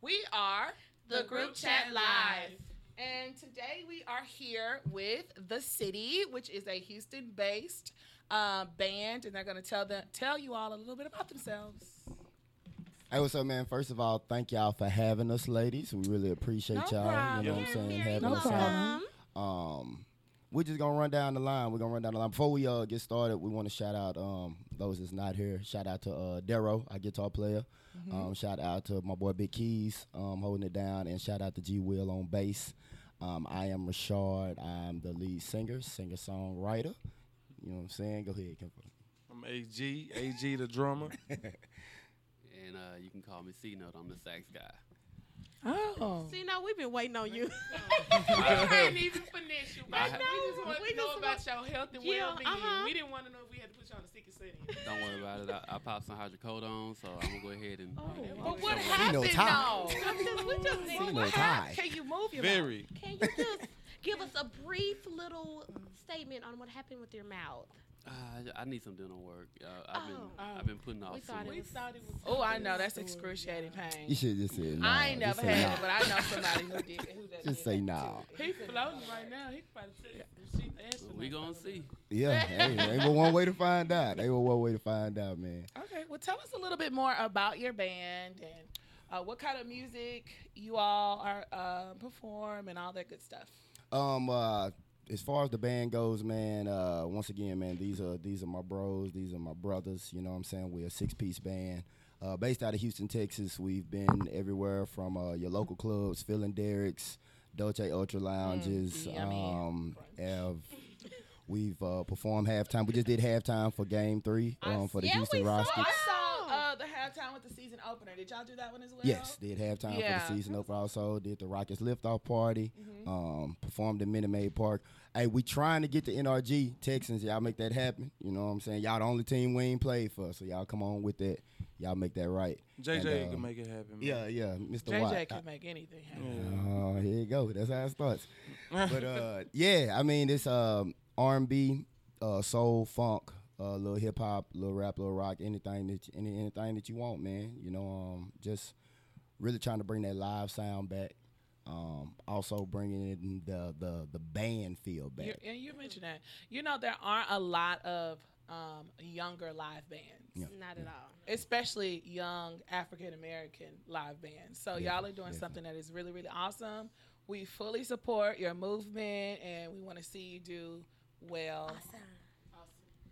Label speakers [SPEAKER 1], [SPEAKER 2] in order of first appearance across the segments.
[SPEAKER 1] We are
[SPEAKER 2] The Group Chat Live.
[SPEAKER 1] And today we are here with The City, which is a Houston based uh, band, and they're going to tell them, tell you all a little bit about themselves.
[SPEAKER 3] Hey, what's up, man? First of all, thank y'all for having us, ladies. We really appreciate
[SPEAKER 1] No
[SPEAKER 3] y'all. You
[SPEAKER 1] problem.
[SPEAKER 3] know what I'm saying?
[SPEAKER 2] You're
[SPEAKER 3] having
[SPEAKER 2] very
[SPEAKER 3] us
[SPEAKER 2] welcome.
[SPEAKER 3] out. Um, we're just gonna run down the line. We're gonna run down the line. Before we uh get started, we want to shout out um those that's not here. Shout out to uh Darrow, our guitar player.
[SPEAKER 1] Mm-hmm.
[SPEAKER 3] Um, shout out to my boy Big Keys, um, holding it down, and shout out to G Will on bass. Um, I am Rashard. I'm the lead singer, singer songwriter. You know what I'm saying? Go ahead, Kim.
[SPEAKER 4] I'm AG, AG the drummer.
[SPEAKER 5] And uh, you can call me C Note. I'm the sax guy.
[SPEAKER 1] Oh.
[SPEAKER 2] See, now we've been waiting on you.
[SPEAKER 6] I can't even finesse you. baby.
[SPEAKER 5] I know.
[SPEAKER 6] We just want
[SPEAKER 2] We
[SPEAKER 6] to know
[SPEAKER 2] just
[SPEAKER 6] about your health and
[SPEAKER 2] Yeah,
[SPEAKER 6] well-being.
[SPEAKER 2] uh-huh.
[SPEAKER 6] We didn't want to know if we had to put you on the sick and setting.
[SPEAKER 5] Don't worry about it. I, I popped some hydrocodone, so I'm gonna go ahead and.
[SPEAKER 2] Oh.
[SPEAKER 1] But what
[SPEAKER 5] So,
[SPEAKER 3] She know
[SPEAKER 1] happened,
[SPEAKER 3] time.
[SPEAKER 1] though?
[SPEAKER 2] I'm just, we just
[SPEAKER 3] See
[SPEAKER 2] need,
[SPEAKER 3] no tie.
[SPEAKER 1] Can you move your mouth?
[SPEAKER 4] Very.
[SPEAKER 2] can you just give us a brief little statement on what happened with your mouth?
[SPEAKER 5] uh, I- I need some dental work. Uh, I've been
[SPEAKER 2] Oh.
[SPEAKER 5] I've been putting off.
[SPEAKER 2] We
[SPEAKER 5] some
[SPEAKER 2] thought
[SPEAKER 6] We
[SPEAKER 2] it
[SPEAKER 6] thought it was.
[SPEAKER 1] Oh, I know. That's excruciating
[SPEAKER 3] You
[SPEAKER 1] pain.
[SPEAKER 3] should just say no.
[SPEAKER 1] I ain't
[SPEAKER 3] Just
[SPEAKER 1] never
[SPEAKER 3] say
[SPEAKER 1] had
[SPEAKER 3] nah.
[SPEAKER 1] it, but I know somebody who did. Who done
[SPEAKER 3] Just
[SPEAKER 1] did
[SPEAKER 3] say
[SPEAKER 1] that
[SPEAKER 3] nah.
[SPEAKER 1] too.
[SPEAKER 6] He's floating right now. He could probably tell you. if She asked him
[SPEAKER 5] we
[SPEAKER 6] about
[SPEAKER 5] gonna
[SPEAKER 6] it.
[SPEAKER 5] see.
[SPEAKER 3] Yeah, hey, they were one way to find out. They were one way to find out, man.
[SPEAKER 1] Okay, well, tell us a little bit more about your band and uh, what kind of music you all are uh, perform and all that good stuff.
[SPEAKER 3] Um, uh, as far as the band goes, man. Uh, once again, man, these are these are my bros. These are my brothers. You know what I'm saying? We're a six piece band. Uh, based out of Houston, Texas, we've been everywhere from uh, your local clubs, Phil and Derek's, Dolce Ultra Lounges.
[SPEAKER 1] Mm, yummy.
[SPEAKER 3] um, have, we've uh, performed halftime. We just did halftime for Game Three um, for the Houston Rockets.
[SPEAKER 1] saw uh, the halftime with the season opener. Did y'all do that one as well?
[SPEAKER 3] Yes, did halftime
[SPEAKER 1] Yeah. Mm-hmm.
[SPEAKER 3] for the season over. Also did the Rockets liftoff party. Um, performed in Minute Maid Park. Hey, we trying to get the NRG Texans. Y'all make that happen. You know what I'm saying? Y'all the only team we ain't played for, so y'all come on with that. Y'all make that right.
[SPEAKER 4] JJ
[SPEAKER 3] uh,
[SPEAKER 4] can make it happen. Man.
[SPEAKER 3] Yeah, yeah, Mr.
[SPEAKER 1] JJ
[SPEAKER 3] White.
[SPEAKER 1] can make anything happen.
[SPEAKER 4] Yeah.
[SPEAKER 3] Oh, here you go. That's how it starts. but uh, yeah, I mean it's um, R&B, uh, soul, funk, uh, little hip hop, little rap, little rock, anything that you, any, anything that you want, man. You know, um, just really trying to bring that live sound back. Um, also bringing in the the the band feel back.
[SPEAKER 1] You, and you mentioned that. You know, there aren't a lot of um, younger live bands.
[SPEAKER 3] Yeah.
[SPEAKER 2] Not at all.
[SPEAKER 1] especially young African American live bands. So
[SPEAKER 3] Yeah,
[SPEAKER 1] y'all are doing something that is really, really awesome. We fully support your movement and we want to see you do well.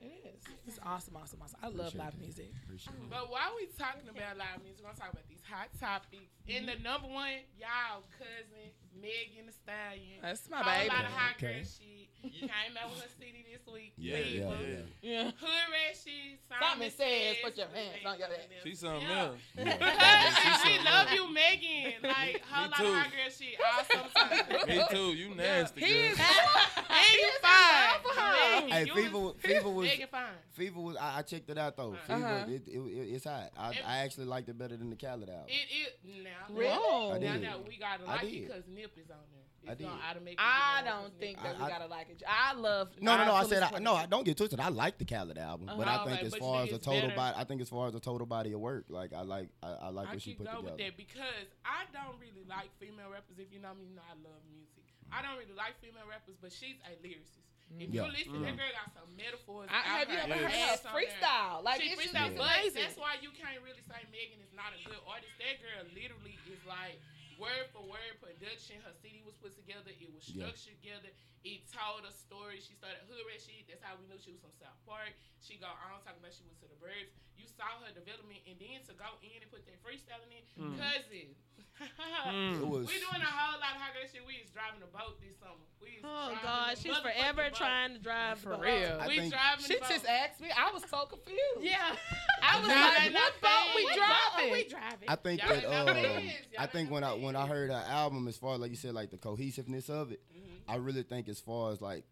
[SPEAKER 1] It is. It's awesome, awesome, awesome. I love
[SPEAKER 3] Appreciate
[SPEAKER 1] live
[SPEAKER 3] that.
[SPEAKER 1] music.
[SPEAKER 3] Appreciate it.
[SPEAKER 6] But while we talking about live music, we're gonna talk about these hot topics. And the number one, y'all cousin Megan Thee Stallion.
[SPEAKER 1] That's
[SPEAKER 6] a
[SPEAKER 1] my
[SPEAKER 6] lot
[SPEAKER 1] baby.
[SPEAKER 6] of hot girl
[SPEAKER 3] Okay.
[SPEAKER 6] shit. Came out with her CD this week.
[SPEAKER 4] Yeah,
[SPEAKER 3] Yeah,
[SPEAKER 6] Label.
[SPEAKER 3] yeah.
[SPEAKER 1] Yeah.
[SPEAKER 6] Hood rat shit.
[SPEAKER 1] Simon says, put your hands on your head.
[SPEAKER 4] She's something
[SPEAKER 6] Yeah.
[SPEAKER 4] else.
[SPEAKER 6] Because
[SPEAKER 4] She
[SPEAKER 6] we
[SPEAKER 4] so
[SPEAKER 6] love
[SPEAKER 4] low.
[SPEAKER 6] you, Megan. Like, whole
[SPEAKER 4] Me
[SPEAKER 6] lot
[SPEAKER 4] too.
[SPEAKER 6] of hot girl shit. Awesome. time.
[SPEAKER 4] Me too. You nasty
[SPEAKER 1] he
[SPEAKER 4] girl.
[SPEAKER 1] is
[SPEAKER 6] And you fine. Megan,
[SPEAKER 3] Hey,
[SPEAKER 6] you
[SPEAKER 3] Fever,
[SPEAKER 6] was-
[SPEAKER 3] was- Fever was
[SPEAKER 6] Megan fine.
[SPEAKER 3] Fever was. I, I checked it out though.
[SPEAKER 6] Uh-huh.
[SPEAKER 3] Fever, it, it, it- it's hot. I,
[SPEAKER 6] It-
[SPEAKER 3] I actually liked it better than the Khaled album.
[SPEAKER 6] It, it, now.
[SPEAKER 1] Really?
[SPEAKER 6] Now,
[SPEAKER 3] I did.
[SPEAKER 6] now, we gotta
[SPEAKER 3] I
[SPEAKER 6] like it
[SPEAKER 3] did.
[SPEAKER 6] because Nip is on there.
[SPEAKER 3] I
[SPEAKER 6] It's gonna
[SPEAKER 3] did.
[SPEAKER 6] automatically.
[SPEAKER 1] I
[SPEAKER 6] go on
[SPEAKER 1] don't
[SPEAKER 6] to
[SPEAKER 1] think
[SPEAKER 6] Nip.
[SPEAKER 1] that we
[SPEAKER 3] I- I-
[SPEAKER 1] gotta like it. I love.
[SPEAKER 3] No, no, no. I
[SPEAKER 1] fully
[SPEAKER 3] said I,
[SPEAKER 1] support
[SPEAKER 3] no.
[SPEAKER 1] it.
[SPEAKER 3] I don't get twisted. I like the Khaled album, but
[SPEAKER 6] Oh,
[SPEAKER 3] I think
[SPEAKER 6] okay,
[SPEAKER 3] as
[SPEAKER 6] but
[SPEAKER 3] far
[SPEAKER 6] you
[SPEAKER 3] as
[SPEAKER 6] think
[SPEAKER 3] a
[SPEAKER 6] it's
[SPEAKER 3] total
[SPEAKER 6] better.
[SPEAKER 3] body, I think as far as a total body of work, like I like, I, I like
[SPEAKER 6] I
[SPEAKER 3] what she
[SPEAKER 6] keep
[SPEAKER 3] put
[SPEAKER 6] going
[SPEAKER 3] together.
[SPEAKER 6] with that because I don't really like female rappers. If you know me, you know I love music. I don't really like female rappers, but she's a lyricist. If
[SPEAKER 3] Yeah.
[SPEAKER 6] you listen, that girl got some metaphors.
[SPEAKER 1] I, have you
[SPEAKER 6] out
[SPEAKER 1] ever heard
[SPEAKER 6] her ass
[SPEAKER 1] of
[SPEAKER 6] on there.
[SPEAKER 1] freestyle? Like
[SPEAKER 6] she
[SPEAKER 1] it's just
[SPEAKER 6] freestyle,
[SPEAKER 1] it's
[SPEAKER 6] but
[SPEAKER 1] amazing.
[SPEAKER 6] that's why you can't really say Megan is not a good artist. That girl literally is like word for word production. Her CD was put together. It was
[SPEAKER 3] Yeah.
[SPEAKER 6] structured together. It told a story. She started hood rat shit. That's how we knew she was from South Park. She go on talking about she went to the birds. You saw her development, and then to go in and put that freestyling in,
[SPEAKER 1] Hmm.
[SPEAKER 4] Mm.
[SPEAKER 6] cousin.
[SPEAKER 3] It was.
[SPEAKER 6] We doing a whole lot of hot girl shit. We is driving a boat this summer. We is
[SPEAKER 2] Oh,
[SPEAKER 6] driving
[SPEAKER 2] God.
[SPEAKER 6] the
[SPEAKER 2] She's
[SPEAKER 6] motherfucking
[SPEAKER 2] forever
[SPEAKER 6] boat.
[SPEAKER 2] trying to drive
[SPEAKER 1] For
[SPEAKER 2] the boat.
[SPEAKER 1] real.
[SPEAKER 3] I
[SPEAKER 6] We
[SPEAKER 3] think-
[SPEAKER 6] driving.
[SPEAKER 1] She
[SPEAKER 6] the boat.
[SPEAKER 1] just asked me. I was so confused.
[SPEAKER 2] Yeah.
[SPEAKER 1] I was
[SPEAKER 6] Y'all
[SPEAKER 1] like,
[SPEAKER 6] ain't
[SPEAKER 1] what
[SPEAKER 6] nothing.
[SPEAKER 1] boat we
[SPEAKER 6] What
[SPEAKER 1] driving?
[SPEAKER 2] we driving.
[SPEAKER 3] I think
[SPEAKER 6] Y'all
[SPEAKER 3] that.
[SPEAKER 6] ain't know what it is.
[SPEAKER 3] Um,
[SPEAKER 6] Y'all
[SPEAKER 3] I
[SPEAKER 6] ain't
[SPEAKER 3] think
[SPEAKER 6] know
[SPEAKER 3] when
[SPEAKER 6] what
[SPEAKER 3] I
[SPEAKER 6] it
[SPEAKER 3] when I heard her album, as far as like you said, like the cohesiveness of it, I really think as far as like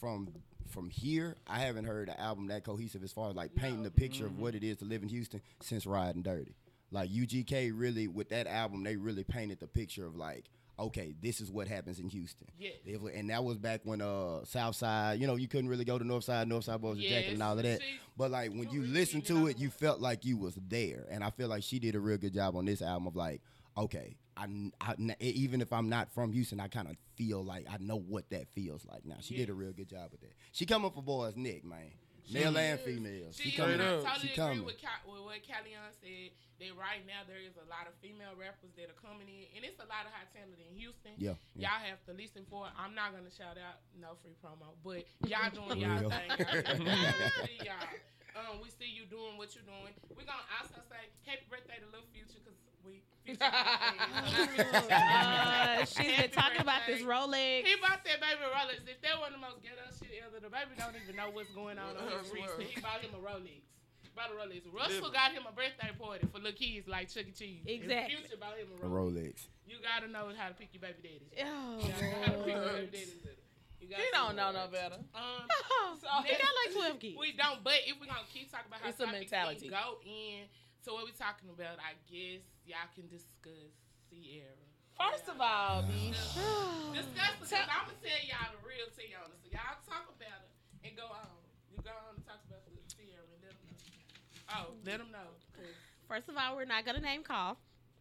[SPEAKER 3] from from here, I haven't heard an album that cohesive as far as like painting the picture of
[SPEAKER 6] Mm-hmm.
[SPEAKER 3] what it is to live in Houston since Riding Dirty. Like UGK really with that album, they really painted the picture of like, okay, this is what happens in Houston.
[SPEAKER 6] Yes.
[SPEAKER 3] They were- and that was back when uh South Side, you know, you couldn't really go to North Side, North Side Boys was Jackson and
[SPEAKER 6] Yes,
[SPEAKER 3] all of that.
[SPEAKER 6] see,
[SPEAKER 3] But like when
[SPEAKER 6] you
[SPEAKER 3] you
[SPEAKER 6] really
[SPEAKER 3] listen
[SPEAKER 6] didn't
[SPEAKER 3] to
[SPEAKER 6] know.
[SPEAKER 3] it, you felt like you was there. And I feel like she did a real good job on this album of like, okay, I, kn- I kn- e- even if I'm not from Houston, I kind of feel like I know what that feels like now. She did a
[SPEAKER 6] Yes.
[SPEAKER 3] real good job with that. She coming for boys, Nick, man, male and
[SPEAKER 6] is.
[SPEAKER 3] female. She,
[SPEAKER 6] She, and
[SPEAKER 4] coming.
[SPEAKER 6] I
[SPEAKER 4] Straight up.
[SPEAKER 6] totally
[SPEAKER 3] She
[SPEAKER 6] agree
[SPEAKER 3] coming.
[SPEAKER 6] with, Ka- with what Callion said. That right now there is a lot of female rappers that are coming in, and it's a lot of hot talent in Houston.
[SPEAKER 3] Yeah, yeah.
[SPEAKER 6] Y'all have to listen for it. I'm not gonna shout out no free promo, but y'all doing y'all
[SPEAKER 3] Real.
[SPEAKER 6] thing. out there. Shout out to y'all. Um, we see you doing what you're doing. We're gonna also say happy birthday to Lil Future because we. Future birthday.
[SPEAKER 2] Uh, Oh, she's been
[SPEAKER 6] Happy
[SPEAKER 2] talking about this
[SPEAKER 6] birthday.
[SPEAKER 2] Rolex.
[SPEAKER 6] He bought that baby Rolex. If that wasn't the most ghetto shit ever, the baby don't even know what's going on on his wrist. but He bought him a Rolex. Bought a Rolex. Russell
[SPEAKER 4] Different.
[SPEAKER 6] got him a birthday party for little kids like Chuck E. Cheese. And
[SPEAKER 2] Exactly.
[SPEAKER 6] Future bought him a
[SPEAKER 3] a
[SPEAKER 6] Rolex.
[SPEAKER 3] Rolex.
[SPEAKER 6] You gotta know how to pick your baby daddies. You
[SPEAKER 2] Oh,
[SPEAKER 6] gotta know how to pick your baby
[SPEAKER 2] Lord.
[SPEAKER 6] daddies. You
[SPEAKER 1] He don't know no better.
[SPEAKER 6] Um,
[SPEAKER 2] Oh,
[SPEAKER 6] So-
[SPEAKER 2] they got like 12 gigs.
[SPEAKER 6] we don't. But if we're gonna keep talking about how
[SPEAKER 1] It's a
[SPEAKER 6] topics
[SPEAKER 1] mentality.
[SPEAKER 6] can go in to what we're talking about, I guess y'all can discuss Sierra.
[SPEAKER 1] First of all, B,
[SPEAKER 6] Mm-hmm. Discuss it, because I'm gonna tell y'all the real tea on it. So y'all talk about it and go on. You go on and talk about the Sierra and let them know. Oh, let them know. 'cause-
[SPEAKER 2] First of all, we're not gonna name call.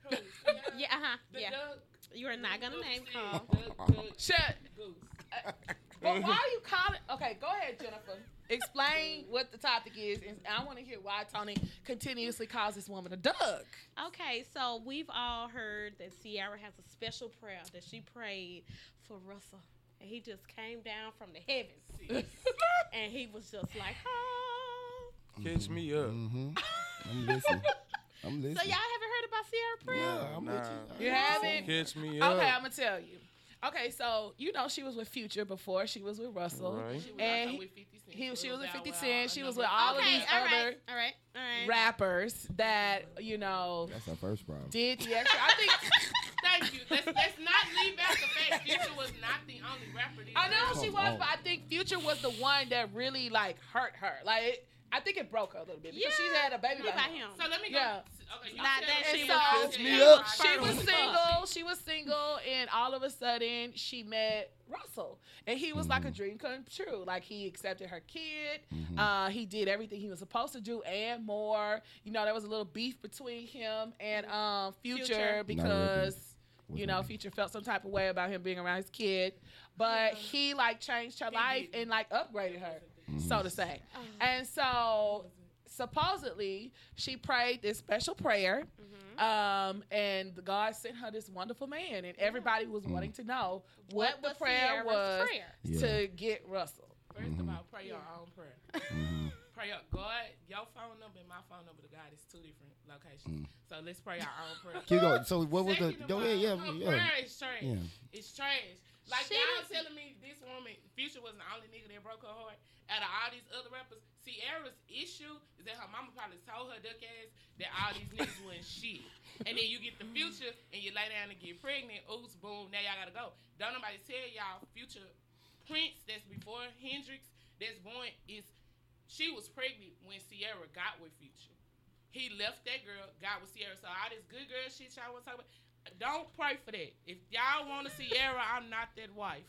[SPEAKER 6] who? Sierra?
[SPEAKER 2] Yeah, uh huh.
[SPEAKER 6] The
[SPEAKER 2] yeah.
[SPEAKER 6] duck.
[SPEAKER 2] You are not gonna
[SPEAKER 1] Mm-hmm.
[SPEAKER 6] Goose
[SPEAKER 2] name
[SPEAKER 6] said
[SPEAKER 2] call.
[SPEAKER 6] duck, duck,
[SPEAKER 1] shut.
[SPEAKER 6] goose.
[SPEAKER 1] But
[SPEAKER 4] Mm-hmm.
[SPEAKER 1] why are you calling? Okay, go ahead, Jennifer. Explain what the topic is, and I want to hear why Tony continuously calls this woman a duck.
[SPEAKER 2] Okay, so we've all heard that Sierra has a special prayer that she prayed for Russell. And he just came down from the heavens. and he was just like, oh.
[SPEAKER 4] Catch me up.
[SPEAKER 3] Mm-hmm. I'm listening. I'm listening.
[SPEAKER 2] So y'all haven't heard about Sierra prayer?
[SPEAKER 3] yeah, I'm with
[SPEAKER 4] Nah.
[SPEAKER 3] you.
[SPEAKER 1] You haven't?
[SPEAKER 4] Catch me up.
[SPEAKER 1] Okay, I'm gonna tell you. Okay, so you know she was with Future before she was with Russell.
[SPEAKER 4] Right.
[SPEAKER 6] She was
[SPEAKER 1] And
[SPEAKER 6] also
[SPEAKER 1] he-
[SPEAKER 6] with 50 Cent.
[SPEAKER 1] he-
[SPEAKER 6] So
[SPEAKER 1] she
[SPEAKER 6] it
[SPEAKER 1] was with
[SPEAKER 6] Bow
[SPEAKER 1] 50
[SPEAKER 6] Wow,
[SPEAKER 1] Cent, she
[SPEAKER 6] a
[SPEAKER 1] was
[SPEAKER 6] number
[SPEAKER 1] with
[SPEAKER 6] of-
[SPEAKER 1] all of
[SPEAKER 2] Okay,
[SPEAKER 1] these
[SPEAKER 2] all right,
[SPEAKER 1] other
[SPEAKER 2] all right, all right.
[SPEAKER 1] rappers that you know
[SPEAKER 3] That's our first problem.
[SPEAKER 1] did the extra. I think
[SPEAKER 6] Thank you. Let's, let's not leave out the fact Future was not the only rapper. that-
[SPEAKER 1] I know she
[SPEAKER 3] Come
[SPEAKER 1] was,
[SPEAKER 3] on.
[SPEAKER 1] but I think Future was the one that really like hurt her. Like it, I think it broke her a little bit because she
[SPEAKER 2] Yeah,
[SPEAKER 1] had a baby
[SPEAKER 2] What
[SPEAKER 1] by
[SPEAKER 2] about
[SPEAKER 1] him.
[SPEAKER 2] him?
[SPEAKER 6] So let me go.
[SPEAKER 1] Yeah.
[SPEAKER 6] Okay, you
[SPEAKER 2] Not
[SPEAKER 6] tell
[SPEAKER 2] that
[SPEAKER 6] us
[SPEAKER 2] she
[SPEAKER 6] about
[SPEAKER 1] was-
[SPEAKER 6] Future.
[SPEAKER 3] Catch me up.
[SPEAKER 1] She was
[SPEAKER 2] Fuck.
[SPEAKER 1] single. She was single, and all of a sudden, she met Russell, and he was like
[SPEAKER 3] Mm.
[SPEAKER 1] a dream come true. Like he accepted her kid. Uh, he did everything he was supposed to do and more. You know, there was a little beef between him and um, Future,
[SPEAKER 2] Future.
[SPEAKER 1] because.
[SPEAKER 3] Was
[SPEAKER 1] You know,
[SPEAKER 3] not-
[SPEAKER 1] Future felt some type of way about him being around his kid, but he like changed her
[SPEAKER 6] He
[SPEAKER 1] life
[SPEAKER 6] didn't.
[SPEAKER 1] and like upgraded her,
[SPEAKER 3] Mm-hmm. Mm.
[SPEAKER 1] so to say.
[SPEAKER 2] Oh.
[SPEAKER 1] And so supposedly she prayed this special prayer
[SPEAKER 2] Mhm.
[SPEAKER 1] um, and God sent her this wonderful man, and everybody was
[SPEAKER 3] Mm.
[SPEAKER 1] wanting to know what,
[SPEAKER 2] What
[SPEAKER 1] the
[SPEAKER 2] was
[SPEAKER 1] prayer
[SPEAKER 2] Sierra's
[SPEAKER 1] was
[SPEAKER 2] prayer?
[SPEAKER 3] Yeah.
[SPEAKER 1] to get Russell.
[SPEAKER 6] First of all, pray your own prayer.
[SPEAKER 3] Mm-hmm.
[SPEAKER 6] Pray your God, your phone number and my phone number to God is two different locations. So let's pray our own prayer.
[SPEAKER 3] Keep going. So Mm. what was the?
[SPEAKER 6] Second of
[SPEAKER 3] Go
[SPEAKER 6] all,
[SPEAKER 3] ahead. Yeah,
[SPEAKER 6] her
[SPEAKER 3] yeah.
[SPEAKER 6] prayer is trash.
[SPEAKER 3] Yeah.
[SPEAKER 6] It's trash. Like
[SPEAKER 2] She
[SPEAKER 6] y'all
[SPEAKER 2] didn't-
[SPEAKER 6] telling me this woman Future was the only nigga that broke her heart out of all these other rappers. Sierra's issue is that her mama probably told her duck ass that all these niggas wasn't shit. And then you get the future and you lay down and get pregnant. Oops, boom. Now y'all gotta go. Don't nobody tell y'all future Prince that's before Hendrix that's born is she was pregnant when Sierra got with Future. He left that girl, got with Sierra. So all this good girl shit y'all want to talk about. Don't pray for that. If y'all want a Sierra, I'm not that wife.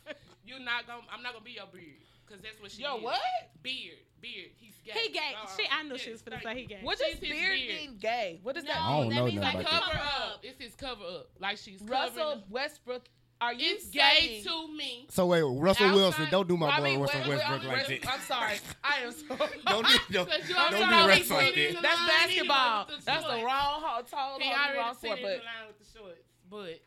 [SPEAKER 6] You're not gonna. I'm not gonna be your beard, cause that's what she.
[SPEAKER 1] Yo,
[SPEAKER 6] is.
[SPEAKER 1] what?
[SPEAKER 6] Beard, beard. He's gay.
[SPEAKER 2] He gay.
[SPEAKER 6] Uh-uh.
[SPEAKER 2] She, I knew
[SPEAKER 6] Yes,
[SPEAKER 2] she was finna
[SPEAKER 6] thank
[SPEAKER 2] say
[SPEAKER 6] you.
[SPEAKER 2] he gay.
[SPEAKER 1] What
[SPEAKER 6] She's
[SPEAKER 1] does
[SPEAKER 6] his
[SPEAKER 1] beard
[SPEAKER 6] beard.
[SPEAKER 1] mean gay? What does
[SPEAKER 3] I
[SPEAKER 1] that
[SPEAKER 3] don't
[SPEAKER 1] mean?
[SPEAKER 3] know
[SPEAKER 2] means
[SPEAKER 3] nothing
[SPEAKER 2] like
[SPEAKER 3] about
[SPEAKER 2] cover
[SPEAKER 6] Cover up.
[SPEAKER 2] up.
[SPEAKER 6] It's his cover up. Like she's
[SPEAKER 1] Russell
[SPEAKER 6] covering.
[SPEAKER 1] Westbrook, are you
[SPEAKER 6] It's gay
[SPEAKER 1] saying-
[SPEAKER 6] to me.
[SPEAKER 3] So wait, Russell
[SPEAKER 6] Outside-
[SPEAKER 3] Wilson, don't do my
[SPEAKER 1] I
[SPEAKER 3] boy
[SPEAKER 1] mean,
[SPEAKER 3] Russell
[SPEAKER 1] Wes-
[SPEAKER 3] Westbrook
[SPEAKER 1] I'm,
[SPEAKER 3] like
[SPEAKER 1] Wes-
[SPEAKER 3] that.
[SPEAKER 1] I'm sorry. I am so.
[SPEAKER 3] Don't do don't,
[SPEAKER 6] Cause you already
[SPEAKER 3] don't do
[SPEAKER 6] already
[SPEAKER 3] Russ like
[SPEAKER 6] sitting in the
[SPEAKER 3] that.
[SPEAKER 1] That's
[SPEAKER 6] line anyway
[SPEAKER 1] basketball.
[SPEAKER 6] with the
[SPEAKER 1] That's the
[SPEAKER 6] shorts.
[SPEAKER 1] wrong hole, tall
[SPEAKER 6] He
[SPEAKER 1] hole, the
[SPEAKER 6] already
[SPEAKER 1] wrong
[SPEAKER 6] sitting
[SPEAKER 1] floor.
[SPEAKER 6] in the
[SPEAKER 1] But
[SPEAKER 6] line with the shorts. But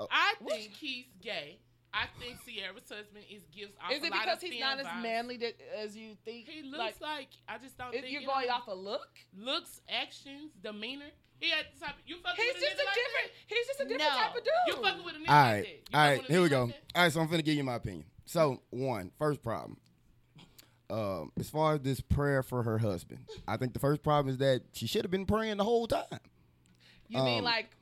[SPEAKER 3] Oh.
[SPEAKER 6] I
[SPEAKER 1] What?
[SPEAKER 6] think he's gay. I think Sierra's husband is gives off.
[SPEAKER 1] is
[SPEAKER 6] a
[SPEAKER 1] it
[SPEAKER 6] lot
[SPEAKER 1] because
[SPEAKER 6] of
[SPEAKER 1] he's
[SPEAKER 6] thin
[SPEAKER 1] not as
[SPEAKER 6] vibes.
[SPEAKER 1] manly that, as you think?
[SPEAKER 6] He looks like,
[SPEAKER 1] Like,
[SPEAKER 6] I just don't
[SPEAKER 1] if
[SPEAKER 6] think
[SPEAKER 1] you're
[SPEAKER 6] you
[SPEAKER 1] going
[SPEAKER 6] know,
[SPEAKER 1] off a look.
[SPEAKER 6] looks, actions, demeanor. He had the type. You fucking
[SPEAKER 1] He's
[SPEAKER 6] with a
[SPEAKER 1] just a
[SPEAKER 6] nigga like
[SPEAKER 1] different. He's just a different
[SPEAKER 2] No.
[SPEAKER 1] type of
[SPEAKER 6] that?
[SPEAKER 1] dude.
[SPEAKER 6] You fucking with a nigga
[SPEAKER 3] All right,
[SPEAKER 6] like that? You
[SPEAKER 3] all
[SPEAKER 6] fucking
[SPEAKER 3] right,
[SPEAKER 6] with a
[SPEAKER 3] here we
[SPEAKER 6] nigga
[SPEAKER 3] go.
[SPEAKER 6] like that?
[SPEAKER 3] All right, so I'm finna give you my opinion. So one, first problem. Um, as far as this prayer for her husband, I think the first problem is that she should have been praying the whole time.
[SPEAKER 1] You mean
[SPEAKER 3] Um,
[SPEAKER 1] like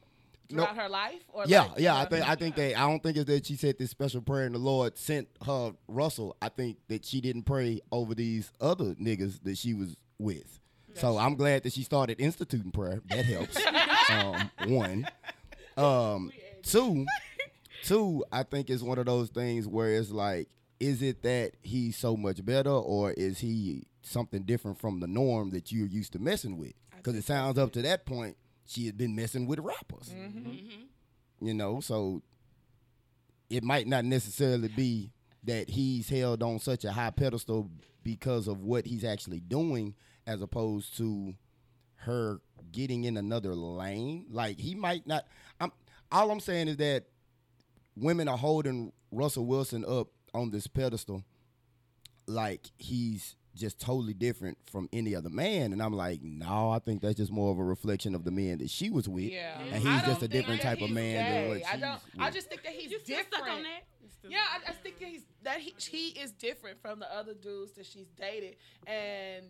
[SPEAKER 3] no-
[SPEAKER 1] throughout her life, or
[SPEAKER 3] Yeah,
[SPEAKER 1] like,
[SPEAKER 3] yeah. I
[SPEAKER 1] uh,
[SPEAKER 3] think I think that I don't think it's that she said this special prayer and the Lord sent her Russell. I think that she didn't pray over these other niggas that she was with. So I'm glad that she started instituting prayer. That helps. um, one, um, two, two. I think it's one of those things where it's like, is it that he's so much better, or is he something different from the norm that you're
[SPEAKER 1] Mm-hmm.
[SPEAKER 3] used to messing with? Because it sounds up to that point she had been messing with rappers. you know, so it might not necessarily be that he's held on such a high pedestal because of what he's actually doing as opposed to her getting in another lane. Like he might not I'm all I'm saying is that women are holding Russell Wilson up on this pedestal like he's just totally different from any other man. And I'm like, no, I think that's just more of a reflection of the men that she was with.
[SPEAKER 1] Yeah.
[SPEAKER 3] And he's
[SPEAKER 1] I
[SPEAKER 3] just
[SPEAKER 1] don't
[SPEAKER 3] a
[SPEAKER 1] think
[SPEAKER 3] different
[SPEAKER 1] that
[SPEAKER 3] type of
[SPEAKER 1] he's
[SPEAKER 3] man than
[SPEAKER 1] gay.
[SPEAKER 3] what
[SPEAKER 1] I
[SPEAKER 3] she's
[SPEAKER 1] don't. I
[SPEAKER 3] with.
[SPEAKER 1] just think that he's
[SPEAKER 2] You still
[SPEAKER 1] different.
[SPEAKER 2] stuck on that?
[SPEAKER 1] Yeah, I, I think that he's that he he is different from the other dudes that she's dated, and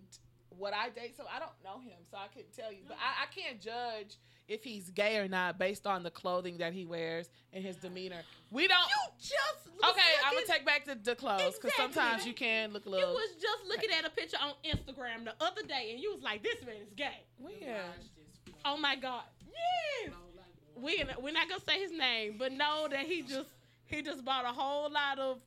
[SPEAKER 1] what I date, so I don't know him, so I couldn't tell you, but I, I can't judge if he's gay or not based on the clothing that he wears and his demeanor. We don't.
[SPEAKER 2] You just was
[SPEAKER 1] okay, I'm gonna
[SPEAKER 2] looking-
[SPEAKER 1] take back the, the clothes because
[SPEAKER 2] Exactly.
[SPEAKER 1] sometimes you can look a
[SPEAKER 2] You
[SPEAKER 1] little.
[SPEAKER 2] was just looking at a picture on Instagram the other day, and you was like, "This man is gay."
[SPEAKER 1] yeah.
[SPEAKER 2] Oh my God! Yes. We we're not gonna say his name, but know that he just he just bought a whole lot of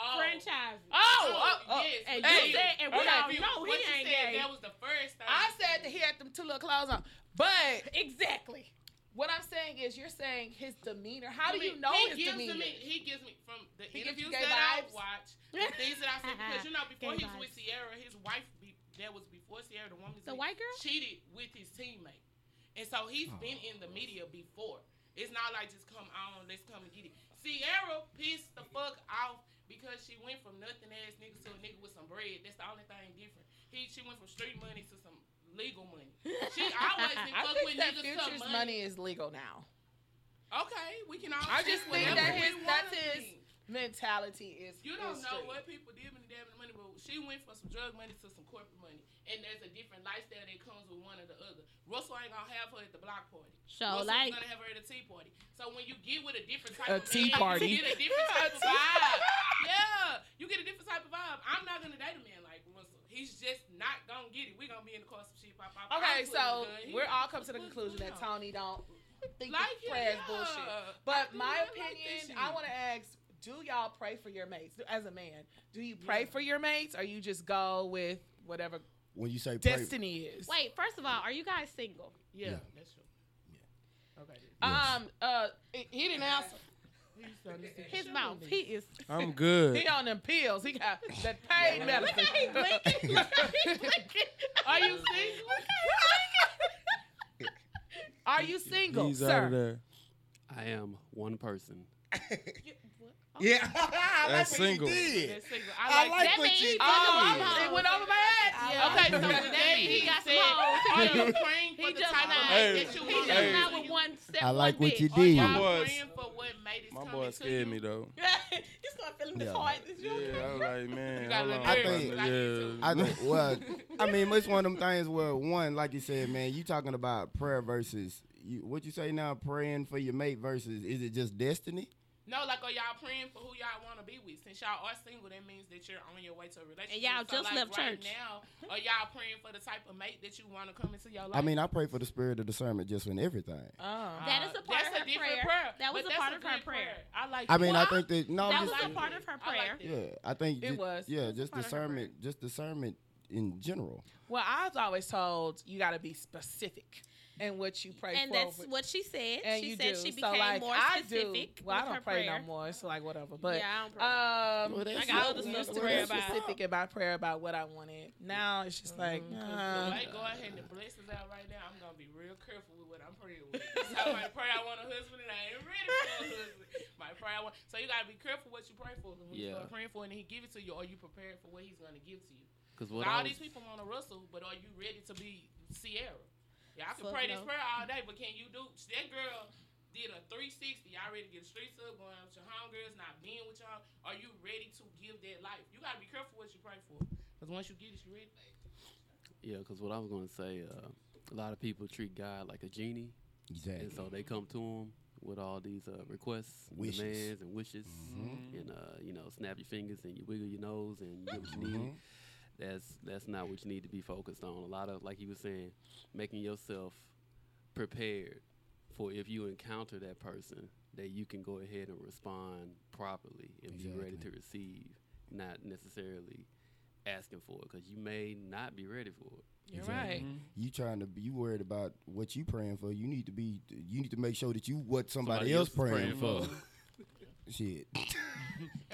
[SPEAKER 6] Oh.
[SPEAKER 2] franchises.
[SPEAKER 1] Oh, oh, oh.
[SPEAKER 6] yes.
[SPEAKER 2] And
[SPEAKER 1] Hey,
[SPEAKER 2] you said, and
[SPEAKER 1] okay.
[SPEAKER 2] we all
[SPEAKER 6] You-
[SPEAKER 2] know he
[SPEAKER 6] what you
[SPEAKER 2] ain't
[SPEAKER 6] said,
[SPEAKER 2] gay.
[SPEAKER 6] That was the first thing.
[SPEAKER 1] I said that he had them two little clothes on, but
[SPEAKER 2] exactly.
[SPEAKER 1] What I'm saying is, you're saying his demeanor. How
[SPEAKER 6] I
[SPEAKER 1] do you
[SPEAKER 6] mean,
[SPEAKER 1] know
[SPEAKER 6] he
[SPEAKER 1] his
[SPEAKER 6] gives
[SPEAKER 1] demeanor?
[SPEAKER 6] me- he gives me from the
[SPEAKER 1] He gives you gay
[SPEAKER 6] interviews
[SPEAKER 1] vibes?
[SPEAKER 6] that I watch, the things that I see. Because you know, before
[SPEAKER 2] Gay
[SPEAKER 6] he was with
[SPEAKER 2] vibes.
[SPEAKER 6] Sierra, his wife be, that was before Sierra, the woman
[SPEAKER 2] The
[SPEAKER 6] that
[SPEAKER 2] white girl.
[SPEAKER 6] cheated with his teammate, and so he's been in the media before. It's not like just come on, let's come and get it. Sierra pissed the fuck off because she went from nothing ass nigga to a nigga with some bread. That's the only thing different. He she went from street money to some legal money. She always been
[SPEAKER 1] I
[SPEAKER 6] fucking
[SPEAKER 1] think
[SPEAKER 6] with
[SPEAKER 1] that
[SPEAKER 6] niggas
[SPEAKER 1] Future's
[SPEAKER 6] some
[SPEAKER 1] money.
[SPEAKER 6] money.
[SPEAKER 1] is legal now.
[SPEAKER 6] Okay, we can all.
[SPEAKER 1] I just
[SPEAKER 6] choose
[SPEAKER 1] think
[SPEAKER 6] whatever
[SPEAKER 1] that
[SPEAKER 6] we
[SPEAKER 1] his
[SPEAKER 6] wanna
[SPEAKER 1] that's his
[SPEAKER 6] think.
[SPEAKER 1] mentality is.
[SPEAKER 6] You don't
[SPEAKER 1] is
[SPEAKER 6] know
[SPEAKER 1] straight.
[SPEAKER 6] what people did when they had the money, but she went from some drug money to some corporate money, and there's a different lifestyle that comes with one or the other. Russell ain't gonna have her at the block party.
[SPEAKER 2] So
[SPEAKER 6] Russell's
[SPEAKER 2] like,
[SPEAKER 6] gonna have her at a tea party. So when you get with a different type
[SPEAKER 1] A
[SPEAKER 6] of
[SPEAKER 1] tea
[SPEAKER 6] man,
[SPEAKER 1] party.
[SPEAKER 6] you get a different type of vibe. Yeah, you get a different type of vibe. I'm not gonna date a man like Russell. He's just not gonna get it. We're gonna be in the car some shit pop pop.
[SPEAKER 1] Okay,
[SPEAKER 6] I'm putting
[SPEAKER 1] so
[SPEAKER 6] the gun here.
[SPEAKER 1] we're all come to the
[SPEAKER 6] What's
[SPEAKER 1] conclusion
[SPEAKER 6] going
[SPEAKER 1] that
[SPEAKER 6] on?
[SPEAKER 1] Tony don't think
[SPEAKER 6] like
[SPEAKER 1] the prayer is bullshit. But my opinion, I want
[SPEAKER 6] to.
[SPEAKER 1] to ask: Do y'all pray for your mates? As a man, do you pray for your mates, or you just go with whatever
[SPEAKER 3] When you say pray-
[SPEAKER 1] destiny is?
[SPEAKER 2] wait. First of all, are you guys single?
[SPEAKER 6] Yeah,
[SPEAKER 3] Yeah.
[SPEAKER 6] that's true.
[SPEAKER 3] Yes.
[SPEAKER 1] Um. Uh. He he didn't answer.
[SPEAKER 2] His mouth. He is.
[SPEAKER 4] I'm good.
[SPEAKER 1] He on them pills. He got that pain medicine.
[SPEAKER 2] Look at he blinking. Look at he blinking.
[SPEAKER 1] Are you single? Are you single,
[SPEAKER 4] He's out
[SPEAKER 1] sir?
[SPEAKER 4] of there.
[SPEAKER 5] I am one person.
[SPEAKER 3] Yeah, I like what
[SPEAKER 4] That's
[SPEAKER 3] you
[SPEAKER 4] single.
[SPEAKER 3] did.
[SPEAKER 6] That's single. I
[SPEAKER 3] I
[SPEAKER 6] like
[SPEAKER 3] like
[SPEAKER 2] That
[SPEAKER 3] what
[SPEAKER 2] means
[SPEAKER 3] you
[SPEAKER 2] he
[SPEAKER 3] did.
[SPEAKER 2] fucking
[SPEAKER 1] Oh,
[SPEAKER 2] with
[SPEAKER 1] it went over my head.
[SPEAKER 2] Yeah.
[SPEAKER 1] Okay, so
[SPEAKER 2] That
[SPEAKER 1] that
[SPEAKER 2] means he
[SPEAKER 1] means
[SPEAKER 2] got some
[SPEAKER 6] said-
[SPEAKER 2] hoes.
[SPEAKER 6] Are you praying for
[SPEAKER 2] He
[SPEAKER 6] the
[SPEAKER 2] just
[SPEAKER 6] type
[SPEAKER 2] not.
[SPEAKER 6] of
[SPEAKER 4] Hey,
[SPEAKER 6] man that you
[SPEAKER 2] He
[SPEAKER 6] want?
[SPEAKER 2] just
[SPEAKER 4] Hey.
[SPEAKER 2] not with one step.
[SPEAKER 3] I like
[SPEAKER 2] one
[SPEAKER 3] what you
[SPEAKER 2] bitch.
[SPEAKER 6] Are
[SPEAKER 3] did.
[SPEAKER 4] My
[SPEAKER 6] y'all
[SPEAKER 4] boys-
[SPEAKER 6] praying for what made it
[SPEAKER 4] My
[SPEAKER 6] coming
[SPEAKER 4] boy
[SPEAKER 6] to
[SPEAKER 4] scared
[SPEAKER 6] you?
[SPEAKER 4] me though.
[SPEAKER 2] you start feeling this
[SPEAKER 3] Yeah.
[SPEAKER 2] hard. This
[SPEAKER 4] Yeah,
[SPEAKER 2] you
[SPEAKER 4] I'm like, man,
[SPEAKER 6] got
[SPEAKER 4] hold
[SPEAKER 6] a
[SPEAKER 3] little
[SPEAKER 4] on. partner.
[SPEAKER 3] nervous
[SPEAKER 6] like you
[SPEAKER 4] yeah.
[SPEAKER 3] I know. Well, I mean, it's one of them things where one, like you said, man, you talking about prayer versus you. What you say now? Praying for your mate versus is it just destiny?
[SPEAKER 6] No, like are y'all praying for who y'all want to be with? Since y'all are single, that means that you're on your way to a relationship.
[SPEAKER 2] And y'all
[SPEAKER 6] So,
[SPEAKER 2] just
[SPEAKER 6] like,
[SPEAKER 2] left
[SPEAKER 6] right
[SPEAKER 2] church.
[SPEAKER 6] now. Are y'all praying for the type of mate that you want to come into your life?
[SPEAKER 3] I mean, I pray for the spirit of discernment just in everything.
[SPEAKER 1] Oh.
[SPEAKER 2] That is a part
[SPEAKER 6] Uh, that's
[SPEAKER 2] of her
[SPEAKER 6] a different
[SPEAKER 2] prayer.
[SPEAKER 6] prayer.
[SPEAKER 2] That was
[SPEAKER 6] but
[SPEAKER 2] a
[SPEAKER 6] that's
[SPEAKER 2] part of her
[SPEAKER 6] good
[SPEAKER 2] prayer.
[SPEAKER 6] I like.
[SPEAKER 3] I mean,
[SPEAKER 2] Well,
[SPEAKER 3] I think that no,
[SPEAKER 2] That
[SPEAKER 3] I'm
[SPEAKER 2] was
[SPEAKER 3] just,
[SPEAKER 2] a part of
[SPEAKER 6] I
[SPEAKER 2] her
[SPEAKER 6] like
[SPEAKER 2] prayer.
[SPEAKER 6] that.
[SPEAKER 3] yeah, I think
[SPEAKER 1] It
[SPEAKER 3] ju-
[SPEAKER 1] was.
[SPEAKER 3] yeah,
[SPEAKER 1] It was
[SPEAKER 3] just
[SPEAKER 1] part of her prayer.
[SPEAKER 3] discernment, just discernment in general.
[SPEAKER 1] Well, I was always told you got to be specific in what you pray
[SPEAKER 2] and
[SPEAKER 1] for.
[SPEAKER 2] that's
[SPEAKER 1] with-
[SPEAKER 2] what she said.
[SPEAKER 1] and
[SPEAKER 2] she
[SPEAKER 1] you
[SPEAKER 2] said
[SPEAKER 1] do.
[SPEAKER 2] she
[SPEAKER 1] So,
[SPEAKER 2] became
[SPEAKER 1] like,
[SPEAKER 2] more
[SPEAKER 1] I do.
[SPEAKER 2] specific.
[SPEAKER 1] Well, I
[SPEAKER 2] with
[SPEAKER 1] don't
[SPEAKER 2] her
[SPEAKER 1] pray
[SPEAKER 2] prayer.
[SPEAKER 1] no more. It's like whatever. But
[SPEAKER 2] yeah, I don't pray.
[SPEAKER 1] Um,
[SPEAKER 3] Well, that's
[SPEAKER 2] I got
[SPEAKER 3] it.
[SPEAKER 2] other
[SPEAKER 1] I
[SPEAKER 2] stuff
[SPEAKER 1] used
[SPEAKER 2] to
[SPEAKER 1] to
[SPEAKER 2] worry
[SPEAKER 1] be
[SPEAKER 3] That's
[SPEAKER 2] about.
[SPEAKER 1] specific in my prayer about what I wanted. Now it's just like,
[SPEAKER 3] Mm-hmm.
[SPEAKER 5] Mm-hmm.
[SPEAKER 6] The
[SPEAKER 1] uh,
[SPEAKER 6] way go ahead and the blessings out right now, I'm gonna be real careful with what I'm praying with. Somebody pray I want a husband and I ain't ready for a husband. My prayer I want. So you gotta be careful what you pray for. 'cause When you
[SPEAKER 5] Yeah.
[SPEAKER 6] start praying for, and he give it to you, are you prepared for what he's gonna give to you?
[SPEAKER 5] Cause
[SPEAKER 6] So
[SPEAKER 5] what
[SPEAKER 6] all
[SPEAKER 5] I was,
[SPEAKER 6] these people want to wrestle, but are you ready to be Sierra? Yeah, I can
[SPEAKER 2] Fuck
[SPEAKER 6] pray this
[SPEAKER 2] no.
[SPEAKER 6] prayer all day, but can you do? That girl did a 360. Y'all ready to get streets up, going out with your homegirls, not being with y'all? Are you ready to give that life? You gotta be careful what you pray for, because once you get it, you ready.
[SPEAKER 5] yeah, cause what I was gonna say, uh, a lot of people treat God like a genie, and
[SPEAKER 3] Exactly.
[SPEAKER 5] so they come to him with all these uh, requests, and
[SPEAKER 3] Wishes.
[SPEAKER 5] demands, and wishes,
[SPEAKER 4] Mhm.
[SPEAKER 5] and uh, you know, snap your fingers and you wiggle your nose and you get
[SPEAKER 3] Mm-hmm.
[SPEAKER 5] what you need. That's that's not what you need to be focused on. A lot of like you were saying, making yourself prepared for if you encounter that person that you can go ahead and respond properly and be ready to
[SPEAKER 3] Exactly.
[SPEAKER 5] receive, not necessarily asking for it because you may not be ready for it.
[SPEAKER 1] You're
[SPEAKER 3] Exactly.
[SPEAKER 1] right.
[SPEAKER 3] You trying to be you worried about what you praying for. You need to be you need to make sure that you what somebody, else
[SPEAKER 5] is
[SPEAKER 3] praying, for. Shit.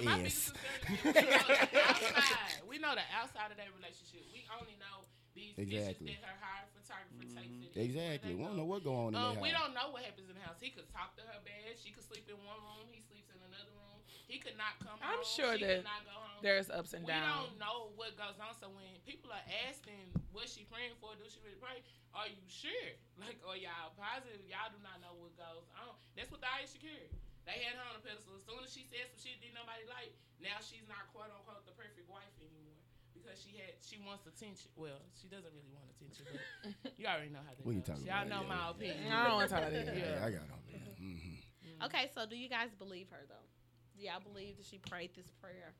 [SPEAKER 6] And my
[SPEAKER 3] Yes.
[SPEAKER 6] biggest concern is we know the outside. We know the outside of that relationship. We only know these
[SPEAKER 3] Exactly.
[SPEAKER 6] pictures
[SPEAKER 3] Mm-hmm.
[SPEAKER 6] that her hired photographer takes. at the end.
[SPEAKER 3] Exactly.
[SPEAKER 6] They
[SPEAKER 3] We don't
[SPEAKER 6] know.
[SPEAKER 3] know what's going on
[SPEAKER 1] Uh,
[SPEAKER 3] in
[SPEAKER 6] Um,
[SPEAKER 3] that
[SPEAKER 6] we
[SPEAKER 3] house.
[SPEAKER 6] don't know what happens in the house. He could talk to her bad. She could sleep in one room. He sleeps in another room. He could not come
[SPEAKER 1] I'm
[SPEAKER 6] home.
[SPEAKER 1] sure
[SPEAKER 6] she
[SPEAKER 1] that
[SPEAKER 6] could not go home.
[SPEAKER 1] There's ups and
[SPEAKER 6] we
[SPEAKER 1] downs.
[SPEAKER 6] don't know what goes on. So when people are asking what she praying for, do she really pray? Are you sure? Like, are y'all positive? Y'all do not know what goes on. That's what the Aisha carried. They had her on a pedestal. As soon as she said some shit didn't nobody like, now she's not quote unquote the perfect wife anymore. Because she had she wants attention. Well, she doesn't really want attention, but you already know how that
[SPEAKER 3] We ain't
[SPEAKER 6] goes.
[SPEAKER 3] talking
[SPEAKER 6] Y'all
[SPEAKER 3] about
[SPEAKER 6] know
[SPEAKER 3] it,
[SPEAKER 6] my
[SPEAKER 3] yeah.
[SPEAKER 6] opinion.
[SPEAKER 1] I don't want to talk about it.
[SPEAKER 3] Yeah, I got on that. Mhm.
[SPEAKER 2] Okay, so do you guys believe her though? Do y'all believe that she prayed this prayer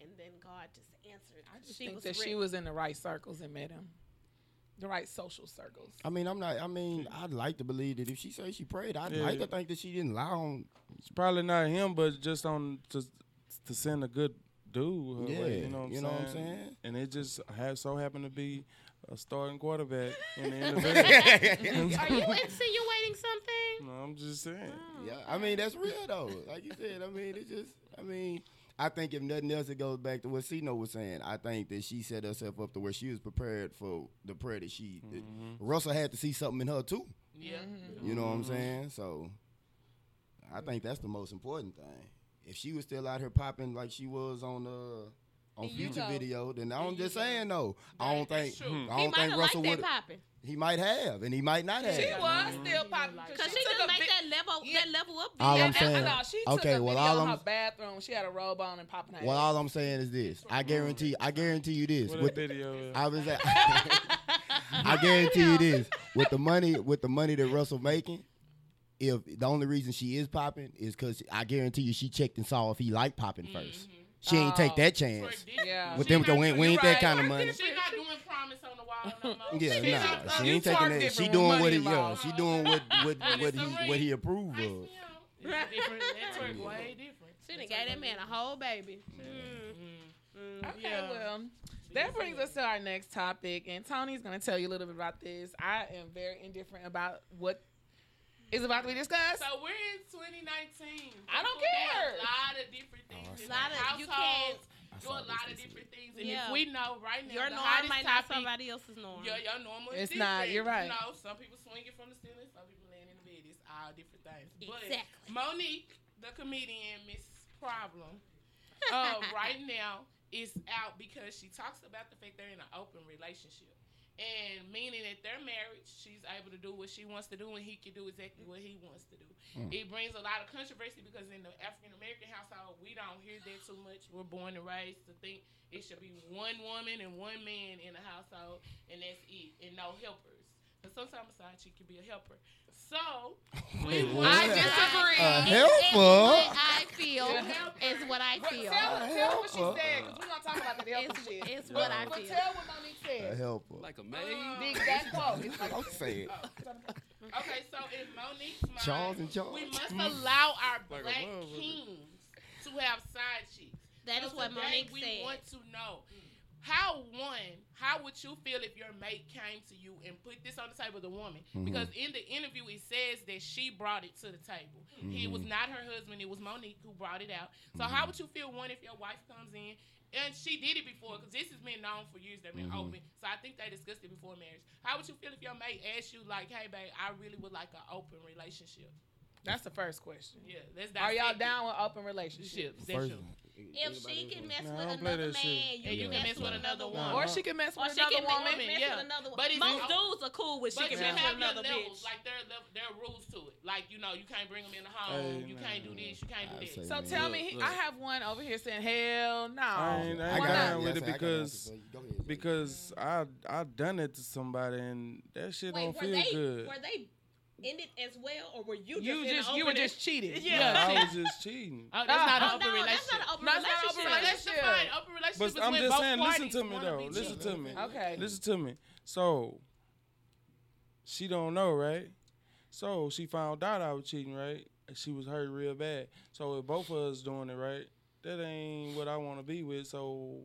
[SPEAKER 2] and then God just answered?
[SPEAKER 1] I just think that she was in the right circles and met him, the right social circles.
[SPEAKER 3] I mean, I'm not. I mean, I'd like to believe that if she say she prayed, I'd
[SPEAKER 4] Yeah.
[SPEAKER 3] like to think that she didn't lie on.
[SPEAKER 4] It's probably not him, but just on to to send a good dude. Her
[SPEAKER 3] Yeah,
[SPEAKER 4] way, you know what I'm
[SPEAKER 3] you know
[SPEAKER 4] saying?
[SPEAKER 3] what I'm saying?
[SPEAKER 4] And it just ha so happened to be a starting quarterback in the NFL.
[SPEAKER 2] Are you insinuating something?
[SPEAKER 4] no, I'm just saying.
[SPEAKER 3] Yeah, I mean that's real though. Like you said, I mean it just. I mean, I think if nothing else, it goes back to what Sino was saying. I think that she set herself up to where she was prepared for the prayer that she. that Russell had to see something in her too.
[SPEAKER 6] Yeah.
[SPEAKER 1] Mm-hmm.
[SPEAKER 3] You know what I'm saying? So, I think that's the most important thing. If she was still out here popping like she was on uh on
[SPEAKER 1] In
[SPEAKER 3] future
[SPEAKER 1] Utah.
[SPEAKER 3] video, then I'm
[SPEAKER 6] In
[SPEAKER 3] just
[SPEAKER 6] Utah.
[SPEAKER 3] saying though. I
[SPEAKER 6] That-
[SPEAKER 3] don't
[SPEAKER 6] that's
[SPEAKER 3] think.
[SPEAKER 6] true.
[SPEAKER 3] I
[SPEAKER 2] He
[SPEAKER 3] don't think
[SPEAKER 2] might have liked
[SPEAKER 3] Russell
[SPEAKER 2] that
[SPEAKER 3] would.
[SPEAKER 2] popping.
[SPEAKER 3] He might have, and he might not have.
[SPEAKER 1] She was still
[SPEAKER 6] Mhm.
[SPEAKER 1] popping
[SPEAKER 2] Because she,
[SPEAKER 1] took
[SPEAKER 2] just
[SPEAKER 1] a
[SPEAKER 2] made
[SPEAKER 1] vi-
[SPEAKER 2] that level
[SPEAKER 1] Yeah.
[SPEAKER 2] that level up.
[SPEAKER 3] All
[SPEAKER 2] video.
[SPEAKER 3] I'm
[SPEAKER 1] Yeah,
[SPEAKER 3] saying-
[SPEAKER 1] no, she
[SPEAKER 3] okay,
[SPEAKER 1] took a
[SPEAKER 3] well,
[SPEAKER 1] video
[SPEAKER 3] all
[SPEAKER 1] in
[SPEAKER 3] I'm-
[SPEAKER 1] her bathroom. She had a robe on and popping her.
[SPEAKER 3] Well,
[SPEAKER 1] ass.
[SPEAKER 3] all I'm saying is this: I guarantee, I guarantee you this.
[SPEAKER 4] What
[SPEAKER 3] With,
[SPEAKER 4] that video is.
[SPEAKER 3] I was, at, I guarantee you this: with the money, with the money that Russell making, if the only reason she is popping is because I guarantee you she checked and saw if he liked popping Hmm. first. She ain't take
[SPEAKER 1] Oh.
[SPEAKER 3] that
[SPEAKER 6] Mm-hmm. For
[SPEAKER 3] chance.
[SPEAKER 6] Disney.
[SPEAKER 1] Yeah.
[SPEAKER 3] With
[SPEAKER 6] She
[SPEAKER 3] them,
[SPEAKER 6] not
[SPEAKER 3] go we ain't, we
[SPEAKER 6] doing-
[SPEAKER 3] ain't
[SPEAKER 1] You're
[SPEAKER 3] that kind of
[SPEAKER 1] right.
[SPEAKER 3] money.
[SPEAKER 6] She not doing promise on the wall no more.
[SPEAKER 3] Yeah,
[SPEAKER 6] She
[SPEAKER 3] nah,
[SPEAKER 6] just-
[SPEAKER 3] she ain't
[SPEAKER 1] you twerk
[SPEAKER 3] taking that. She
[SPEAKER 1] different
[SPEAKER 3] doing
[SPEAKER 1] when
[SPEAKER 3] what,
[SPEAKER 1] money
[SPEAKER 3] yeah,
[SPEAKER 1] long.
[SPEAKER 3] she doing what, what,
[SPEAKER 6] When
[SPEAKER 3] what
[SPEAKER 6] it's
[SPEAKER 3] he,
[SPEAKER 6] a
[SPEAKER 3] what he
[SPEAKER 6] ring.
[SPEAKER 3] approved
[SPEAKER 6] Ice
[SPEAKER 3] of.
[SPEAKER 6] cream. It's different. That twerk way different. Mm-hmm.
[SPEAKER 2] She done gave that man a whole baby. Mm. Mm.
[SPEAKER 1] Okay,
[SPEAKER 6] Yeah.
[SPEAKER 1] well, that brings us to our next topic, and Tony's going to tell you a little bit about this. I am very indifferent about what is about to be discussed.
[SPEAKER 6] So we're in 2019.
[SPEAKER 1] I don't
[SPEAKER 6] People do
[SPEAKER 1] care.
[SPEAKER 6] A lot of different things.
[SPEAKER 3] Oh, I see.
[SPEAKER 6] different
[SPEAKER 2] Lot of- you
[SPEAKER 6] households
[SPEAKER 3] I
[SPEAKER 6] do a
[SPEAKER 3] saw this
[SPEAKER 6] lot of
[SPEAKER 3] this
[SPEAKER 6] different
[SPEAKER 3] week.
[SPEAKER 6] things, and if
[SPEAKER 2] Yeah.
[SPEAKER 6] we know right now,
[SPEAKER 2] Your
[SPEAKER 6] the
[SPEAKER 2] norm
[SPEAKER 6] hottest
[SPEAKER 2] might not
[SPEAKER 6] topic,
[SPEAKER 2] somebody else's norm.
[SPEAKER 6] Your your normal. Is
[SPEAKER 1] It's not,
[SPEAKER 6] different.
[SPEAKER 1] you're right.
[SPEAKER 6] You know, some people swing it from the ceiling, some people laying in the bed. It's all different things. But
[SPEAKER 2] Exactly.
[SPEAKER 6] Monique, the comedian, Miss Problem, uh, right now is out because she talks about the fact they're in an open relationship. And meaning that their marriage, she's able to do what she wants to do, and he can do exactly what he wants to do. It brings a lot of controversy because in the African American household, we don't hear that too much. We're born and raised to think it should be one woman and one man in the household, and that's it, and no helpers. But sometimes a side chick can be a helper. So we
[SPEAKER 3] Wait,
[SPEAKER 6] want-
[SPEAKER 3] what?
[SPEAKER 2] I disagree.
[SPEAKER 3] A
[SPEAKER 2] It's- It's
[SPEAKER 3] helper?
[SPEAKER 2] what I feel is what I
[SPEAKER 1] But
[SPEAKER 2] feel.
[SPEAKER 1] tell, her- tell her what she
[SPEAKER 3] Well-
[SPEAKER 1] said, because we're going to talk about that helper
[SPEAKER 2] It's,
[SPEAKER 1] shit.
[SPEAKER 2] it's what I
[SPEAKER 1] But
[SPEAKER 2] feel.
[SPEAKER 1] tell what Monique
[SPEAKER 3] A
[SPEAKER 1] said.
[SPEAKER 3] helper.
[SPEAKER 5] Like a maid.
[SPEAKER 2] Oh,
[SPEAKER 1] The exact quote. It's like
[SPEAKER 3] Uh, I'm
[SPEAKER 1] that.
[SPEAKER 3] saying,
[SPEAKER 6] Okay, so in Monique's mind,
[SPEAKER 3] Charles and Charles.
[SPEAKER 6] we must allow our
[SPEAKER 5] Like a
[SPEAKER 6] black
[SPEAKER 5] motherfucker.
[SPEAKER 6] kings to have side chicks.
[SPEAKER 2] That is
[SPEAKER 6] So
[SPEAKER 2] what
[SPEAKER 6] today
[SPEAKER 2] Monique
[SPEAKER 6] we
[SPEAKER 2] said.
[SPEAKER 6] want to know. How one, how would you feel if your mate came to you and put this on the table the woman? Because in the interview it says that she brought it to the table. It was not her husband, it was Monique who brought it out. So how would you feel one if your wife comes in and she did it before because this has been known for years. They've been open, so I think they discussed it before marriage. How would you feel if your mate asked you like, "Hey, babe, I really would like an open relationship."
[SPEAKER 1] That's the first question.
[SPEAKER 6] Yeah, that's
[SPEAKER 1] Are y'all
[SPEAKER 6] dissect it.
[SPEAKER 1] down with open relationships?
[SPEAKER 6] Relationships, that's
[SPEAKER 3] first,
[SPEAKER 6] you.
[SPEAKER 2] If she can mess
[SPEAKER 4] Nah, I
[SPEAKER 2] with
[SPEAKER 4] don't play
[SPEAKER 2] another
[SPEAKER 4] that
[SPEAKER 2] man,
[SPEAKER 4] shit.
[SPEAKER 2] you
[SPEAKER 6] And you can mess with another one.
[SPEAKER 1] Or she can mess
[SPEAKER 2] Or
[SPEAKER 1] with
[SPEAKER 2] she can
[SPEAKER 1] another
[SPEAKER 2] ma-
[SPEAKER 1] woman.
[SPEAKER 2] mess
[SPEAKER 6] yeah.
[SPEAKER 2] with another one.
[SPEAKER 6] But it's-
[SPEAKER 2] Most dudes are cool with she
[SPEAKER 6] But
[SPEAKER 2] can
[SPEAKER 6] you
[SPEAKER 2] mess with
[SPEAKER 6] have your
[SPEAKER 2] another
[SPEAKER 6] levels.
[SPEAKER 2] bitch.
[SPEAKER 6] Like there, are lev- there are rules to it. Like you know, you can't bring them in the home.
[SPEAKER 4] Hey,
[SPEAKER 6] you can't do
[SPEAKER 4] man.
[SPEAKER 6] this. You can't do
[SPEAKER 3] I'd
[SPEAKER 6] this.
[SPEAKER 3] say-
[SPEAKER 1] So
[SPEAKER 3] Look,
[SPEAKER 1] tell me, he-
[SPEAKER 5] look.
[SPEAKER 1] I have one over here saying, hell no.
[SPEAKER 4] I ain't, I
[SPEAKER 3] I
[SPEAKER 1] Why
[SPEAKER 3] got
[SPEAKER 4] ain't
[SPEAKER 1] not?
[SPEAKER 4] down
[SPEAKER 3] yeah, I
[SPEAKER 4] with
[SPEAKER 3] said
[SPEAKER 4] it
[SPEAKER 3] I got an
[SPEAKER 4] because
[SPEAKER 3] answer, so go ahead.
[SPEAKER 4] because I I done it to somebody and that shit
[SPEAKER 2] Wait,
[SPEAKER 4] don't
[SPEAKER 2] were
[SPEAKER 4] feel
[SPEAKER 2] they
[SPEAKER 4] good.
[SPEAKER 2] were they in it as well, or were you just
[SPEAKER 1] You
[SPEAKER 2] in the
[SPEAKER 1] just, you were
[SPEAKER 2] open-
[SPEAKER 1] just cheated.
[SPEAKER 2] Yeah.
[SPEAKER 4] Nah, I was just cheating.
[SPEAKER 6] Oh, that's
[SPEAKER 1] Oh,
[SPEAKER 6] not an
[SPEAKER 2] Oh,
[SPEAKER 6] open
[SPEAKER 2] no,
[SPEAKER 6] relationship.
[SPEAKER 2] that's not an open
[SPEAKER 1] That's not an
[SPEAKER 2] relationship.
[SPEAKER 1] open
[SPEAKER 6] So let's
[SPEAKER 1] relationship.
[SPEAKER 6] define open relationship.
[SPEAKER 4] But
[SPEAKER 6] is
[SPEAKER 4] I'm
[SPEAKER 6] when
[SPEAKER 4] just
[SPEAKER 6] both
[SPEAKER 4] saying, listen
[SPEAKER 6] parties
[SPEAKER 4] to me
[SPEAKER 6] wanna
[SPEAKER 4] though.
[SPEAKER 6] be
[SPEAKER 4] Listen
[SPEAKER 6] cheated.
[SPEAKER 4] to me.
[SPEAKER 1] Okay.
[SPEAKER 4] Listen to me. So she don't know, right? So she found out I was cheating, right? And she was hurt real bad. So if both of us doing it, right? That ain't what I want to be with. So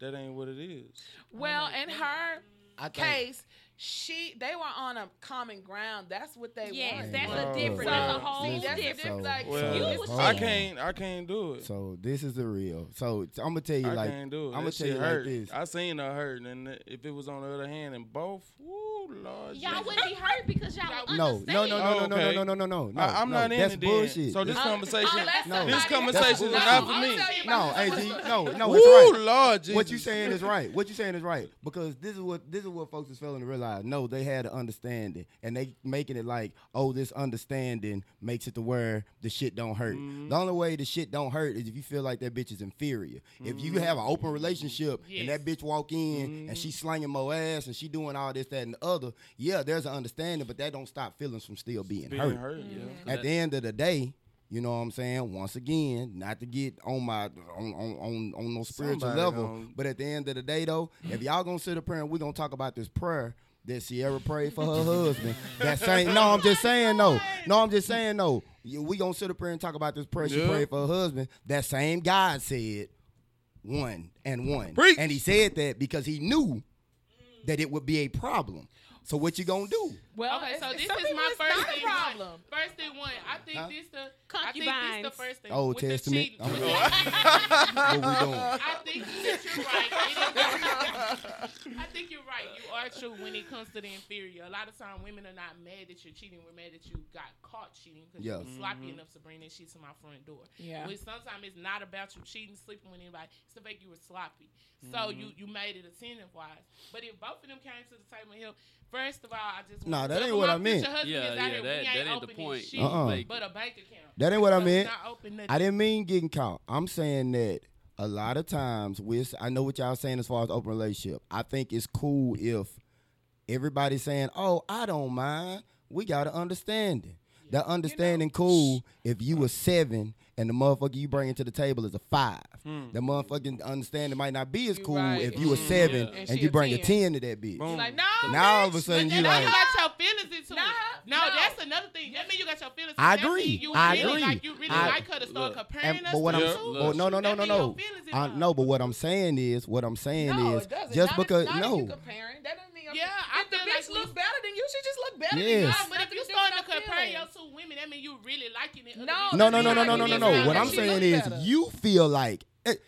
[SPEAKER 4] That ain't what it is.
[SPEAKER 1] Well, in her
[SPEAKER 3] I think,
[SPEAKER 1] case, she they were on a common ground. That's what they
[SPEAKER 2] Yes,
[SPEAKER 1] wanted.
[SPEAKER 2] that's
[SPEAKER 4] Wow.
[SPEAKER 2] a different.
[SPEAKER 1] So,
[SPEAKER 2] That's a
[SPEAKER 1] see,
[SPEAKER 2] whole
[SPEAKER 1] that's the
[SPEAKER 2] different.
[SPEAKER 1] difference, like,
[SPEAKER 3] so
[SPEAKER 4] Well,
[SPEAKER 2] you was
[SPEAKER 3] hold
[SPEAKER 4] I
[SPEAKER 3] on.
[SPEAKER 4] can't. I can't do it.
[SPEAKER 3] So this is the real. So I'm gonna tell you
[SPEAKER 4] I
[SPEAKER 3] like
[SPEAKER 4] can't do it.
[SPEAKER 3] I'm gonna
[SPEAKER 4] That
[SPEAKER 3] tell
[SPEAKER 4] shit
[SPEAKER 3] you
[SPEAKER 4] hurt.
[SPEAKER 3] like this.
[SPEAKER 4] I seen her hurt, and if it was on the other hand, and both, woo, lord,
[SPEAKER 2] Y'all
[SPEAKER 4] Jesus.
[SPEAKER 2] wouldn't be hurt because y'all would
[SPEAKER 3] no, no, no,
[SPEAKER 2] understand.
[SPEAKER 3] no, no, no,
[SPEAKER 4] Okay.
[SPEAKER 3] no, no, no, no, no.
[SPEAKER 4] I, am
[SPEAKER 3] no,
[SPEAKER 4] not in
[SPEAKER 3] that's
[SPEAKER 4] it. Then.
[SPEAKER 3] bullshit.
[SPEAKER 4] So this
[SPEAKER 3] That's-
[SPEAKER 4] conversation,
[SPEAKER 1] Unless
[SPEAKER 3] No.
[SPEAKER 1] somebody-
[SPEAKER 4] this
[SPEAKER 3] That's
[SPEAKER 4] conversation is
[SPEAKER 3] bullshit.
[SPEAKER 4] not for
[SPEAKER 1] I'm
[SPEAKER 4] me.
[SPEAKER 1] telling you
[SPEAKER 3] no,
[SPEAKER 1] about this
[SPEAKER 3] AG,
[SPEAKER 1] one.
[SPEAKER 3] no, no, it's right.
[SPEAKER 4] Woo, lord, Jesus.
[SPEAKER 3] What you saying is right. What you saying is right because this is what this is what folks is failing to realize. No, they had an understanding, and they making it like, oh, this understanding makes it to where the shit don't hurt.
[SPEAKER 4] Mm-hmm.
[SPEAKER 3] The only way the shit don't hurt is if you feel like that bitch is inferior. If you have an open relationship and that bitch walk in and she slanging mo ass and she doing all this, that, and the other, yeah, there's an understanding, but that don't stop feelings from still being,
[SPEAKER 4] Being
[SPEAKER 3] hurt.
[SPEAKER 4] hurt.
[SPEAKER 5] Yeah, 'cause
[SPEAKER 3] At
[SPEAKER 5] that-
[SPEAKER 3] the end of the day. You know what I'm saying? Once again, not to get on my on on on, on no spiritual
[SPEAKER 4] Somebody
[SPEAKER 3] level,
[SPEAKER 4] gonna-
[SPEAKER 3] but at the end of the day, though, if y'all gonna sit up here and we gonna talk about this prayer that Sierra prayed for her husband, that same. No, I'm just saying no. No, I'm just saying no. You- We gonna sit up here and talk about this prayer she
[SPEAKER 4] Yeah.
[SPEAKER 3] prayed for her husband. That same God said one and one,
[SPEAKER 4] Preach.
[SPEAKER 3] and he said that because he knew that it would be a problem. So what you gonna do?
[SPEAKER 1] Well,
[SPEAKER 6] Okay, so
[SPEAKER 1] it's-
[SPEAKER 6] this
[SPEAKER 1] some
[SPEAKER 6] is
[SPEAKER 1] people,
[SPEAKER 6] my
[SPEAKER 1] it's
[SPEAKER 6] first
[SPEAKER 1] not a
[SPEAKER 6] thing.
[SPEAKER 1] problem.
[SPEAKER 6] One. First thing one. I think
[SPEAKER 3] Huh?
[SPEAKER 6] this the I think
[SPEAKER 2] Concubines.
[SPEAKER 6] this the first thing.
[SPEAKER 4] Oh,
[SPEAKER 3] Old
[SPEAKER 6] with the
[SPEAKER 3] Testament.
[SPEAKER 6] cheating.
[SPEAKER 3] I'm-
[SPEAKER 6] With the-
[SPEAKER 3] What we doing?
[SPEAKER 6] I think that you're right. It is- I think you're right. You are true when it comes to the inferior. A lot of time, women are not mad that you're cheating. We're mad that you got caught cheating because
[SPEAKER 3] Yeah.
[SPEAKER 6] you were sloppy enough to bring that shit to my front door.
[SPEAKER 1] Yeah.
[SPEAKER 6] Which sometimes it's not about you cheating, sleeping with anybody. It's the fact you were sloppy. So
[SPEAKER 5] Mm-hmm.
[SPEAKER 6] you you made it attentive wise. But if both of them came to the table and helped, first of all, I just
[SPEAKER 3] Nah,
[SPEAKER 6] want to
[SPEAKER 3] that
[SPEAKER 6] tell
[SPEAKER 3] ain't
[SPEAKER 6] my
[SPEAKER 3] what I meant.
[SPEAKER 6] future husband
[SPEAKER 5] Yeah,
[SPEAKER 6] is out
[SPEAKER 5] yeah,
[SPEAKER 6] here. We
[SPEAKER 5] that- that ain't the
[SPEAKER 6] opening
[SPEAKER 5] point.
[SPEAKER 6] Shit,
[SPEAKER 3] Uh-uh.
[SPEAKER 6] But a bank account.
[SPEAKER 3] That ain't what I
[SPEAKER 6] So
[SPEAKER 3] meant.
[SPEAKER 6] it's not open
[SPEAKER 3] I
[SPEAKER 6] nothing.
[SPEAKER 3] didn't mean getting caught. I'm saying that a lot of times with I know what y'all saying as far as open relationship. I think it's cool if everybody's saying, "Oh, I don't mind." We got an understanding. That understanding cool if you a seven and the motherfucker you bring to the table is a five. The motherfucking understanding might not be as
[SPEAKER 1] Hmm. You
[SPEAKER 3] cool
[SPEAKER 1] right.
[SPEAKER 3] if you a
[SPEAKER 1] Mm,
[SPEAKER 3] seven
[SPEAKER 5] yeah.
[SPEAKER 1] And
[SPEAKER 3] and
[SPEAKER 1] she
[SPEAKER 3] you
[SPEAKER 1] a
[SPEAKER 3] bring a
[SPEAKER 1] 10.
[SPEAKER 3] ten to that bitch.
[SPEAKER 4] Boom.
[SPEAKER 1] Like no.
[SPEAKER 3] Now
[SPEAKER 1] bitch,
[SPEAKER 3] all of a sudden
[SPEAKER 1] but
[SPEAKER 3] you
[SPEAKER 1] that-
[SPEAKER 6] Now
[SPEAKER 3] like,
[SPEAKER 6] you got your feelings into
[SPEAKER 1] Nah,
[SPEAKER 6] it. No,
[SPEAKER 1] no.
[SPEAKER 6] that's another thing. That means you got your feelings.
[SPEAKER 3] I
[SPEAKER 6] into it. That
[SPEAKER 3] agree.
[SPEAKER 6] mean You
[SPEAKER 3] I
[SPEAKER 6] really
[SPEAKER 3] agree.
[SPEAKER 6] Like you really
[SPEAKER 3] I-
[SPEAKER 6] like her to start
[SPEAKER 5] look.
[SPEAKER 6] comparing
[SPEAKER 3] And,
[SPEAKER 6] us.
[SPEAKER 3] but what
[SPEAKER 6] to
[SPEAKER 3] I'm
[SPEAKER 4] Yeah.
[SPEAKER 6] two?
[SPEAKER 5] Look.
[SPEAKER 3] oh, no no no
[SPEAKER 6] That
[SPEAKER 3] no
[SPEAKER 6] mean your
[SPEAKER 3] no
[SPEAKER 6] feelings
[SPEAKER 3] I,
[SPEAKER 6] involved.
[SPEAKER 3] no but what I'm saying is what I'm saying
[SPEAKER 1] no,
[SPEAKER 3] is
[SPEAKER 1] it doesn't.
[SPEAKER 3] just
[SPEAKER 1] Not if-
[SPEAKER 3] because
[SPEAKER 1] not if
[SPEAKER 3] no
[SPEAKER 1] you comparing, that doesn't mean. I'm-
[SPEAKER 6] Yeah, I
[SPEAKER 1] if the
[SPEAKER 6] feel like
[SPEAKER 1] bitch
[SPEAKER 6] we-
[SPEAKER 1] look better than you, she just look better
[SPEAKER 3] Yes.
[SPEAKER 1] than you.
[SPEAKER 6] No, but if
[SPEAKER 1] Nothing
[SPEAKER 6] you
[SPEAKER 1] to do with
[SPEAKER 6] starting to
[SPEAKER 1] her
[SPEAKER 6] compare your
[SPEAKER 1] feelings.
[SPEAKER 6] two women, that means you really liking it.
[SPEAKER 1] No,
[SPEAKER 3] No,
[SPEAKER 1] Like,
[SPEAKER 3] no, no,
[SPEAKER 1] you know,
[SPEAKER 3] no, no,
[SPEAKER 1] you
[SPEAKER 3] no, no,
[SPEAKER 1] just
[SPEAKER 3] no.
[SPEAKER 1] found
[SPEAKER 3] What
[SPEAKER 1] out
[SPEAKER 3] I'm
[SPEAKER 1] she
[SPEAKER 3] saying
[SPEAKER 1] looked
[SPEAKER 3] is,
[SPEAKER 1] better.
[SPEAKER 3] you feel like it,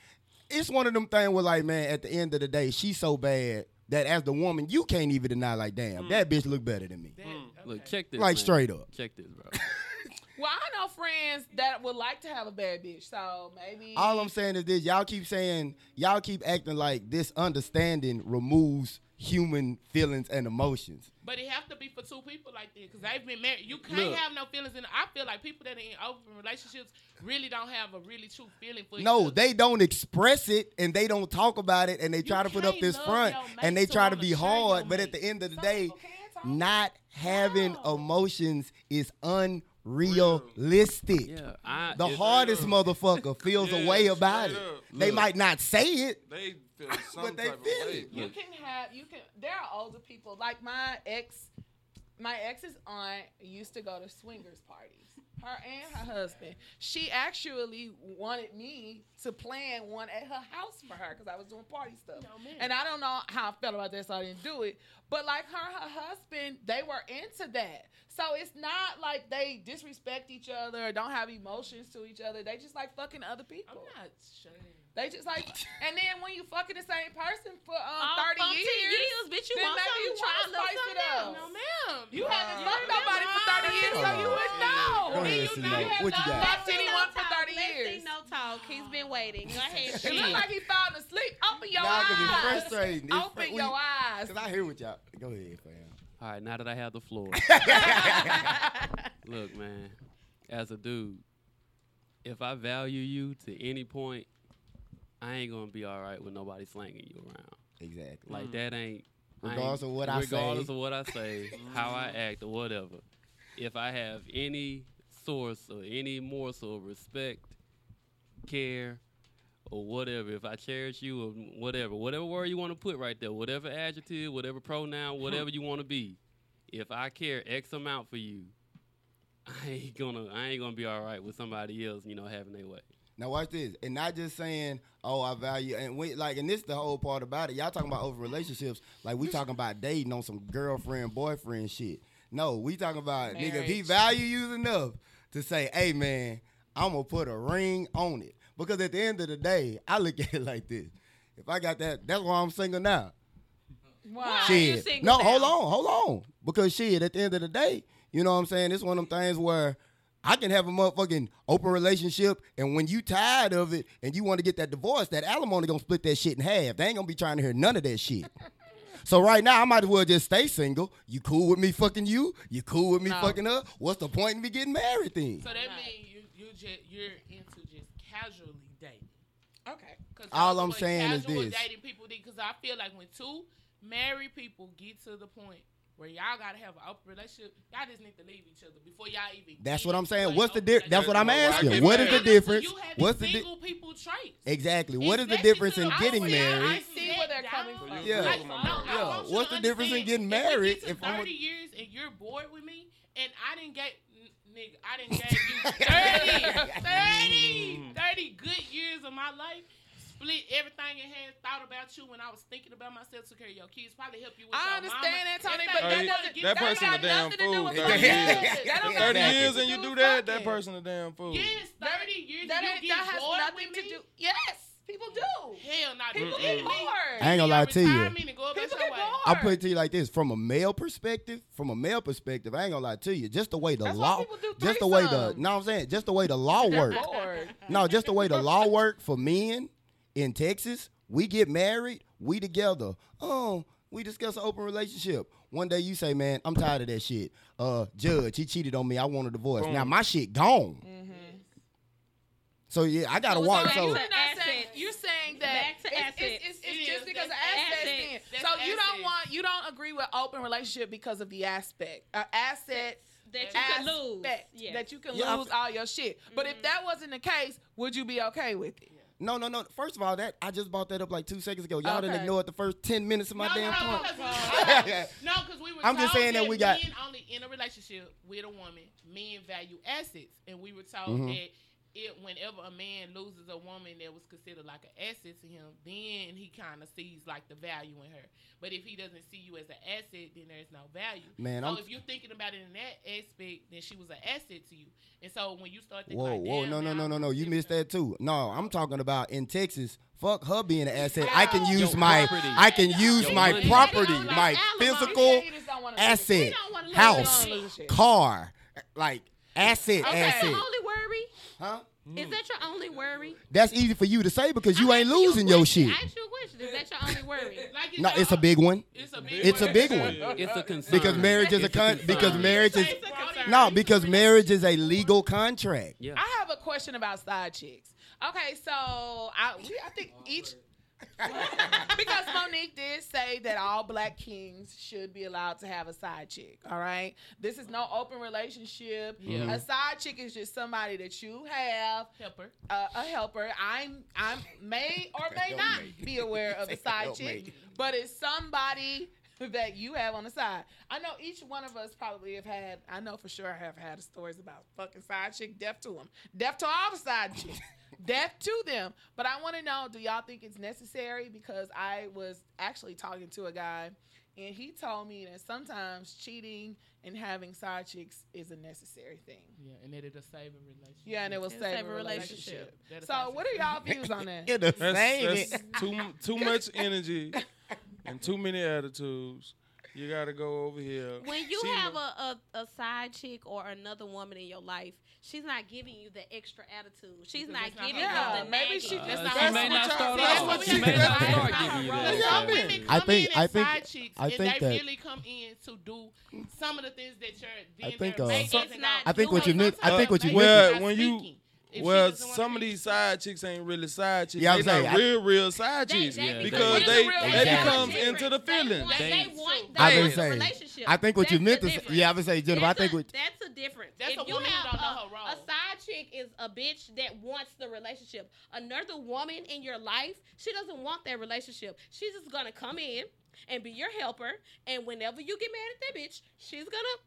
[SPEAKER 3] it's one of them things where, like, man, at the end of the day, she's so bad that as the woman, you can't even deny, like, damn, that
[SPEAKER 6] Mm.
[SPEAKER 3] bitch look better than me,
[SPEAKER 5] Look, check this.
[SPEAKER 3] like
[SPEAKER 5] man.
[SPEAKER 3] straight up.
[SPEAKER 5] Check this, bro.
[SPEAKER 1] Well, I know friends that would like to have a bad bitch, so maybe.
[SPEAKER 3] All
[SPEAKER 6] Mm.
[SPEAKER 3] I'm saying is this: y'all keep saying, y'all keep acting like this understanding removes human feelings and emotions.
[SPEAKER 6] But it have to be for two people like that because they've been married. You can't
[SPEAKER 5] Look.
[SPEAKER 6] have no feelings. And I feel like people that are in open relationships really don't have a really true feeling for each
[SPEAKER 3] No,
[SPEAKER 6] other.
[SPEAKER 3] they don't express it and they don't talk about it and they try to put up
[SPEAKER 6] can't
[SPEAKER 3] this
[SPEAKER 6] love
[SPEAKER 3] front
[SPEAKER 6] your mate
[SPEAKER 3] and they
[SPEAKER 6] to
[SPEAKER 3] try to
[SPEAKER 6] wanna
[SPEAKER 3] be
[SPEAKER 6] share
[SPEAKER 3] hard,
[SPEAKER 6] your
[SPEAKER 3] but at
[SPEAKER 6] mate.
[SPEAKER 3] the end of the
[SPEAKER 1] Some
[SPEAKER 3] day,
[SPEAKER 1] people can't talk.
[SPEAKER 3] not having
[SPEAKER 1] No.
[SPEAKER 3] emotions is unrealistic.
[SPEAKER 5] Yeah, I,
[SPEAKER 3] The
[SPEAKER 5] it's-
[SPEAKER 3] hardest motherfucker feels a
[SPEAKER 4] Yeah,
[SPEAKER 3] way about it.
[SPEAKER 4] straight up.
[SPEAKER 3] They
[SPEAKER 5] Look.
[SPEAKER 3] might not say it.
[SPEAKER 4] They feel some
[SPEAKER 3] But they
[SPEAKER 4] type
[SPEAKER 3] feel
[SPEAKER 4] of way.
[SPEAKER 3] it.
[SPEAKER 1] you can have you can there are older people like my ex my ex's aunt used to go to swingers parties her and her husband she actually wanted me to plan one at her house for her because i was doing party stuff
[SPEAKER 6] No, man.
[SPEAKER 1] and i don't know how i felt about that so i didn't do it but like her her husband they were into that so it's not like they disrespect each other or don't have emotions to each other they just like fucking other
[SPEAKER 6] I'm
[SPEAKER 1] people
[SPEAKER 6] not sure.
[SPEAKER 1] they just like, and then when you fucking the same person for um,
[SPEAKER 3] Oh,
[SPEAKER 2] All
[SPEAKER 1] 30
[SPEAKER 2] umpteen
[SPEAKER 1] years,
[SPEAKER 2] bitch, you
[SPEAKER 1] then
[SPEAKER 2] want
[SPEAKER 1] maybe
[SPEAKER 2] something,
[SPEAKER 1] you
[SPEAKER 2] you
[SPEAKER 1] wanna
[SPEAKER 2] try a little
[SPEAKER 1] spice it
[SPEAKER 2] something
[SPEAKER 1] up.
[SPEAKER 2] else.
[SPEAKER 6] No, ma'am.
[SPEAKER 1] you haven't
[SPEAKER 6] No,
[SPEAKER 1] fucked
[SPEAKER 6] ma'am.
[SPEAKER 1] nobody for 30 years, so you wouldn't know.
[SPEAKER 3] Go
[SPEAKER 1] And
[SPEAKER 3] ahead,
[SPEAKER 1] you
[SPEAKER 3] see
[SPEAKER 1] know you
[SPEAKER 3] now.
[SPEAKER 1] have
[SPEAKER 3] What you
[SPEAKER 1] not
[SPEAKER 3] got?
[SPEAKER 1] fucked
[SPEAKER 2] Let's see
[SPEAKER 1] anyone
[SPEAKER 2] no
[SPEAKER 1] for
[SPEAKER 2] talk.
[SPEAKER 1] 30
[SPEAKER 2] Let's
[SPEAKER 1] years.
[SPEAKER 2] see no talk. He's been waiting. Go ahead,
[SPEAKER 1] It looked
[SPEAKER 2] shit.
[SPEAKER 1] like he falling asleep. Open your
[SPEAKER 3] Nah, 'cause it's
[SPEAKER 1] eyes.
[SPEAKER 3] frustrating. It's fr-
[SPEAKER 1] Open
[SPEAKER 3] we-
[SPEAKER 1] your eyes.
[SPEAKER 3] Cause I hear what y'all. Go ahead, fam.
[SPEAKER 5] All right, now that I have the floor, look, man. As a dude, if I value you to any point, I ain't gonna be all right with nobody slanging you around.
[SPEAKER 3] Exactly.
[SPEAKER 5] Like that ain't. I ain't-
[SPEAKER 3] Regardless of what I
[SPEAKER 5] Regardless
[SPEAKER 3] say.
[SPEAKER 5] of what I say, how I act, or whatever. If I have any source or any morsel of respect, care, or whatever, if I cherish you or whatever, whatever word you want to put right there, whatever adjective, whatever pronoun, whatever you want to be, if I care X amount for you, I ain't gonna I ain't gonna be all right with somebody else, you know, having their way.
[SPEAKER 3] Now watch this, and not just saying, "Oh, I value," and we like, and this the whole part about it. Y'all talking about over relationships, like we talking about dating on some girlfriend boyfriend shit. No, we talking about nigga. If he
[SPEAKER 1] Marriage.
[SPEAKER 3] value you enough to say, "Hey, man, I'm gonna put a ring on it," because at the end of the day, I look at it like this: if I got that, that's why I'm single now.
[SPEAKER 1] Wow.
[SPEAKER 2] She-
[SPEAKER 3] Shit.
[SPEAKER 2] you single
[SPEAKER 3] no,
[SPEAKER 2] now?
[SPEAKER 3] hold on, hold on. Because shit, at the end of the day, you know what I'm saying? It's one of them things where I can have a motherfucking open relationship, and when you tired of it and you want to get that divorce, that alimony gonna split that shit in half. They ain't gonna be trying to hear none of that shit. So right now, I might as well just stay single. You cool with me fucking you? You cool with me
[SPEAKER 1] No.
[SPEAKER 3] fucking her? What's the point in me getting married then?
[SPEAKER 6] So that
[SPEAKER 2] Right.
[SPEAKER 6] means you you just you're into just casually dating.
[SPEAKER 1] Okay.
[SPEAKER 6] Cause
[SPEAKER 3] All
[SPEAKER 6] that's
[SPEAKER 3] I'm
[SPEAKER 6] what
[SPEAKER 3] saying is
[SPEAKER 6] casual
[SPEAKER 3] this.
[SPEAKER 6] dating people because I feel like when two married people get to the point where y'all gotta have an open relationship, y'all just need to leave each other before y'all even.
[SPEAKER 3] That's
[SPEAKER 6] get
[SPEAKER 3] what I'm
[SPEAKER 6] into
[SPEAKER 3] saying.
[SPEAKER 6] an
[SPEAKER 3] What's the
[SPEAKER 6] open
[SPEAKER 3] di- That's what I'm
[SPEAKER 4] Well, I
[SPEAKER 3] asking.
[SPEAKER 4] get
[SPEAKER 3] What is
[SPEAKER 4] married.
[SPEAKER 3] the
[SPEAKER 6] relationship.
[SPEAKER 3] difference?
[SPEAKER 6] You having
[SPEAKER 3] What's the di-
[SPEAKER 6] single people traits?
[SPEAKER 3] exactly? What is the
[SPEAKER 6] Exactly
[SPEAKER 3] difference
[SPEAKER 6] to
[SPEAKER 3] in
[SPEAKER 6] the
[SPEAKER 3] getting
[SPEAKER 6] point where
[SPEAKER 3] married?
[SPEAKER 1] I see where they're coming
[SPEAKER 6] So you
[SPEAKER 1] from.
[SPEAKER 3] Yeah.
[SPEAKER 6] Like, no, I
[SPEAKER 3] Yeah.
[SPEAKER 6] want you
[SPEAKER 3] What's
[SPEAKER 6] to
[SPEAKER 3] the difference in
[SPEAKER 6] understand, if we
[SPEAKER 3] getting
[SPEAKER 6] get
[SPEAKER 3] married
[SPEAKER 6] to
[SPEAKER 3] if I'm a-
[SPEAKER 6] 30 years and you're bored with me, and I didn't get, n- nigga, I didn't get you 30, 30, 30 good years of my life. Split everything in half. Thought about you when I was thinking about myself. Took care of your kids. Probably help you with
[SPEAKER 1] I
[SPEAKER 6] your mama.
[SPEAKER 1] understand that, Tony,
[SPEAKER 6] It's
[SPEAKER 1] but
[SPEAKER 6] like
[SPEAKER 1] that
[SPEAKER 6] you gotta
[SPEAKER 1] doesn't-
[SPEAKER 6] get
[SPEAKER 4] that
[SPEAKER 6] back
[SPEAKER 4] person a
[SPEAKER 6] out.
[SPEAKER 4] damn
[SPEAKER 1] nothing to do
[SPEAKER 4] fool.
[SPEAKER 1] with
[SPEAKER 4] Thirty
[SPEAKER 3] fucking
[SPEAKER 4] years,
[SPEAKER 3] nothing.
[SPEAKER 1] That don't got
[SPEAKER 4] thirty
[SPEAKER 1] nothing
[SPEAKER 4] years,
[SPEAKER 1] to
[SPEAKER 4] and you
[SPEAKER 1] do
[SPEAKER 4] do
[SPEAKER 1] with
[SPEAKER 4] that. That
[SPEAKER 1] fucking.
[SPEAKER 4] person a damn fool.
[SPEAKER 6] Yes, 30 years.
[SPEAKER 1] That,
[SPEAKER 6] you
[SPEAKER 1] ain't,
[SPEAKER 6] get
[SPEAKER 1] that has
[SPEAKER 6] bored
[SPEAKER 1] nothing
[SPEAKER 6] with
[SPEAKER 1] to
[SPEAKER 6] me?
[SPEAKER 1] do. Yes, people do.
[SPEAKER 6] Hell no.
[SPEAKER 1] People
[SPEAKER 6] dude.
[SPEAKER 1] get
[SPEAKER 6] Leave me.
[SPEAKER 1] bored.
[SPEAKER 3] I ain't gonna lie to you.
[SPEAKER 6] Retirement and go about
[SPEAKER 1] People
[SPEAKER 6] your
[SPEAKER 1] get
[SPEAKER 6] way.
[SPEAKER 1] bored.
[SPEAKER 3] I'll put it to you like this: from a male perspective, from a male perspective, I ain't gonna lie to you. Just the way the
[SPEAKER 1] That's why
[SPEAKER 3] law,
[SPEAKER 1] people do
[SPEAKER 3] just the way the,
[SPEAKER 1] threesomes.
[SPEAKER 3] no, I'm saying, just the way the law
[SPEAKER 1] They're
[SPEAKER 3] works.
[SPEAKER 1] bored.
[SPEAKER 3] No, just the way the law work for men in Texas. We get married, we together. Oh, we discuss an open relationship. One day you say, "Man, I'm tired of that shit." Uh, judge, he cheated on me. I want a divorce. Now my shit gone.
[SPEAKER 1] Mm-hmm.
[SPEAKER 3] So yeah, I gotta
[SPEAKER 2] So it's
[SPEAKER 3] walk.
[SPEAKER 2] alright
[SPEAKER 3] So
[SPEAKER 2] to
[SPEAKER 1] You're not saying
[SPEAKER 2] assets.
[SPEAKER 1] you're saying that
[SPEAKER 2] Back
[SPEAKER 1] it's,
[SPEAKER 2] to
[SPEAKER 1] it's,
[SPEAKER 2] assets.
[SPEAKER 1] it's,
[SPEAKER 6] It
[SPEAKER 1] it's just
[SPEAKER 6] is.
[SPEAKER 1] because of
[SPEAKER 6] That's
[SPEAKER 1] assets.
[SPEAKER 2] assets.
[SPEAKER 1] then.
[SPEAKER 6] That's
[SPEAKER 1] So you don't
[SPEAKER 6] assets.
[SPEAKER 1] want you don't agree with open relationship because of the aspect uh, assets
[SPEAKER 2] that you
[SPEAKER 1] aspect
[SPEAKER 2] can lose. Yeah.
[SPEAKER 1] that you can
[SPEAKER 3] Yeah, I-
[SPEAKER 1] lose all your shit. But if that wasn't the case, would you be okay with it?
[SPEAKER 3] no, no, no. First of all, that I just bought that up like two seconds ago. Y'all didn't
[SPEAKER 1] Okay.
[SPEAKER 3] ignore it the first ten minutes of my
[SPEAKER 6] no,
[SPEAKER 3] damn
[SPEAKER 6] no,
[SPEAKER 3] point.
[SPEAKER 6] because we- No, because we were.
[SPEAKER 3] I'm just
[SPEAKER 6] told
[SPEAKER 3] saying that we got-
[SPEAKER 6] men only in a relationship with a woman. Men value assets, and we were told
[SPEAKER 3] Mhm.
[SPEAKER 6] that it whenever a man loses a woman that was considered like an asset to him, then he kind of sees like the value in her. But if he doesn't see you as an asset, then there's no value.
[SPEAKER 3] Man,
[SPEAKER 6] so
[SPEAKER 1] Oh,
[SPEAKER 3] I'm-
[SPEAKER 6] if you're thinking about it in that aspect, then she was an asset to you, and so when you start thinking,
[SPEAKER 3] Whoa,
[SPEAKER 6] like,
[SPEAKER 3] whoa,
[SPEAKER 6] damn,
[SPEAKER 3] no, no,
[SPEAKER 6] man,
[SPEAKER 3] no,
[SPEAKER 6] I'm
[SPEAKER 3] no, no. You
[SPEAKER 6] considering
[SPEAKER 3] missed
[SPEAKER 6] her.
[SPEAKER 3] that too. No, I'm talking about in Texas. Fuck her being an asset. I can use
[SPEAKER 5] Your
[SPEAKER 3] my,
[SPEAKER 5] property.
[SPEAKER 3] I can use
[SPEAKER 5] Your
[SPEAKER 3] my
[SPEAKER 5] money.
[SPEAKER 3] property,
[SPEAKER 2] Like
[SPEAKER 3] my
[SPEAKER 2] alimony.
[SPEAKER 3] physical
[SPEAKER 1] You just don't wanna lose it.
[SPEAKER 3] asset,
[SPEAKER 2] don't wanna lose
[SPEAKER 3] house,
[SPEAKER 1] it. We don't wanna lose it.
[SPEAKER 3] car, like asset,
[SPEAKER 1] Okay.
[SPEAKER 2] Is that
[SPEAKER 3] asset.
[SPEAKER 2] your only worry?
[SPEAKER 3] Huh?
[SPEAKER 2] Is that your only worry?
[SPEAKER 3] That's easy for you to say because you
[SPEAKER 2] I
[SPEAKER 3] ain't
[SPEAKER 2] asked a
[SPEAKER 3] losing your
[SPEAKER 2] question.
[SPEAKER 3] shit.
[SPEAKER 2] I asked you a question. Is that your only worry?
[SPEAKER 6] Like,
[SPEAKER 3] No,
[SPEAKER 6] not-
[SPEAKER 3] it's a big one.
[SPEAKER 6] It's a big.
[SPEAKER 3] It's a big one
[SPEAKER 5] It's a concern.
[SPEAKER 3] because marriage is a
[SPEAKER 5] It's
[SPEAKER 3] con- because
[SPEAKER 5] concern.
[SPEAKER 3] marriage is
[SPEAKER 6] It's a concern.
[SPEAKER 3] no because marriage is a legal contract.
[SPEAKER 5] Yeah.
[SPEAKER 1] I have a question about side chicks. Okay, so I we, I think each because Monique did say that all black kings should be allowed to have a side chick. All right, this is no open relationship.
[SPEAKER 6] Yeah.
[SPEAKER 1] A side chick is just somebody that you have
[SPEAKER 6] helper.
[SPEAKER 1] uh, a helper. I'm I'm may or may not be aware of a side chick, but it's somebody that you have on the side. I know each one of us probably have had. I know for sure I have had stories about fucking side chick. Deaf to them. Deaf to all the side chicks. deaf to them. But I want to know, do y'all think it's necessary? Because I was actually talking to a guy. And he told me that sometimes cheating and having side chicks is a necessary thing.
[SPEAKER 6] Yeah, and it'll save a relationship.
[SPEAKER 1] Yeah, and it will
[SPEAKER 2] It'll
[SPEAKER 1] save,
[SPEAKER 2] save
[SPEAKER 1] a
[SPEAKER 2] a
[SPEAKER 1] relationship.
[SPEAKER 6] relationship.
[SPEAKER 1] So, what are y'all views on that?
[SPEAKER 3] It'll
[SPEAKER 4] That's,
[SPEAKER 3] save
[SPEAKER 4] that's
[SPEAKER 3] it.
[SPEAKER 4] too too much energy and too many attitudes. You gotta go over here.
[SPEAKER 2] when you
[SPEAKER 4] She
[SPEAKER 2] have a,
[SPEAKER 4] look-
[SPEAKER 2] a, a side chick or another woman in your life, she's not giving you the extra attitude. She's
[SPEAKER 6] Because
[SPEAKER 2] not
[SPEAKER 6] that's not
[SPEAKER 2] giving
[SPEAKER 6] her
[SPEAKER 1] Yeah,
[SPEAKER 2] you
[SPEAKER 6] role.
[SPEAKER 2] the
[SPEAKER 1] maybe
[SPEAKER 2] nagging.
[SPEAKER 1] she
[SPEAKER 5] Uh,
[SPEAKER 1] just
[SPEAKER 5] she
[SPEAKER 1] not.
[SPEAKER 5] may
[SPEAKER 1] what
[SPEAKER 5] not
[SPEAKER 1] y'all-
[SPEAKER 5] start
[SPEAKER 1] See,
[SPEAKER 5] off.
[SPEAKER 1] that's what we
[SPEAKER 5] She
[SPEAKER 1] have
[SPEAKER 5] may
[SPEAKER 1] to
[SPEAKER 5] not
[SPEAKER 1] decide.
[SPEAKER 5] start
[SPEAKER 1] That's
[SPEAKER 5] giving you
[SPEAKER 1] not
[SPEAKER 5] that.
[SPEAKER 1] right.
[SPEAKER 6] Some
[SPEAKER 5] Yeah.
[SPEAKER 6] women
[SPEAKER 3] I
[SPEAKER 6] come
[SPEAKER 3] think-
[SPEAKER 6] in as
[SPEAKER 3] I think-
[SPEAKER 6] side chicks,
[SPEAKER 3] I think
[SPEAKER 6] and they
[SPEAKER 3] that-
[SPEAKER 6] really come in to do some of the things that you're. Then
[SPEAKER 3] I think,
[SPEAKER 6] their
[SPEAKER 3] uh,
[SPEAKER 6] mate
[SPEAKER 2] So-
[SPEAKER 6] doesn't know.
[SPEAKER 2] I think what you
[SPEAKER 3] need- I think what you
[SPEAKER 6] Sometimes
[SPEAKER 4] Well,
[SPEAKER 6] they're not
[SPEAKER 4] when you-
[SPEAKER 6] speaking. If she
[SPEAKER 4] well,
[SPEAKER 6] doesn't wanna
[SPEAKER 4] some of
[SPEAKER 6] be-
[SPEAKER 4] these side chicks ain't really side chicks.
[SPEAKER 3] Yeah,
[SPEAKER 4] they
[SPEAKER 3] I'm saying,
[SPEAKER 4] not
[SPEAKER 3] I-
[SPEAKER 4] real, real side
[SPEAKER 2] They-
[SPEAKER 4] chicks
[SPEAKER 2] they-
[SPEAKER 4] because
[SPEAKER 5] They-
[SPEAKER 4] they
[SPEAKER 5] they-
[SPEAKER 4] they
[SPEAKER 5] they-
[SPEAKER 4] becomes
[SPEAKER 5] they-
[SPEAKER 4] into the feelings.
[SPEAKER 2] They want,
[SPEAKER 5] They-
[SPEAKER 2] they want
[SPEAKER 3] I
[SPEAKER 2] that
[SPEAKER 3] would say-
[SPEAKER 2] relationship.
[SPEAKER 3] I think what you
[SPEAKER 2] That's
[SPEAKER 3] meant
[SPEAKER 2] the
[SPEAKER 3] to say.
[SPEAKER 2] difference.
[SPEAKER 3] Yeah, I would say, Jennifer. I
[SPEAKER 2] That's
[SPEAKER 3] think
[SPEAKER 2] a-
[SPEAKER 3] what
[SPEAKER 2] that's a difference.
[SPEAKER 6] That's
[SPEAKER 2] if
[SPEAKER 6] a
[SPEAKER 2] you
[SPEAKER 6] woman who
[SPEAKER 2] have
[SPEAKER 6] don't
[SPEAKER 2] a,
[SPEAKER 6] know her role.
[SPEAKER 2] a side chick is a bitch that wants the relationship. Another woman in your life, she doesn't want that relationship. She's just gonna come in and be your helper, and whenever you get mad at that bitch, she's gonna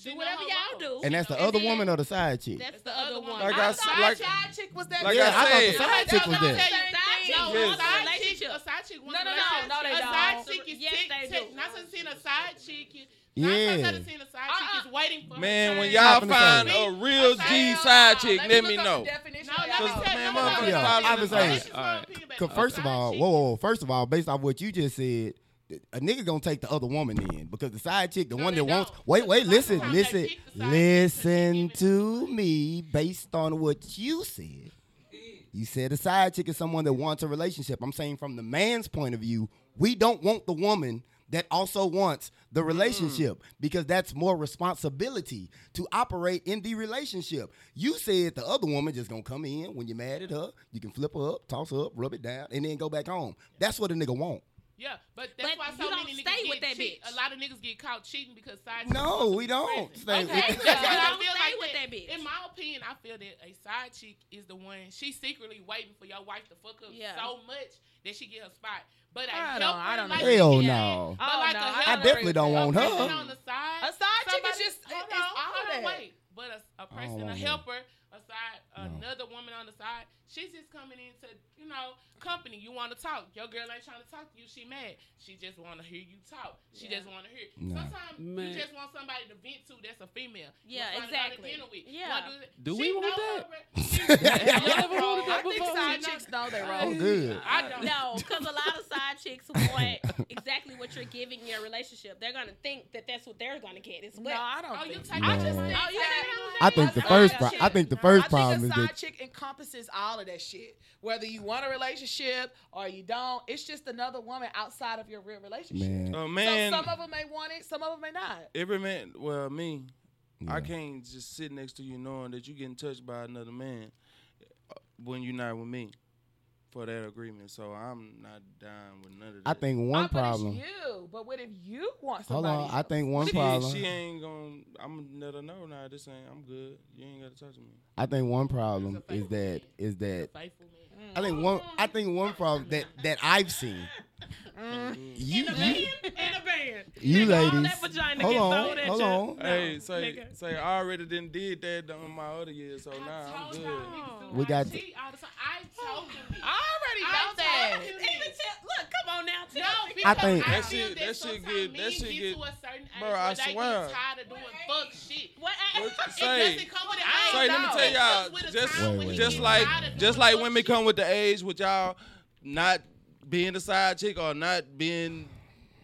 [SPEAKER 2] Do whatever y'all do.
[SPEAKER 3] And that's the
[SPEAKER 2] And
[SPEAKER 3] other
[SPEAKER 2] then-
[SPEAKER 3] woman or the side chick.
[SPEAKER 2] That's the other one.
[SPEAKER 4] Like I
[SPEAKER 1] I
[SPEAKER 4] s-
[SPEAKER 1] thought
[SPEAKER 4] like-
[SPEAKER 1] side chick was that.
[SPEAKER 4] like
[SPEAKER 1] girl.
[SPEAKER 3] yeah, I thought the
[SPEAKER 4] said-
[SPEAKER 3] side chick was
[SPEAKER 1] No,
[SPEAKER 3] that.
[SPEAKER 2] No,
[SPEAKER 4] Yes.
[SPEAKER 2] on the relationship.
[SPEAKER 6] A side chick wants
[SPEAKER 1] No, no,
[SPEAKER 6] a
[SPEAKER 1] no,
[SPEAKER 6] relationship.
[SPEAKER 1] no, they
[SPEAKER 6] A side
[SPEAKER 1] don't.
[SPEAKER 6] chick is
[SPEAKER 2] Yes,
[SPEAKER 6] tick-
[SPEAKER 2] they
[SPEAKER 6] tick-
[SPEAKER 2] do.
[SPEAKER 6] Not since seen a side chick. is- Not since
[SPEAKER 3] Yeah.
[SPEAKER 6] I've seen a side chick is waiting for
[SPEAKER 4] Man,
[SPEAKER 6] her
[SPEAKER 4] when
[SPEAKER 6] turn.
[SPEAKER 4] y'all
[SPEAKER 3] Happened to
[SPEAKER 4] find
[SPEAKER 6] me.
[SPEAKER 4] a real
[SPEAKER 6] I'm
[SPEAKER 4] G
[SPEAKER 6] saying,
[SPEAKER 4] side chick, let me
[SPEAKER 1] look up
[SPEAKER 4] know.
[SPEAKER 1] the definition
[SPEAKER 6] No,
[SPEAKER 1] of
[SPEAKER 6] let me
[SPEAKER 1] y'all.
[SPEAKER 4] Cause,
[SPEAKER 6] tell you,
[SPEAKER 4] man,
[SPEAKER 6] no, no, no, no,
[SPEAKER 4] motherfuckers
[SPEAKER 6] no,
[SPEAKER 4] out
[SPEAKER 6] no,
[SPEAKER 4] here
[SPEAKER 6] no,
[SPEAKER 3] looking
[SPEAKER 6] no,
[SPEAKER 3] for-
[SPEAKER 6] this is my
[SPEAKER 5] Alright.
[SPEAKER 6] opinion,
[SPEAKER 3] Cause
[SPEAKER 6] but
[SPEAKER 3] first
[SPEAKER 6] a
[SPEAKER 3] of
[SPEAKER 6] side
[SPEAKER 3] all,
[SPEAKER 6] chick-
[SPEAKER 3] whoa, whoa, whoa, first of all, based off what you just said, th- a nigga gonna take the other woman in because the side chick, the
[SPEAKER 6] No,
[SPEAKER 3] one
[SPEAKER 6] they
[SPEAKER 3] that wants.
[SPEAKER 6] don't.
[SPEAKER 3] Wait, wait,
[SPEAKER 6] Because
[SPEAKER 3] listen,
[SPEAKER 6] sometimes they
[SPEAKER 3] listen,
[SPEAKER 6] pick the side chick to
[SPEAKER 3] listen
[SPEAKER 6] give it
[SPEAKER 3] to me. Based on what you said, you said a side chick is someone that wants a relationship. I'm saying from the man's point of view, we don't want the woman that also wants the relationship because that's more responsibility to operate in the relationship. You said the other woman just gonna come in when you're mad at her, you can flip her up, toss her up, rub it down, and then go back home. That's what a nigga want.
[SPEAKER 6] Yeah, but that's
[SPEAKER 2] But
[SPEAKER 6] why
[SPEAKER 2] you
[SPEAKER 6] so
[SPEAKER 2] don't
[SPEAKER 6] many niggas
[SPEAKER 2] stay
[SPEAKER 6] get
[SPEAKER 2] with that
[SPEAKER 6] cheat-
[SPEAKER 2] bitch.
[SPEAKER 6] A lot of niggas get caught cheating because side chicks
[SPEAKER 3] No,
[SPEAKER 6] want to
[SPEAKER 3] we
[SPEAKER 6] be
[SPEAKER 3] don't.
[SPEAKER 6] present.
[SPEAKER 3] Stay-
[SPEAKER 2] Okay,
[SPEAKER 6] That's
[SPEAKER 2] so
[SPEAKER 6] what I
[SPEAKER 2] don't
[SPEAKER 6] feel
[SPEAKER 2] stay
[SPEAKER 6] like
[SPEAKER 2] with
[SPEAKER 6] that.
[SPEAKER 2] that bitch.
[SPEAKER 6] In my opinion, I feel that a side chick is the one she's secretly waiting for your wife to fuck up
[SPEAKER 2] Yeah.
[SPEAKER 6] so much that she get her spot. But
[SPEAKER 1] I
[SPEAKER 6] I
[SPEAKER 1] don't-
[SPEAKER 6] help
[SPEAKER 1] I
[SPEAKER 6] her
[SPEAKER 1] don't know.
[SPEAKER 6] like
[SPEAKER 3] Hell
[SPEAKER 6] she
[SPEAKER 3] no.
[SPEAKER 6] can. But
[SPEAKER 1] Oh,
[SPEAKER 6] like
[SPEAKER 1] no,
[SPEAKER 6] a
[SPEAKER 1] I
[SPEAKER 6] help-
[SPEAKER 3] I
[SPEAKER 1] don't
[SPEAKER 3] definitely
[SPEAKER 1] agree
[SPEAKER 3] don't
[SPEAKER 1] with
[SPEAKER 6] a
[SPEAKER 1] that.
[SPEAKER 3] want
[SPEAKER 6] person
[SPEAKER 3] her.
[SPEAKER 6] on the side.
[SPEAKER 1] A side chick is
[SPEAKER 6] somebody-
[SPEAKER 1] just-
[SPEAKER 6] hold
[SPEAKER 1] it's
[SPEAKER 6] on,
[SPEAKER 1] all
[SPEAKER 6] hold on,
[SPEAKER 1] that.
[SPEAKER 6] wait. But a, a person, a
[SPEAKER 3] want that.
[SPEAKER 6] helper, a side,
[SPEAKER 3] No.
[SPEAKER 6] another woman on the side, she's just coming in to, you know, company. You want to talk. Your girl ain't trying to talk to you. She mad. She just want to hear you talk. She
[SPEAKER 2] Yeah.
[SPEAKER 6] just want to hear.
[SPEAKER 3] No.
[SPEAKER 6] Sometimes
[SPEAKER 5] Man.
[SPEAKER 6] you just want somebody to vent to that's a female. You
[SPEAKER 2] Yeah,
[SPEAKER 6] want somebody to
[SPEAKER 2] exactly.
[SPEAKER 6] dinner with. You
[SPEAKER 2] Yeah.
[SPEAKER 6] wanna Do,
[SPEAKER 5] Do we
[SPEAKER 6] She
[SPEAKER 5] want
[SPEAKER 6] know
[SPEAKER 5] that?
[SPEAKER 6] her- she-
[SPEAKER 3] Y'all
[SPEAKER 5] ever wanted
[SPEAKER 1] I
[SPEAKER 5] that
[SPEAKER 1] think
[SPEAKER 5] before?
[SPEAKER 1] side chicks know they
[SPEAKER 3] Oh,
[SPEAKER 1] wrong.
[SPEAKER 3] good.
[SPEAKER 6] I don't.
[SPEAKER 2] No, because a lot of side chicks want exactly what you're giving in your relationship. They're gonna think that that's what they're gonna get as
[SPEAKER 1] No,
[SPEAKER 2] well.
[SPEAKER 1] I don't.
[SPEAKER 6] Oh, you
[SPEAKER 1] think
[SPEAKER 6] take
[SPEAKER 3] No.
[SPEAKER 6] I just think
[SPEAKER 1] Oh, you
[SPEAKER 6] that-
[SPEAKER 1] think
[SPEAKER 3] I think the
[SPEAKER 1] I
[SPEAKER 3] first
[SPEAKER 1] think
[SPEAKER 3] pro-
[SPEAKER 1] that
[SPEAKER 3] I think the
[SPEAKER 1] shit-
[SPEAKER 3] first
[SPEAKER 1] I
[SPEAKER 3] problem
[SPEAKER 1] think
[SPEAKER 3] is
[SPEAKER 1] a side
[SPEAKER 3] that
[SPEAKER 1] chick encompasses all of that shit. Whether you want a relationship or you don't, it's just another woman outside of your real relationship.
[SPEAKER 3] man.
[SPEAKER 4] A man,
[SPEAKER 1] So some of them may want it, some of them may not.
[SPEAKER 4] every man, well, me,
[SPEAKER 3] yeah.
[SPEAKER 4] I can't just sit next to you knowing that you getting touched by another man uh, when you're not with me for that agreement. So I'm not dying with none of that.
[SPEAKER 3] I think
[SPEAKER 1] Oh,
[SPEAKER 3] one
[SPEAKER 1] but it's
[SPEAKER 3] problem.
[SPEAKER 1] you, but what if you want
[SPEAKER 3] Hold
[SPEAKER 1] somebody?
[SPEAKER 3] on, I
[SPEAKER 1] else?
[SPEAKER 3] think one
[SPEAKER 4] she,
[SPEAKER 3] problem.
[SPEAKER 4] She ain't gonna. I'm let her know now. This ain't. I'm good. You ain't gotta touch me.
[SPEAKER 3] I think one problem
[SPEAKER 6] That's a
[SPEAKER 3] is
[SPEAKER 6] fact.
[SPEAKER 3] that is that
[SPEAKER 6] Faithful man.
[SPEAKER 3] I think one I think one problem that that I've seen
[SPEAKER 6] Mm.
[SPEAKER 3] you you,
[SPEAKER 2] in a band.
[SPEAKER 3] you
[SPEAKER 2] Nigga, all
[SPEAKER 3] ladies
[SPEAKER 2] that vagina
[SPEAKER 3] hold
[SPEAKER 2] get
[SPEAKER 3] on
[SPEAKER 2] thrown at
[SPEAKER 3] hold
[SPEAKER 2] you.
[SPEAKER 3] on
[SPEAKER 4] hey, say
[SPEAKER 2] nigga.
[SPEAKER 4] say I already didn't did that on my other year, so
[SPEAKER 6] I
[SPEAKER 4] now I'm
[SPEAKER 6] told
[SPEAKER 4] good.
[SPEAKER 6] y'all niggas do
[SPEAKER 3] We
[SPEAKER 6] not
[SPEAKER 3] got-
[SPEAKER 6] cheat all the time. I told you.
[SPEAKER 1] I already know that.
[SPEAKER 6] told you
[SPEAKER 2] Even
[SPEAKER 6] this.
[SPEAKER 2] tell- look, come on now.
[SPEAKER 6] No,
[SPEAKER 2] Tell me.
[SPEAKER 6] because
[SPEAKER 3] I think-
[SPEAKER 6] I
[SPEAKER 4] That
[SPEAKER 6] feel
[SPEAKER 4] shit- that shit
[SPEAKER 6] sometimes
[SPEAKER 4] get- that
[SPEAKER 6] men
[SPEAKER 4] shit
[SPEAKER 6] get,
[SPEAKER 4] get-
[SPEAKER 6] to a certain age
[SPEAKER 4] Bro,
[SPEAKER 6] where
[SPEAKER 4] I
[SPEAKER 6] they get
[SPEAKER 4] swear.
[SPEAKER 6] tired of doing fuck shit.
[SPEAKER 2] What?
[SPEAKER 4] What you
[SPEAKER 6] It
[SPEAKER 4] say?
[SPEAKER 6] doesn't come with
[SPEAKER 4] Say,
[SPEAKER 6] an age.
[SPEAKER 4] let me
[SPEAKER 6] though.
[SPEAKER 4] tell
[SPEAKER 6] It
[SPEAKER 4] y'all,
[SPEAKER 6] comes with a
[SPEAKER 4] just
[SPEAKER 6] time
[SPEAKER 3] Wait,
[SPEAKER 6] when
[SPEAKER 3] wait,
[SPEAKER 6] he
[SPEAKER 3] wait.
[SPEAKER 4] just
[SPEAKER 6] gets
[SPEAKER 4] like
[SPEAKER 6] tired of
[SPEAKER 4] just
[SPEAKER 6] doing
[SPEAKER 4] like
[SPEAKER 6] fuck
[SPEAKER 4] women
[SPEAKER 6] shit.
[SPEAKER 4] come with the age with y'all not being the side chick or not being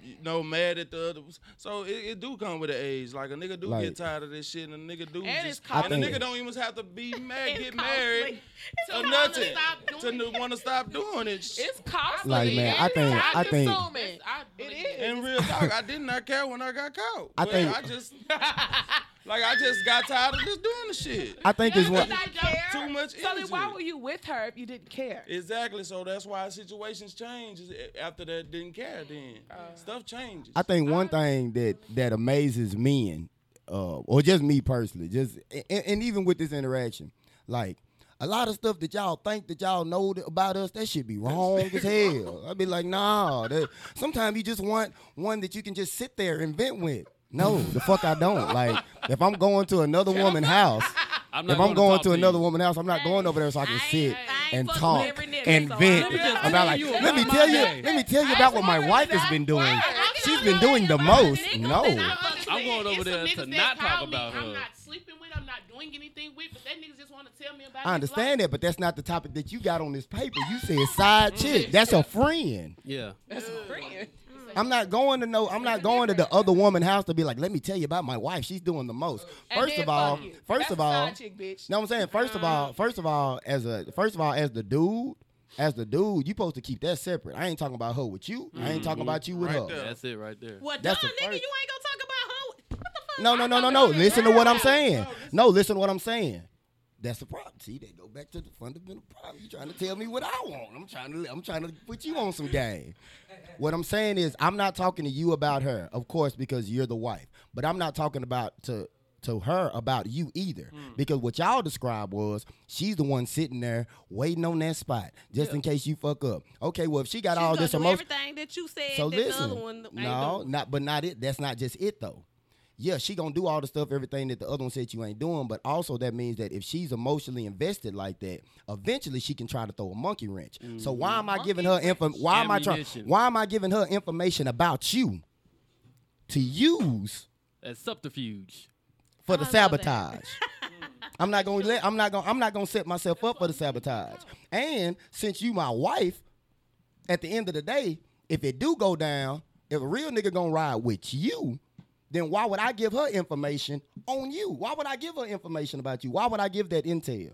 [SPEAKER 4] you know mad at the other. So it, it do come with the age. Like a nigga do
[SPEAKER 3] Like-
[SPEAKER 4] get tired of this shit, and a nigga do
[SPEAKER 1] And
[SPEAKER 4] just
[SPEAKER 1] it's I
[SPEAKER 4] and a
[SPEAKER 3] think-
[SPEAKER 4] nigga don't even have to be mad,
[SPEAKER 2] It's
[SPEAKER 4] get
[SPEAKER 2] costly.
[SPEAKER 4] married
[SPEAKER 6] To
[SPEAKER 4] or
[SPEAKER 6] wanna
[SPEAKER 4] nothing
[SPEAKER 6] stop
[SPEAKER 4] to
[SPEAKER 6] doing it.
[SPEAKER 4] want to stop doing it. Sh-
[SPEAKER 1] It's costly.
[SPEAKER 3] Like, man, I think- I think-
[SPEAKER 1] consuming.
[SPEAKER 6] I believe
[SPEAKER 1] It is.
[SPEAKER 4] and real talk, I did not care when I got caught.
[SPEAKER 3] I
[SPEAKER 4] but
[SPEAKER 3] think-
[SPEAKER 4] I just like I just got tired of just doing the shit.
[SPEAKER 3] I think it's
[SPEAKER 6] Because
[SPEAKER 3] one
[SPEAKER 6] I don't.
[SPEAKER 4] Too much energy.
[SPEAKER 1] So then why were you with her if you didn't care?
[SPEAKER 4] Exactly. So that's why situations change. is a- After that, didn't care. Then stuff changes.
[SPEAKER 3] I think one thing that that amazes men, uh, or just me personally, just and, and even with this interaction, like a lot of stuff that y'all think that y'all know th- about us, that should be wrong as hell. I'd be like, nah. That, sometimes you just want one that you can just sit there and vent with. No, the fuck I don't. Like if I'm going to another woman's house,
[SPEAKER 5] I'm
[SPEAKER 3] if I'm going
[SPEAKER 5] talk
[SPEAKER 3] to
[SPEAKER 5] you.
[SPEAKER 3] another woman's house, I'm not going over there so I
[SPEAKER 2] I
[SPEAKER 3] can
[SPEAKER 2] ain't-
[SPEAKER 3] sit
[SPEAKER 2] I ain't
[SPEAKER 3] and
[SPEAKER 2] fucking
[SPEAKER 3] talk
[SPEAKER 2] with every nigga,
[SPEAKER 3] and
[SPEAKER 2] so
[SPEAKER 3] vent
[SPEAKER 2] let me just
[SPEAKER 3] about
[SPEAKER 5] tell
[SPEAKER 3] like
[SPEAKER 5] you
[SPEAKER 3] let me
[SPEAKER 5] about
[SPEAKER 3] tell
[SPEAKER 5] my
[SPEAKER 3] you
[SPEAKER 5] day.
[SPEAKER 3] let me tell you about what my wife has been doing. She's been doing the most. No.
[SPEAKER 5] I'm going
[SPEAKER 6] It's
[SPEAKER 5] over
[SPEAKER 6] some
[SPEAKER 5] there
[SPEAKER 6] niggas
[SPEAKER 5] to
[SPEAKER 6] that
[SPEAKER 5] not talk
[SPEAKER 6] call me,
[SPEAKER 5] about
[SPEAKER 6] I'm
[SPEAKER 5] her.
[SPEAKER 6] not sleeping with. I'm not doing anything with. But that niggas just want to tell me about.
[SPEAKER 3] I understand that, but that's not the topic that you got on this paper. You said side chick. That's a friend.
[SPEAKER 5] Yeah.
[SPEAKER 1] That's a friend.
[SPEAKER 3] I'm not going to know. I'm not going to the other woman's house to be like, let me tell you about my wife. She's doing the most.
[SPEAKER 1] And
[SPEAKER 3] First
[SPEAKER 1] then
[SPEAKER 3] of all,
[SPEAKER 1] fuck you.
[SPEAKER 3] first
[SPEAKER 1] That's
[SPEAKER 3] of
[SPEAKER 1] a
[SPEAKER 3] all,
[SPEAKER 1] side chick, bitch.
[SPEAKER 3] know what I'm saying? First of all, first of all, as a first of all, as the dude, as the dude, you supposed to keep that separate. I ain't talking about her with you. I ain't talking about you with
[SPEAKER 4] Right
[SPEAKER 3] her.
[SPEAKER 4] there.
[SPEAKER 5] That's it right there.
[SPEAKER 2] Well,
[SPEAKER 3] That's
[SPEAKER 2] done,
[SPEAKER 3] the
[SPEAKER 2] nigga. You
[SPEAKER 3] first-
[SPEAKER 2] ain't gonna talk about her. What the fuck?
[SPEAKER 3] No, no, no, no,
[SPEAKER 2] I'm
[SPEAKER 3] no.
[SPEAKER 2] talking
[SPEAKER 3] Listen to what I'm
[SPEAKER 2] about-
[SPEAKER 3] saying. No, listen to what I'm saying. That's the problem. See, they go back to the fundamental problem. You trying to tell me what I want. I'm trying to I'm trying to put you on some game. What I'm saying is I'm not talking to you about her, of course, because you're the wife. But I'm not talking about to to her about you either.
[SPEAKER 2] Hmm.
[SPEAKER 3] Because what y'all described was she's the one sitting there waiting on that spot just in case you fuck up. Okay, well if she got
[SPEAKER 2] She's
[SPEAKER 3] all
[SPEAKER 2] gonna
[SPEAKER 3] this
[SPEAKER 2] do
[SPEAKER 3] emotion
[SPEAKER 2] everything that you said.
[SPEAKER 3] so
[SPEAKER 2] that
[SPEAKER 3] listen,
[SPEAKER 2] the other one ain't
[SPEAKER 3] no,
[SPEAKER 2] doing.
[SPEAKER 3] not but not it. That's not just it though. yeah, she gonna do all the stuff, everything that the other one said you ain't doing. But also that means that if she's emotionally invested like that, eventually she can try to throw a monkey wrench. So
[SPEAKER 2] Mm,
[SPEAKER 3] why am I giving her
[SPEAKER 1] Monkey
[SPEAKER 3] info? Why am I trying?
[SPEAKER 5] Ammunition.
[SPEAKER 3] Why am I giving her information about you to use
[SPEAKER 5] That's subterfuge.
[SPEAKER 3] for the
[SPEAKER 2] Oh, I love that.
[SPEAKER 3] sabotage?
[SPEAKER 4] Mm.
[SPEAKER 3] I'm not gonna let. I'm not gonna. I'm not gonna set myself up for the sabotage. And since you my wife, at the end of the day, if it do go down, if a real nigga gonna ride with you, then why would I give her information on you? Why would I give her information about you? Why would I give that intel?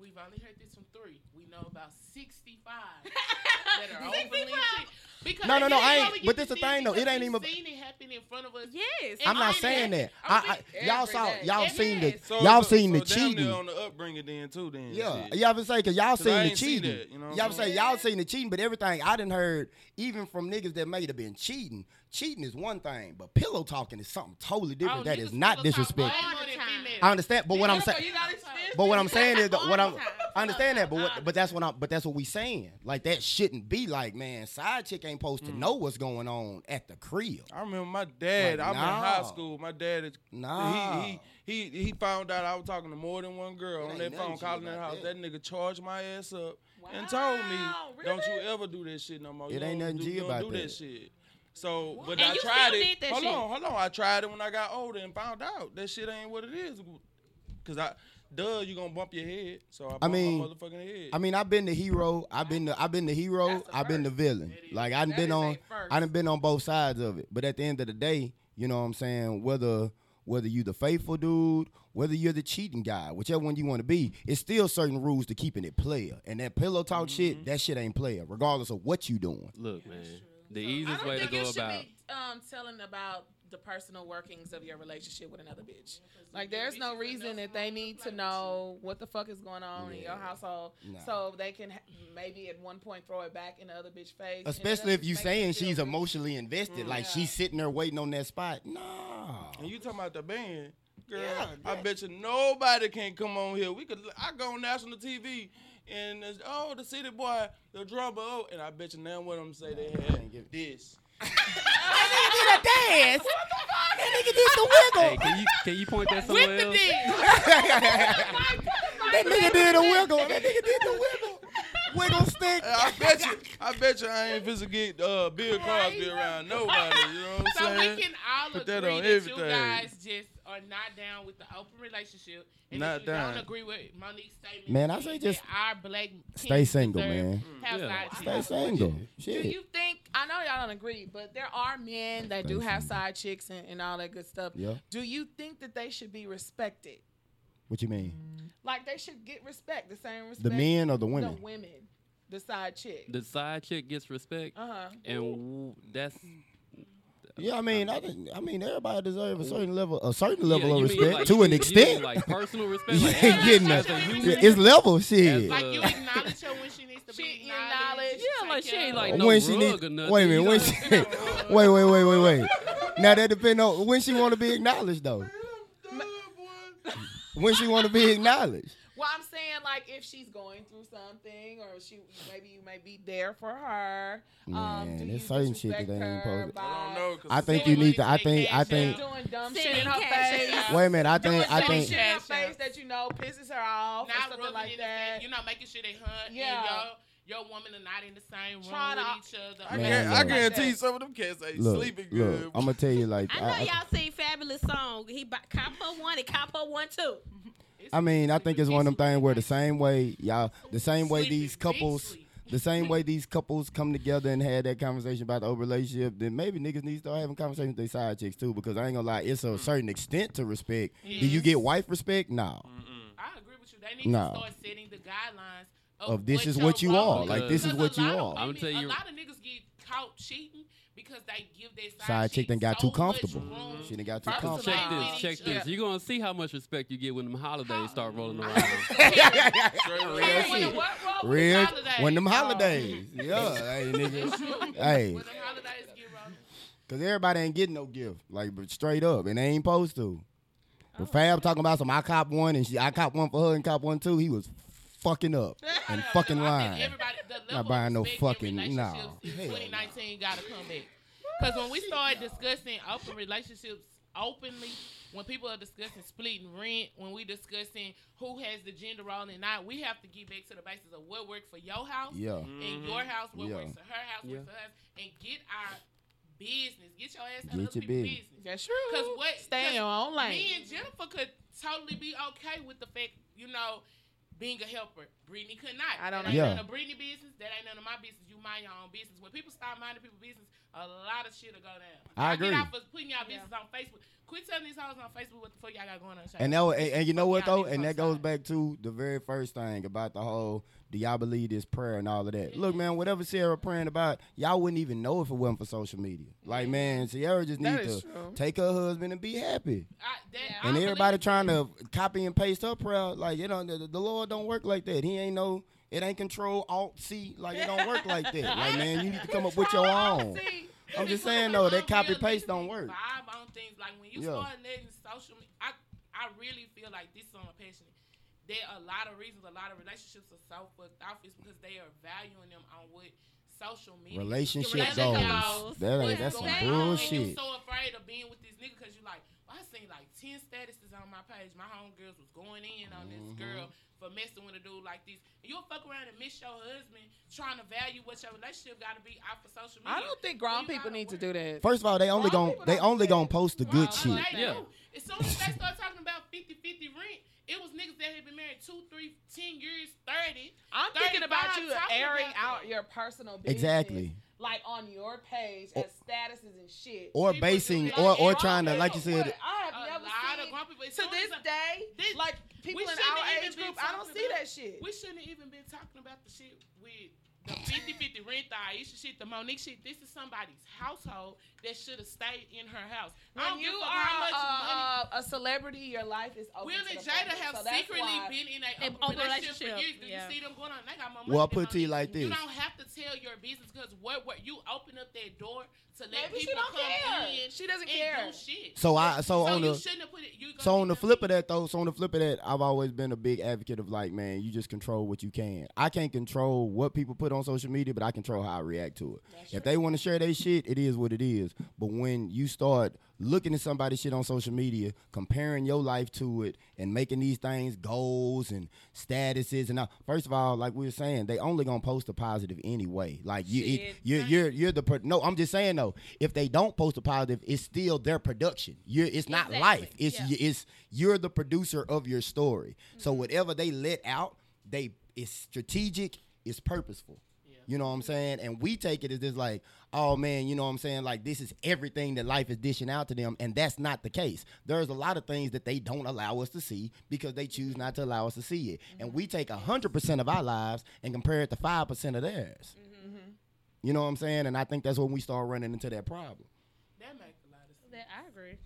[SPEAKER 6] We've only heard this from three. We know about 65 that are openly
[SPEAKER 2] 65?
[SPEAKER 6] cheating. Because
[SPEAKER 3] No, no, no,
[SPEAKER 6] that's
[SPEAKER 3] I
[SPEAKER 6] how
[SPEAKER 3] ain't-
[SPEAKER 6] we get
[SPEAKER 3] but
[SPEAKER 6] to
[SPEAKER 3] this the
[SPEAKER 6] see
[SPEAKER 3] thing, though, it
[SPEAKER 6] because
[SPEAKER 3] ain't
[SPEAKER 6] we've
[SPEAKER 3] even-
[SPEAKER 6] Seen it happen in front of us.
[SPEAKER 2] Yes.
[SPEAKER 6] And
[SPEAKER 3] I'm not
[SPEAKER 6] I-
[SPEAKER 3] saying that. I, I, y'all
[SPEAKER 1] every
[SPEAKER 3] saw.
[SPEAKER 1] day.
[SPEAKER 3] Y'all
[SPEAKER 6] It
[SPEAKER 3] seen the.
[SPEAKER 6] is.
[SPEAKER 4] So
[SPEAKER 3] y'all
[SPEAKER 4] so-
[SPEAKER 3] seen the
[SPEAKER 4] so damn near
[SPEAKER 3] cheating.
[SPEAKER 4] on the upbringing then too. Then
[SPEAKER 3] Yeah,
[SPEAKER 4] shit.
[SPEAKER 3] y'all been saying because y'all
[SPEAKER 4] I
[SPEAKER 3] seen the
[SPEAKER 4] ain't see
[SPEAKER 3] cheating.
[SPEAKER 4] that, you
[SPEAKER 3] you
[SPEAKER 4] know
[SPEAKER 3] know
[SPEAKER 4] what
[SPEAKER 3] all
[SPEAKER 4] I'm
[SPEAKER 3] say
[SPEAKER 4] saying?
[SPEAKER 3] y'all seen the cheating, but everything I didn't heard even from niggas that may have been cheating. Cheating is one thing, but pillow talking is something totally different. that is not disrespect. I understand, but what I'm saying, but what I'm saying is, what I'm, I understand that, but what, but that's what I'm, but that's what we saying. Like that shouldn't be like, man, side chick ain't supposed to know what's going on at the crib.
[SPEAKER 4] I remember my dad.
[SPEAKER 3] Like,
[SPEAKER 4] I'm in high
[SPEAKER 3] nah.
[SPEAKER 4] school. My dad is
[SPEAKER 3] Nah.
[SPEAKER 4] He, he he he found out I was talking to more than one girl
[SPEAKER 3] It
[SPEAKER 4] on
[SPEAKER 3] ain't
[SPEAKER 4] that
[SPEAKER 3] nothing
[SPEAKER 4] phone,
[SPEAKER 3] to you
[SPEAKER 4] calling that
[SPEAKER 3] about
[SPEAKER 4] house. That.
[SPEAKER 3] that.
[SPEAKER 4] nigga charged my ass up and told me,
[SPEAKER 1] Wow,
[SPEAKER 4] "Don't you
[SPEAKER 1] really?
[SPEAKER 4] ever do that shit no more.
[SPEAKER 3] It
[SPEAKER 4] you
[SPEAKER 3] ain't nothing
[SPEAKER 4] don't do,
[SPEAKER 3] to you
[SPEAKER 4] don't
[SPEAKER 3] about
[SPEAKER 4] do that
[SPEAKER 3] that."
[SPEAKER 4] shit." So, but
[SPEAKER 2] And
[SPEAKER 4] I
[SPEAKER 2] you still
[SPEAKER 4] tried it.
[SPEAKER 2] did that
[SPEAKER 4] hold
[SPEAKER 2] shit.
[SPEAKER 4] on, hold on. I tried it when I got older and found out that shit ain't what it is. Cause I, duh, you gonna bump your head. So I, bumped
[SPEAKER 3] mean,
[SPEAKER 4] my motherfucking head.
[SPEAKER 3] I mean, I've been the hero. I've been the I've been the hero.
[SPEAKER 6] That's a
[SPEAKER 3] I've been the
[SPEAKER 6] first.
[SPEAKER 3] villain.
[SPEAKER 6] That is-
[SPEAKER 3] Like I've
[SPEAKER 6] that is
[SPEAKER 3] been
[SPEAKER 6] a
[SPEAKER 3] on.
[SPEAKER 6] first.
[SPEAKER 3] I done been on both sides of it. But at the end of the day, you know what I'm saying. Whether whether you the faithful dude, whether you're the cheating guy, whichever one you want to be, it's still certain rules to keeping it player. And that pillow talk
[SPEAKER 6] Mm-hmm.
[SPEAKER 3] shit, that shit ain't player, regardless of what you doing.
[SPEAKER 5] Look, man, the
[SPEAKER 1] I
[SPEAKER 5] easiest
[SPEAKER 1] don't
[SPEAKER 5] way to
[SPEAKER 1] think you
[SPEAKER 5] go
[SPEAKER 1] should
[SPEAKER 5] about.
[SPEAKER 1] be um, telling about the personal workings of your relationship with another bitch. Like, there's no reason that they need to know what the fuck is going on in your
[SPEAKER 3] Yeah.
[SPEAKER 1] household,
[SPEAKER 3] Nah.
[SPEAKER 1] so they can ha- maybe at one point throw it back in the other bitch's face. and
[SPEAKER 3] Especially
[SPEAKER 1] it
[SPEAKER 3] if you
[SPEAKER 1] doesn't make
[SPEAKER 3] saying
[SPEAKER 1] them
[SPEAKER 3] she's
[SPEAKER 1] feel
[SPEAKER 3] emotionally invested, like
[SPEAKER 1] Yeah.
[SPEAKER 3] she's sitting there waiting on that spot. Nah.
[SPEAKER 4] And you talking about the band, girl?
[SPEAKER 3] Yeah,
[SPEAKER 4] I
[SPEAKER 3] that-
[SPEAKER 4] bet you nobody can come on here. We could. I go on national TV and it's, oh, the city boy, the drummer, oh, and I bet you none of them say they had this.
[SPEAKER 5] Hey, can you can you point that somewhere else?
[SPEAKER 3] That nigga did a wiggle. That nigga did the wiggle. Wiggle stick.
[SPEAKER 4] And I bet you. I bet you I ain't finna get uh, Bill Cosby around nobody. You know what
[SPEAKER 6] So
[SPEAKER 4] I'm saying?
[SPEAKER 6] we can all
[SPEAKER 4] Put
[SPEAKER 6] agree
[SPEAKER 4] that
[SPEAKER 6] that,
[SPEAKER 4] on
[SPEAKER 6] you
[SPEAKER 4] everything.
[SPEAKER 6] guys just are not down with the open relationship, and
[SPEAKER 4] Not
[SPEAKER 6] if you
[SPEAKER 4] down.
[SPEAKER 6] don't agree with Monique's statement.
[SPEAKER 3] Man, I
[SPEAKER 6] it
[SPEAKER 3] say
[SPEAKER 6] means
[SPEAKER 3] just
[SPEAKER 6] that our black
[SPEAKER 3] Stay
[SPEAKER 6] kids
[SPEAKER 3] single,
[SPEAKER 6] deserve
[SPEAKER 3] man.
[SPEAKER 6] Have
[SPEAKER 5] Yeah.
[SPEAKER 6] not
[SPEAKER 3] Stay single. Shit.
[SPEAKER 1] Do you think I know y'all don't agree, but there are men that do
[SPEAKER 3] Thank
[SPEAKER 1] have
[SPEAKER 3] you.
[SPEAKER 1] side chicks and, and all that good stuff.
[SPEAKER 3] Yeah.
[SPEAKER 1] Do you think that they should be respected?
[SPEAKER 3] What you mean?
[SPEAKER 1] Like they should get respect, the same respect.
[SPEAKER 3] The men or
[SPEAKER 1] the
[SPEAKER 3] the women?
[SPEAKER 1] women, the side chick.
[SPEAKER 5] The side chick gets respect,
[SPEAKER 1] Uh huh.
[SPEAKER 5] and w- that's
[SPEAKER 3] Yeah, I mean, I, think- I mean, everybody deserves a certain level, a certain
[SPEAKER 5] Yeah,
[SPEAKER 3] level
[SPEAKER 5] you
[SPEAKER 3] of
[SPEAKER 5] mean
[SPEAKER 3] respect
[SPEAKER 5] like- you
[SPEAKER 3] to an
[SPEAKER 5] mean
[SPEAKER 3] extent.
[SPEAKER 5] like personal respect.
[SPEAKER 3] you
[SPEAKER 5] like,
[SPEAKER 3] ain't
[SPEAKER 5] as a-
[SPEAKER 3] getting
[SPEAKER 5] as
[SPEAKER 3] that.
[SPEAKER 5] a human
[SPEAKER 6] Yeah,
[SPEAKER 3] It's level
[SPEAKER 5] As
[SPEAKER 3] shit.
[SPEAKER 5] a-
[SPEAKER 6] Like you acknowledge her when she needs to
[SPEAKER 1] She
[SPEAKER 6] be acknowledged.
[SPEAKER 1] acknowledged.
[SPEAKER 5] Yeah, like
[SPEAKER 6] Take
[SPEAKER 5] she ain't
[SPEAKER 6] care of
[SPEAKER 5] like
[SPEAKER 6] her.
[SPEAKER 5] no
[SPEAKER 3] when she
[SPEAKER 5] rug
[SPEAKER 3] need,
[SPEAKER 5] or nothing.
[SPEAKER 3] wait a
[SPEAKER 5] You
[SPEAKER 3] minute, when
[SPEAKER 5] gotta-
[SPEAKER 3] she, wait, wait, wait, wait, wait. Now that depend on when she want to be acknowledged though. When she want to be acknowledged.
[SPEAKER 1] Well, I'm saying like if she's going through something, or she maybe you may be there for her. um,
[SPEAKER 3] Man,
[SPEAKER 1] do
[SPEAKER 3] there's
[SPEAKER 1] you
[SPEAKER 3] certain shit
[SPEAKER 1] disrespect
[SPEAKER 3] that they ain't
[SPEAKER 1] her
[SPEAKER 3] supposed to-
[SPEAKER 4] I
[SPEAKER 1] by
[SPEAKER 4] don't know. 'cause
[SPEAKER 3] I
[SPEAKER 4] it's
[SPEAKER 3] think
[SPEAKER 4] so
[SPEAKER 3] you
[SPEAKER 4] many-
[SPEAKER 3] need to. I think. I think.
[SPEAKER 1] Doing dumb
[SPEAKER 2] Sitting
[SPEAKER 1] shit in her
[SPEAKER 2] cash
[SPEAKER 1] face.
[SPEAKER 2] out.
[SPEAKER 3] Wait a minute. I
[SPEAKER 1] Doing
[SPEAKER 3] think. I
[SPEAKER 1] dumb
[SPEAKER 3] think.
[SPEAKER 1] shit in her
[SPEAKER 6] Cash out.
[SPEAKER 1] face that you know pisses her off, or
[SPEAKER 6] Not
[SPEAKER 1] something
[SPEAKER 6] rubbing
[SPEAKER 1] like
[SPEAKER 6] in the face.
[SPEAKER 1] that.
[SPEAKER 6] You know, making sure they hunt.
[SPEAKER 1] Yeah.
[SPEAKER 6] Yeah. Your, your woman are not in the same room
[SPEAKER 1] Trying to-
[SPEAKER 6] with each
[SPEAKER 4] I,
[SPEAKER 6] other.
[SPEAKER 3] Man,
[SPEAKER 4] guarantee, I
[SPEAKER 3] look.
[SPEAKER 4] guarantee some of them cats ain't
[SPEAKER 3] Look,
[SPEAKER 4] sleeping good.
[SPEAKER 3] look. I'm gonna tell you like.
[SPEAKER 2] I know y'all seen Fabulous Song. He bought Capo 1 and Capo 1 too.
[SPEAKER 3] I mean, I think it's one of them things where the same way y'all, the same way
[SPEAKER 6] Sleepy,
[SPEAKER 3] these
[SPEAKER 6] big
[SPEAKER 3] couples,
[SPEAKER 6] sleep.
[SPEAKER 3] the same way these couples come together and had that conversation about the old relationship, then maybe niggas need to start having conversations with their side chicks too. Because I ain't gonna lie, it's
[SPEAKER 6] Mm.
[SPEAKER 3] a certain extent to respect. Do you get wife respect? No.
[SPEAKER 6] I agree with you. They need
[SPEAKER 3] Nah.
[SPEAKER 6] to start setting the guidelines
[SPEAKER 3] Of this is
[SPEAKER 6] your
[SPEAKER 3] what you
[SPEAKER 6] role
[SPEAKER 3] are.
[SPEAKER 6] is.
[SPEAKER 5] Like, this is
[SPEAKER 6] Because a
[SPEAKER 3] what you
[SPEAKER 6] lot of
[SPEAKER 3] are.
[SPEAKER 6] women-
[SPEAKER 5] I'ma tell
[SPEAKER 6] A
[SPEAKER 5] you-
[SPEAKER 6] lot of niggas get caught cheating because they give their side,
[SPEAKER 3] Side chick done got
[SPEAKER 6] so
[SPEAKER 3] too comfortable. Mm-hmm.
[SPEAKER 6] much room.
[SPEAKER 3] She done got too
[SPEAKER 6] First of all,
[SPEAKER 3] comfortable.
[SPEAKER 5] Check
[SPEAKER 6] Wow.
[SPEAKER 5] this, check this.
[SPEAKER 6] Yeah.
[SPEAKER 5] You're gonna see how much respect you get when them holidays start rolling around.
[SPEAKER 4] Straight
[SPEAKER 3] Real
[SPEAKER 6] When the
[SPEAKER 3] shit.
[SPEAKER 6] what roll? When the
[SPEAKER 3] Real
[SPEAKER 6] holidays.
[SPEAKER 3] when them holidays, yeah, hey nigga, hey,
[SPEAKER 6] When the holidays get rolling.
[SPEAKER 3] cause everybody ain't getting no gift, like but straight up, and they ain't supposed to.
[SPEAKER 6] Oh,
[SPEAKER 3] When Fab talking about some, I cop one and she, I cop one for her and cop one too. He was fucking up and
[SPEAKER 6] No,
[SPEAKER 3] fucking
[SPEAKER 6] no, I think
[SPEAKER 3] lying.
[SPEAKER 6] everybody- the level
[SPEAKER 3] Not
[SPEAKER 6] of
[SPEAKER 3] buying no
[SPEAKER 6] respect in
[SPEAKER 3] fucking-
[SPEAKER 6] relationships
[SPEAKER 3] no.
[SPEAKER 6] in
[SPEAKER 3] Hell no.
[SPEAKER 6] 2019 gotta come back. Because when we started discussing open relationships openly when people are discussing splitting rent, when we discussing who has the gender role and not, we have to get back to the basis of what worked for your house
[SPEAKER 3] Yeah.
[SPEAKER 6] and your house, what
[SPEAKER 3] Yeah.
[SPEAKER 6] works for her house,
[SPEAKER 5] Yeah.
[SPEAKER 6] works for us, and get our business. Get your ass out of
[SPEAKER 3] Get
[SPEAKER 6] other
[SPEAKER 3] your
[SPEAKER 6] people's
[SPEAKER 3] business.
[SPEAKER 6] business.
[SPEAKER 1] That's true.
[SPEAKER 6] 'Cause what-
[SPEAKER 1] Stay in
[SPEAKER 6] 'cause
[SPEAKER 1] your own lane.
[SPEAKER 6] Me and Jennifer could totally be okay with the fact, you know, being a helper. Brittany could not.
[SPEAKER 1] I don't
[SPEAKER 6] that ain't
[SPEAKER 3] know.
[SPEAKER 6] none of Brittany business. That ain't none of my business. You mind your own business. When people start minding people's business, a lot of shit will go down.
[SPEAKER 3] I
[SPEAKER 6] Y'all
[SPEAKER 3] agree.
[SPEAKER 6] Get out for putting y'all business on Facebook. Quit telling these hoes on Facebook what the fuck y'all got going on.
[SPEAKER 3] And that was, and, and you know what
[SPEAKER 6] Y'all
[SPEAKER 3] though,
[SPEAKER 6] need to
[SPEAKER 3] and that
[SPEAKER 6] go
[SPEAKER 3] goes
[SPEAKER 6] outside.
[SPEAKER 3] back to the very first thing about the whole do y'all believe this prayer and all of that. Look, man, whatever Sierra praying about, y'all wouldn't even know if it wasn't for social media. Like, man, Sierra just
[SPEAKER 1] That
[SPEAKER 3] needs
[SPEAKER 1] is
[SPEAKER 3] to
[SPEAKER 1] true.
[SPEAKER 3] take her husband and be happy.
[SPEAKER 6] I, that, I
[SPEAKER 3] And
[SPEAKER 6] believe
[SPEAKER 3] everybody
[SPEAKER 6] it.
[SPEAKER 3] trying to copy and paste her prayer, like you know, the, the Lord don't work like that. He ain't no, it ain't control alt C, like it don't work like that. Like, man, you need to come up with your own.
[SPEAKER 1] See,
[SPEAKER 3] I'm just saying
[SPEAKER 6] People
[SPEAKER 3] though, that
[SPEAKER 6] don't
[SPEAKER 3] copy
[SPEAKER 6] really
[SPEAKER 3] paste don't work.
[SPEAKER 6] Vibe on things like when you
[SPEAKER 3] Yeah.
[SPEAKER 6] start letting social, me- I I really feel like this is on a passionate. There are a lot of reasons, a lot of relationships are so fucked off. It's because they are valuing them on what social media.
[SPEAKER 3] Relationship
[SPEAKER 2] Relationship
[SPEAKER 3] goals.
[SPEAKER 2] goals.
[SPEAKER 3] That ain't,
[SPEAKER 6] what's
[SPEAKER 3] that's some
[SPEAKER 6] going on, And you
[SPEAKER 3] bullshit.
[SPEAKER 6] so afraid of being with this nigga because you like, well, I seen like ten statuses on my page. My homegirls was going in on this
[SPEAKER 3] Mm-hmm.
[SPEAKER 6] girl for messing with a dude like this. And you'll fuck around and miss your husband trying to value what your relationship got to be out for social media.
[SPEAKER 1] I don't think grown
[SPEAKER 6] You gotta
[SPEAKER 1] people need to
[SPEAKER 6] work.
[SPEAKER 1] do that.
[SPEAKER 3] First of all, they only
[SPEAKER 1] Why
[SPEAKER 3] gon'
[SPEAKER 1] people
[SPEAKER 3] they
[SPEAKER 1] don't
[SPEAKER 3] only
[SPEAKER 1] say
[SPEAKER 3] gonna post the good
[SPEAKER 2] Why?
[SPEAKER 3] shit.
[SPEAKER 6] They
[SPEAKER 5] Yeah.
[SPEAKER 6] do. As soon as they start talking about 50 50 rent, it was niggas that had been married two, three, ten years, 30.
[SPEAKER 1] I'm thinking about
[SPEAKER 6] 35
[SPEAKER 1] you
[SPEAKER 6] talking
[SPEAKER 1] airing
[SPEAKER 6] about
[SPEAKER 1] out
[SPEAKER 6] that.
[SPEAKER 1] your personal business.
[SPEAKER 3] Exactly.
[SPEAKER 1] Like on your page as statuses and shit.
[SPEAKER 6] People
[SPEAKER 3] Or
[SPEAKER 6] do
[SPEAKER 3] basing
[SPEAKER 6] that.
[SPEAKER 3] or or
[SPEAKER 6] Why
[SPEAKER 1] Grown
[SPEAKER 3] trying to like you
[SPEAKER 1] people-
[SPEAKER 3] said.
[SPEAKER 1] what? I have
[SPEAKER 6] A
[SPEAKER 1] never
[SPEAKER 6] lot
[SPEAKER 1] seen
[SPEAKER 6] of grown people. As
[SPEAKER 1] to
[SPEAKER 6] soon
[SPEAKER 1] this
[SPEAKER 6] as I-
[SPEAKER 1] day,
[SPEAKER 6] this-
[SPEAKER 1] like people in
[SPEAKER 6] shouldn't
[SPEAKER 1] our
[SPEAKER 6] even
[SPEAKER 1] age
[SPEAKER 6] be
[SPEAKER 1] group, I don't
[SPEAKER 6] talking
[SPEAKER 1] see
[SPEAKER 6] about-
[SPEAKER 1] that shit.
[SPEAKER 6] We shouldn't have even been talking about the shit with the 50 50 rent, the Aisha shit, the Monique shit. This is somebody's household that should have stayed in her house. I
[SPEAKER 1] when
[SPEAKER 6] don't
[SPEAKER 1] um, you
[SPEAKER 6] give a
[SPEAKER 1] are
[SPEAKER 6] fuck how much money.
[SPEAKER 1] uh, uh, a celebrity, your life is open.
[SPEAKER 6] Will
[SPEAKER 1] to
[SPEAKER 6] and
[SPEAKER 1] the public,
[SPEAKER 6] Jada have
[SPEAKER 1] so that's
[SPEAKER 6] secretly
[SPEAKER 1] why-
[SPEAKER 6] been in a
[SPEAKER 2] An
[SPEAKER 6] open
[SPEAKER 2] open
[SPEAKER 6] relationship, for
[SPEAKER 2] relationship,
[SPEAKER 6] years. Do
[SPEAKER 2] yeah.
[SPEAKER 6] you see them going on? They got more money
[SPEAKER 3] Well, I'll
[SPEAKER 6] than
[SPEAKER 3] put it to you like
[SPEAKER 6] You
[SPEAKER 3] this.
[SPEAKER 6] don't have to tell your business because what, what you open up that door to let
[SPEAKER 1] Maybe she
[SPEAKER 6] people
[SPEAKER 1] don't
[SPEAKER 6] come
[SPEAKER 1] care.
[SPEAKER 6] in.
[SPEAKER 1] She doesn't
[SPEAKER 6] and
[SPEAKER 1] care.
[SPEAKER 6] Do shit.
[SPEAKER 3] So I so on
[SPEAKER 6] you
[SPEAKER 3] the
[SPEAKER 6] shouldn't have put it. You gonna
[SPEAKER 3] so on
[SPEAKER 6] get
[SPEAKER 3] the
[SPEAKER 6] them
[SPEAKER 3] flip of that though, so on the flip of that, I've always been a big advocate of like, man, you just control what you can. I can't control what people put on social media, but I control how I react to it. if they want to share their shit, it is what it is. But when you start looking at somebody's shit on social media, comparing your life to it, and making these things goals and statuses and all, first of all, like we were saying, they only gonna post a positive anyway. Like you,
[SPEAKER 2] Shit.
[SPEAKER 3] you, you're, you're you're the pro- no. I'm just saying though, if they don't post a positive, it's still their production. You're it's not
[SPEAKER 2] Exactly.
[SPEAKER 3] life. It's
[SPEAKER 2] Yeah. Mm-hmm.
[SPEAKER 3] y- it's you're the producer of your story. So whatever they let out, they it's strategic, it's purposeful. You know what I'm saying? And we take it as just like, oh man, you know what I'm saying? Like this is everything that life is dishing out to them, and that's not the case. There's a lot of things that they don't allow us to see because they choose not to allow us to see it. And
[SPEAKER 2] Mm-hmm.
[SPEAKER 3] we take hundred percent of our lives and compare it to five percent of theirs.
[SPEAKER 2] Mm.
[SPEAKER 1] Mm-hmm.
[SPEAKER 3] You know what I'm saying? And I think that's when we start running into that problem.
[SPEAKER 6] That make a lot of sense.
[SPEAKER 2] That I agree.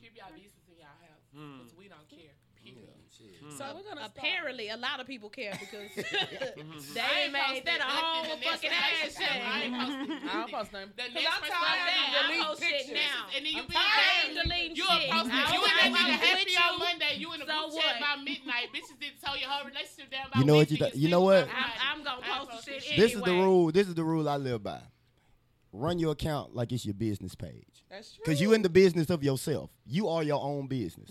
[SPEAKER 6] Keep y'all business in y'all house
[SPEAKER 1] Hmm.
[SPEAKER 6] because we don't care. Period. Hmm.
[SPEAKER 1] So we're gonna stop.
[SPEAKER 2] Apparently, a lot of people care because
[SPEAKER 6] I
[SPEAKER 2] they
[SPEAKER 6] ain't
[SPEAKER 2] made
[SPEAKER 6] posting
[SPEAKER 2] that a
[SPEAKER 6] nothing
[SPEAKER 2] whole
[SPEAKER 6] the next
[SPEAKER 2] fucking
[SPEAKER 6] day.
[SPEAKER 2] ass
[SPEAKER 6] I ain't
[SPEAKER 2] shit.
[SPEAKER 6] posting
[SPEAKER 1] I don't
[SPEAKER 6] nothing.
[SPEAKER 1] post nothing.
[SPEAKER 6] The
[SPEAKER 1] 'Cause
[SPEAKER 6] next
[SPEAKER 1] I'm
[SPEAKER 6] person
[SPEAKER 1] tired
[SPEAKER 6] I
[SPEAKER 1] of
[SPEAKER 6] have,
[SPEAKER 1] having
[SPEAKER 2] I post
[SPEAKER 1] delete
[SPEAKER 2] shit
[SPEAKER 1] pictures.
[SPEAKER 2] now.
[SPEAKER 6] And then you
[SPEAKER 1] I'm
[SPEAKER 6] be
[SPEAKER 1] tired
[SPEAKER 2] of
[SPEAKER 6] like,
[SPEAKER 2] deleting
[SPEAKER 6] you a
[SPEAKER 2] shit.
[SPEAKER 6] post.
[SPEAKER 2] I'm
[SPEAKER 6] You and that
[SPEAKER 2] tired.
[SPEAKER 6] nigga
[SPEAKER 2] I'm
[SPEAKER 6] happy
[SPEAKER 2] with
[SPEAKER 6] on
[SPEAKER 2] you.
[SPEAKER 6] Monday. You in the
[SPEAKER 2] So
[SPEAKER 6] group chat
[SPEAKER 2] what?
[SPEAKER 6] by midnight. Bitches didn't tell your whole relationship down by
[SPEAKER 3] You know what you
[SPEAKER 6] Wednesday.
[SPEAKER 3] th- you know
[SPEAKER 6] single by
[SPEAKER 3] what?
[SPEAKER 6] Friday.
[SPEAKER 2] I'm- I'm gonna
[SPEAKER 6] I ain't
[SPEAKER 2] post the
[SPEAKER 6] posting
[SPEAKER 2] shit
[SPEAKER 6] shit.
[SPEAKER 3] This is the
[SPEAKER 2] Anyway.
[SPEAKER 3] rule. This is the rule I live by. Run your account like it's your business page.
[SPEAKER 1] That's true.
[SPEAKER 3] Cause you in the business of yourself. You are your own business.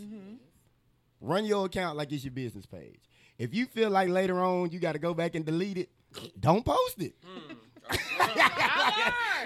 [SPEAKER 3] Run your account like it's your business page. If you feel like later on you got to go back and delete it, don't post it.
[SPEAKER 1] I